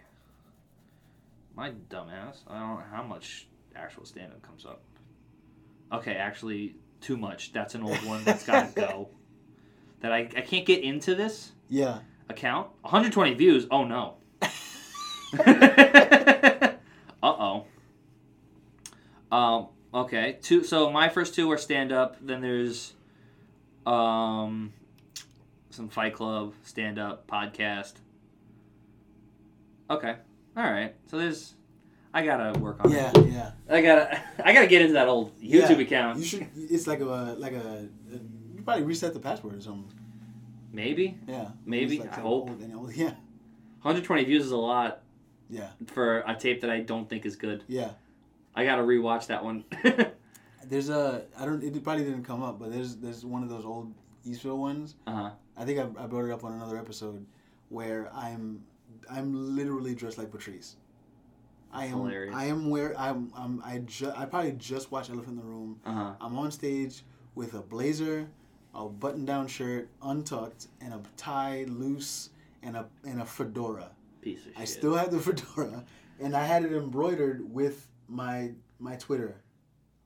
Speaker 1: My dumbass. I don't know how much actual stand up comes up. Okay, actually, too much. That's an old one that's gotta go. That I, I can't get into this.
Speaker 2: yeah
Speaker 1: account 120 views oh no uh-oh um okay two so my first two are stand up then there's um some fight club stand up podcast okay all right so there's i gotta work on
Speaker 2: yeah
Speaker 1: it
Speaker 2: yeah
Speaker 1: i gotta i gotta get into that old
Speaker 2: Yeah.
Speaker 1: youtube
Speaker 2: you
Speaker 1: account
Speaker 2: should it's like a like a you probably reset the password or something
Speaker 1: maybe
Speaker 2: yeah
Speaker 1: Maybe,
Speaker 2: It's
Speaker 1: I
Speaker 2: some
Speaker 1: hope.
Speaker 2: old and old- yeah
Speaker 1: 120 views is a lot
Speaker 2: yeah
Speaker 1: for a tape that i don't think is good
Speaker 2: yeah
Speaker 1: i gotta rewatch that one Uh-huh.
Speaker 2: there's a I don't it probably didn't come up but there's there's one of those old Eastville ones
Speaker 1: uh-huh
Speaker 2: I think I, I brought it up on another episode where I'm I'm literally dressed like Patrice. I am
Speaker 1: Hilarious.
Speaker 2: I am where I'm, I'm I ju- I probably just watched Elephant in the Room.
Speaker 1: uh-huh
Speaker 2: I'm on stage with a blazer, a button-down shirt, untucked, and a tie loose and a and a fedora.
Speaker 1: piece of shit.
Speaker 2: I still have the fedora and I had it embroidered with my my Twitter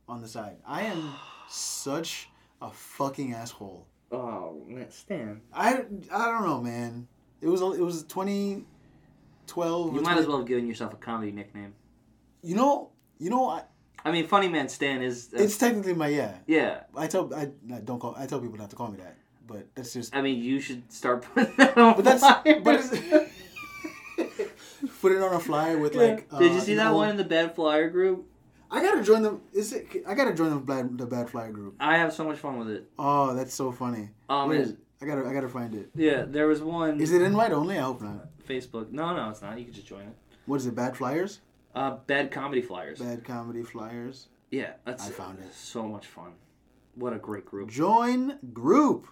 Speaker 2: on the side. I am such a fucking asshole.
Speaker 1: Oh, man, Stan.
Speaker 2: I I don't know, man. It was it was 2012.
Speaker 1: You
Speaker 2: or
Speaker 1: might as
Speaker 2: 20
Speaker 1: well have given yourself a comedy nickname.
Speaker 2: You know, you know. I,
Speaker 1: I mean, Funny Man Stan is. Uh,
Speaker 2: it's technically my yeah.
Speaker 1: yeah,
Speaker 2: I tell I no, don't call. I tell people not to call me that, but that's just.
Speaker 1: I mean, you should start putting that on.
Speaker 2: But that's
Speaker 1: flyers.
Speaker 2: but it's, put it on a flyer with like.
Speaker 1: Did you
Speaker 2: uh,
Speaker 1: see
Speaker 2: an
Speaker 1: that
Speaker 2: old-
Speaker 1: one in the Bad Flyer group?
Speaker 2: I gotta join them. Is it? I gotta join the bad the bad flyer group.
Speaker 1: I have so much fun with it.
Speaker 2: Oh, that's so funny.
Speaker 1: Um,
Speaker 2: Where
Speaker 1: it-
Speaker 2: is it? I gotta I gotta find it.
Speaker 1: yeah, there was one
Speaker 2: Is it invite only? I hope not.
Speaker 1: Facebook. No, no, it's not. You can just join it.
Speaker 2: What is it? Bad flyers?
Speaker 1: Uh, Bad Comedy Flyers.
Speaker 2: Bad comedy flyers.
Speaker 1: Yeah, that's
Speaker 2: I found it.
Speaker 1: so much fun. What a great group.
Speaker 2: Join group.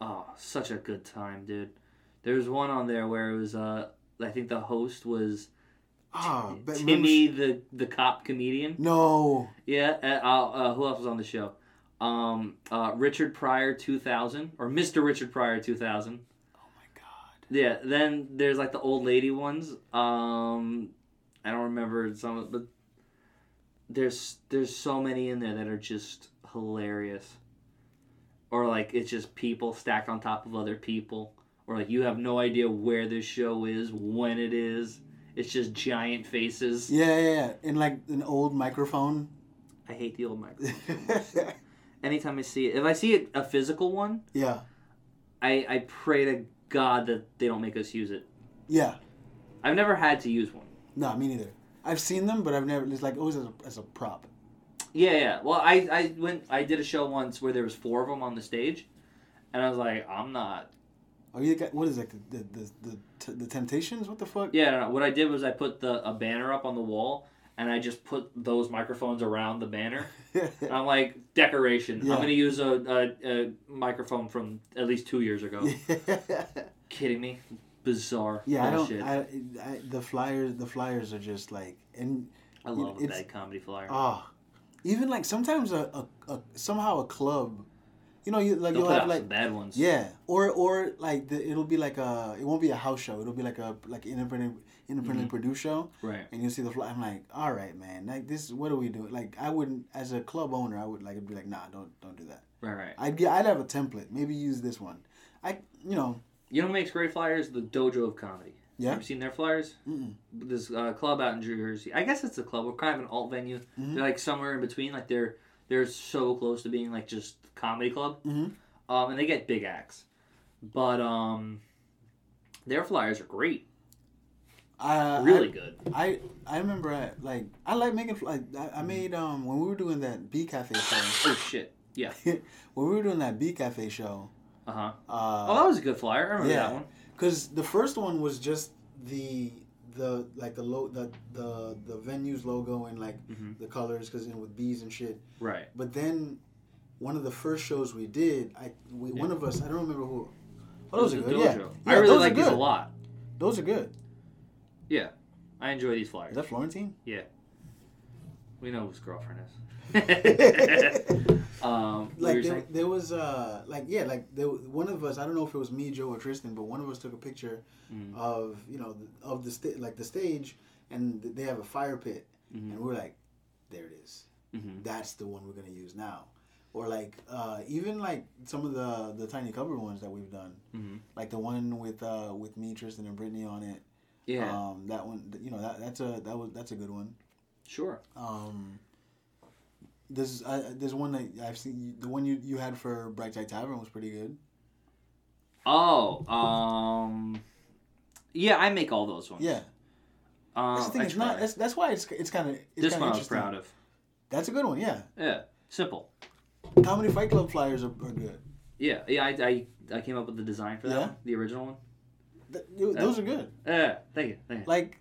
Speaker 1: Oh, such a good time, dude. There was one on there where it was. Uh, I think the host was
Speaker 2: Ah, but remember-
Speaker 1: Uh, Timmy, the the cop comedian.
Speaker 2: No.
Speaker 1: Yeah, uh, uh, who else was on the show? Um, uh, Richard Pryor 2000 or Mr. Richard Pryor 2000.
Speaker 2: Oh my god.
Speaker 1: Yeah, then there's like the old lady ones. Um, I don't remember some, of but there's there's so many in there that are just hilarious, or like it's just people stacked on top of other people, or like you have no idea where this show is, when it is. It's just giant faces.
Speaker 2: Yeah, yeah, yeah. In like an old microphone.
Speaker 1: I hate the old microphone.
Speaker 2: yeah.
Speaker 1: Anytime I see it, if I see it, a physical one, I, I pray to God that they don't make us use it.
Speaker 2: Yeah.
Speaker 1: I've never had to use one.
Speaker 2: No, me neither. I've seen them, but I've never. It's like always as a, as a prop.
Speaker 1: Yeah, yeah. Well, I, I went. I did a show once where there was four of them on the stage, and I was like, I'm not.
Speaker 2: Are you? What is like the the the, the, t- the Temptations? What the fuck?
Speaker 1: Yeah. No, no. What I did was I put the a banner up on the wall, and I just put those microphones around the banner. And I'm like decoration.
Speaker 2: Yeah.
Speaker 1: I'm gonna use a, a, a microphone from at least two years ago. Kidding me? Bizarre.
Speaker 2: yeah, I don't.
Speaker 1: bullshit. I,
Speaker 2: I, I, the flyers, the flyers are just like, and
Speaker 1: love a
Speaker 2: it's-
Speaker 1: bad comedy flyer.
Speaker 2: ah, even like sometimes a, a, a somehow a club, you know, you like
Speaker 1: They'll
Speaker 2: you'll
Speaker 1: put
Speaker 2: have
Speaker 1: out
Speaker 2: like
Speaker 1: some bad ones.
Speaker 2: Yeah, or or like the, it'll be like a it won't be a house show. It'll be like a like independent independently
Speaker 1: Mm-hmm.
Speaker 2: produced show,
Speaker 1: Right.
Speaker 2: and you'll see the fly. I'm like, all right, man, like this. What are we doing? Like I wouldn't as a club owner, I would like be like, nah, don't don't do that.
Speaker 1: Right. Right.
Speaker 2: I'd get I'd have a template. Maybe use this one. I you know
Speaker 1: You know what makes great flyers? The Dojo of Comedy.
Speaker 2: Yeah.
Speaker 1: You ever seen their flyers?
Speaker 2: Mm-mm.
Speaker 1: This uh, club out in Jersey. I guess it's a club. We're kind of an alt venue.
Speaker 2: Mm-hmm.
Speaker 1: They're like somewhere in between. Like they're they're so close to being like just comedy club.
Speaker 2: Mhm.
Speaker 1: Um, and they get big acts, but um, their flyers are great.
Speaker 2: Uh, I
Speaker 1: Really good.
Speaker 2: I I, I remember I, like I like making like I, I made um when we were doing that B cafe show
Speaker 1: Oh shit. Yeah.
Speaker 2: when we were doing that B cafe show.
Speaker 1: Uh huh.
Speaker 2: Uh,
Speaker 1: Oh, that was a good flyer. I remember
Speaker 2: yeah.
Speaker 1: that one.
Speaker 2: Because the first one was just the the like the lo- the the the venue's logo and like
Speaker 1: Mhm.
Speaker 2: the colors because you know with bees and shit.
Speaker 1: Right.
Speaker 2: But then one of the first shows we did, I we, one of us I don't remember who. Oh, those are
Speaker 1: The
Speaker 2: good. Yeah.
Speaker 1: Dojo.
Speaker 2: Yeah,
Speaker 1: I really
Speaker 2: those are
Speaker 1: like these a
Speaker 2: good.
Speaker 1: lot.
Speaker 2: Those are good.
Speaker 1: I enjoy these
Speaker 2: Is
Speaker 1: flyers.
Speaker 2: that Florentine?
Speaker 1: We know whose girlfriend is.
Speaker 2: like
Speaker 1: um, what were you
Speaker 2: there,
Speaker 1: saying?
Speaker 2: there was uh like yeah like there, one of us I don't know if it was me Joe or Tristan but one of us took a picture
Speaker 1: Mm.
Speaker 2: of you know of the sta- like the stage and they have a fire pit
Speaker 1: Mhm.
Speaker 2: and we're like there it is
Speaker 1: Mhm.
Speaker 2: that's the one we're gonna use now or like uh, even like some of the the tiny cover ones that we've done
Speaker 1: Mhm.
Speaker 2: like the one with uh, with me Tristan and Brittany on it
Speaker 1: Yeah,
Speaker 2: um, that one th- you know that, that's a that was that's a good one
Speaker 1: sure.
Speaker 2: um, this I, there's one that I've seen the one you, you had for Bright Tide Tavern was pretty good
Speaker 1: Oh, um, yeah, I make all those ones.
Speaker 2: yeah
Speaker 1: um,
Speaker 2: that's the thing
Speaker 1: I
Speaker 2: it's not
Speaker 1: try.
Speaker 2: that's, that's why it's it's kind of
Speaker 1: this one I was proud of.
Speaker 2: that's a good one yeah
Speaker 1: Yeah, simple.
Speaker 2: comedy Fight Club flyers are, are good
Speaker 1: Yeah, yeah. I, I, I came up with the design for that
Speaker 2: Yeah?
Speaker 1: one, the original one.
Speaker 2: Th- those are good
Speaker 1: Yeah, thank you, thank you.
Speaker 2: like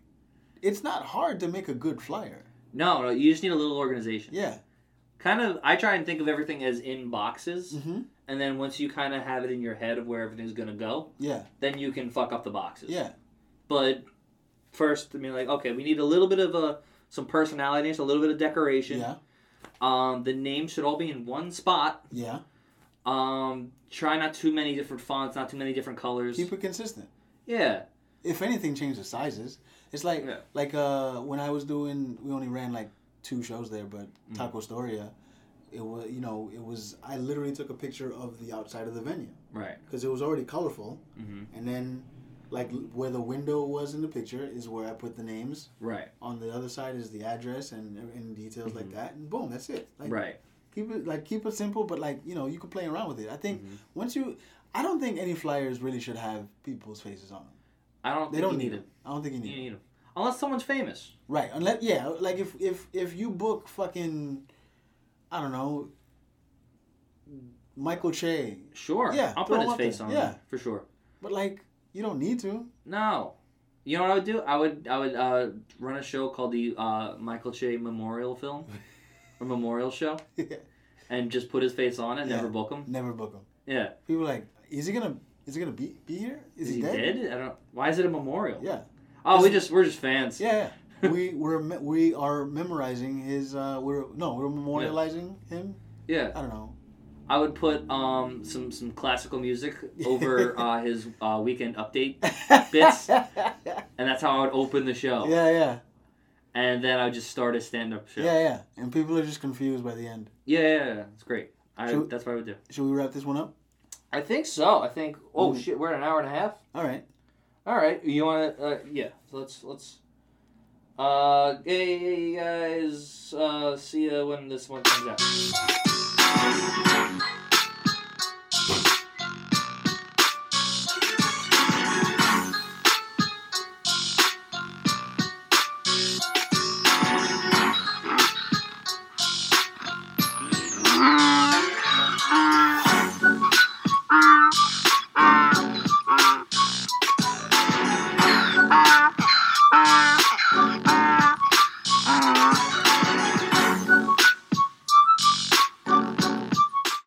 Speaker 2: it's not hard to make a good flyer
Speaker 1: No, no, you just need a little organization.
Speaker 2: yeah
Speaker 1: Kind of, I try and think of everything as in boxes,
Speaker 2: hmm
Speaker 1: and then once you kind of have it in your head of where everything's gonna go,
Speaker 2: yeah
Speaker 1: then you can fuck up the boxes.
Speaker 2: yeah
Speaker 1: But first, I mean, like, okay, we need a little bit of a some personality, just a little bit of decoration.
Speaker 2: Yeah,
Speaker 1: Um, the name should all be in one spot.
Speaker 2: yeah.
Speaker 1: Um, try not too many different fonts, not too many different colors.
Speaker 2: Keep it consistent.
Speaker 1: yeah,
Speaker 2: If anything, change the sizes. It's like
Speaker 1: Yeah.
Speaker 2: like uh when I was doing, we only ran like two shows there, but
Speaker 1: Mm-hmm.
Speaker 2: Taco Storia, it was you know it was I literally took a picture of the outside of the venue
Speaker 1: right.
Speaker 2: because it was already colorful,
Speaker 1: Mhm.
Speaker 2: and then like l- where the window was in the picture is where I put the names.
Speaker 1: Right,
Speaker 2: On the other side is the address and and details like that, and boom, that's it. Like,
Speaker 1: Mm-hmm. right.
Speaker 2: keep it like keep it simple but like you know you can play around with it i think
Speaker 1: Mm-hmm.
Speaker 2: once you i don't think any flyers really should have people's faces on them
Speaker 1: I don't.
Speaker 2: they
Speaker 1: think
Speaker 2: don't
Speaker 1: you
Speaker 2: need
Speaker 1: need
Speaker 2: them
Speaker 1: it.
Speaker 2: i don't think you
Speaker 1: You
Speaker 2: need them
Speaker 1: need them unless someone's famous.
Speaker 2: right unless yeah like if if if you book fucking i don't know michael che
Speaker 1: Sure.
Speaker 2: Yeah,
Speaker 1: I'll
Speaker 2: throw
Speaker 1: put
Speaker 2: 'em
Speaker 1: his
Speaker 2: up there.
Speaker 1: face on.
Speaker 2: Yeah.
Speaker 1: Yeah, for sure.
Speaker 2: but like you don't need to
Speaker 1: No, you know what I would do? I would I would uh, run a show called the uh, Michael Che Memorial Film or Memorial Show, and just put his face on it.
Speaker 2: Yeah.
Speaker 1: Never book him.
Speaker 2: never book him
Speaker 1: Yeah.
Speaker 2: people are like is he gonna is he gonna be be here is,
Speaker 1: Is he dead? I don't. Why is it a memorial?
Speaker 2: yeah
Speaker 1: Oh,
Speaker 2: Is
Speaker 1: we
Speaker 2: he-
Speaker 1: just we're just fans.
Speaker 2: yeah yeah. we we're me- we are memorizing his uh we're no we're memorializing him
Speaker 1: Yeah.
Speaker 2: i don't know
Speaker 1: I would put um, some some classical music over uh, his uh, weekend update, Bits. Oh,
Speaker 2: yeah,
Speaker 1: and that's how I would open the show.
Speaker 2: yeah,
Speaker 1: And then I would just start a stand up show.
Speaker 2: yeah, yeah. And people are just confused by the end.
Speaker 1: yeah, yeah, yeah. It's great. I,
Speaker 2: So-
Speaker 1: that's what I would do.
Speaker 2: Should we wrap this one up?
Speaker 1: I think so. I think. Oh
Speaker 2: Mm.
Speaker 1: shit, we're at an hour and a half.
Speaker 2: All right.
Speaker 1: All right, you want to? Uh, yeah. So let's let's. Uh, hey guys, uh, see ya when this one comes out.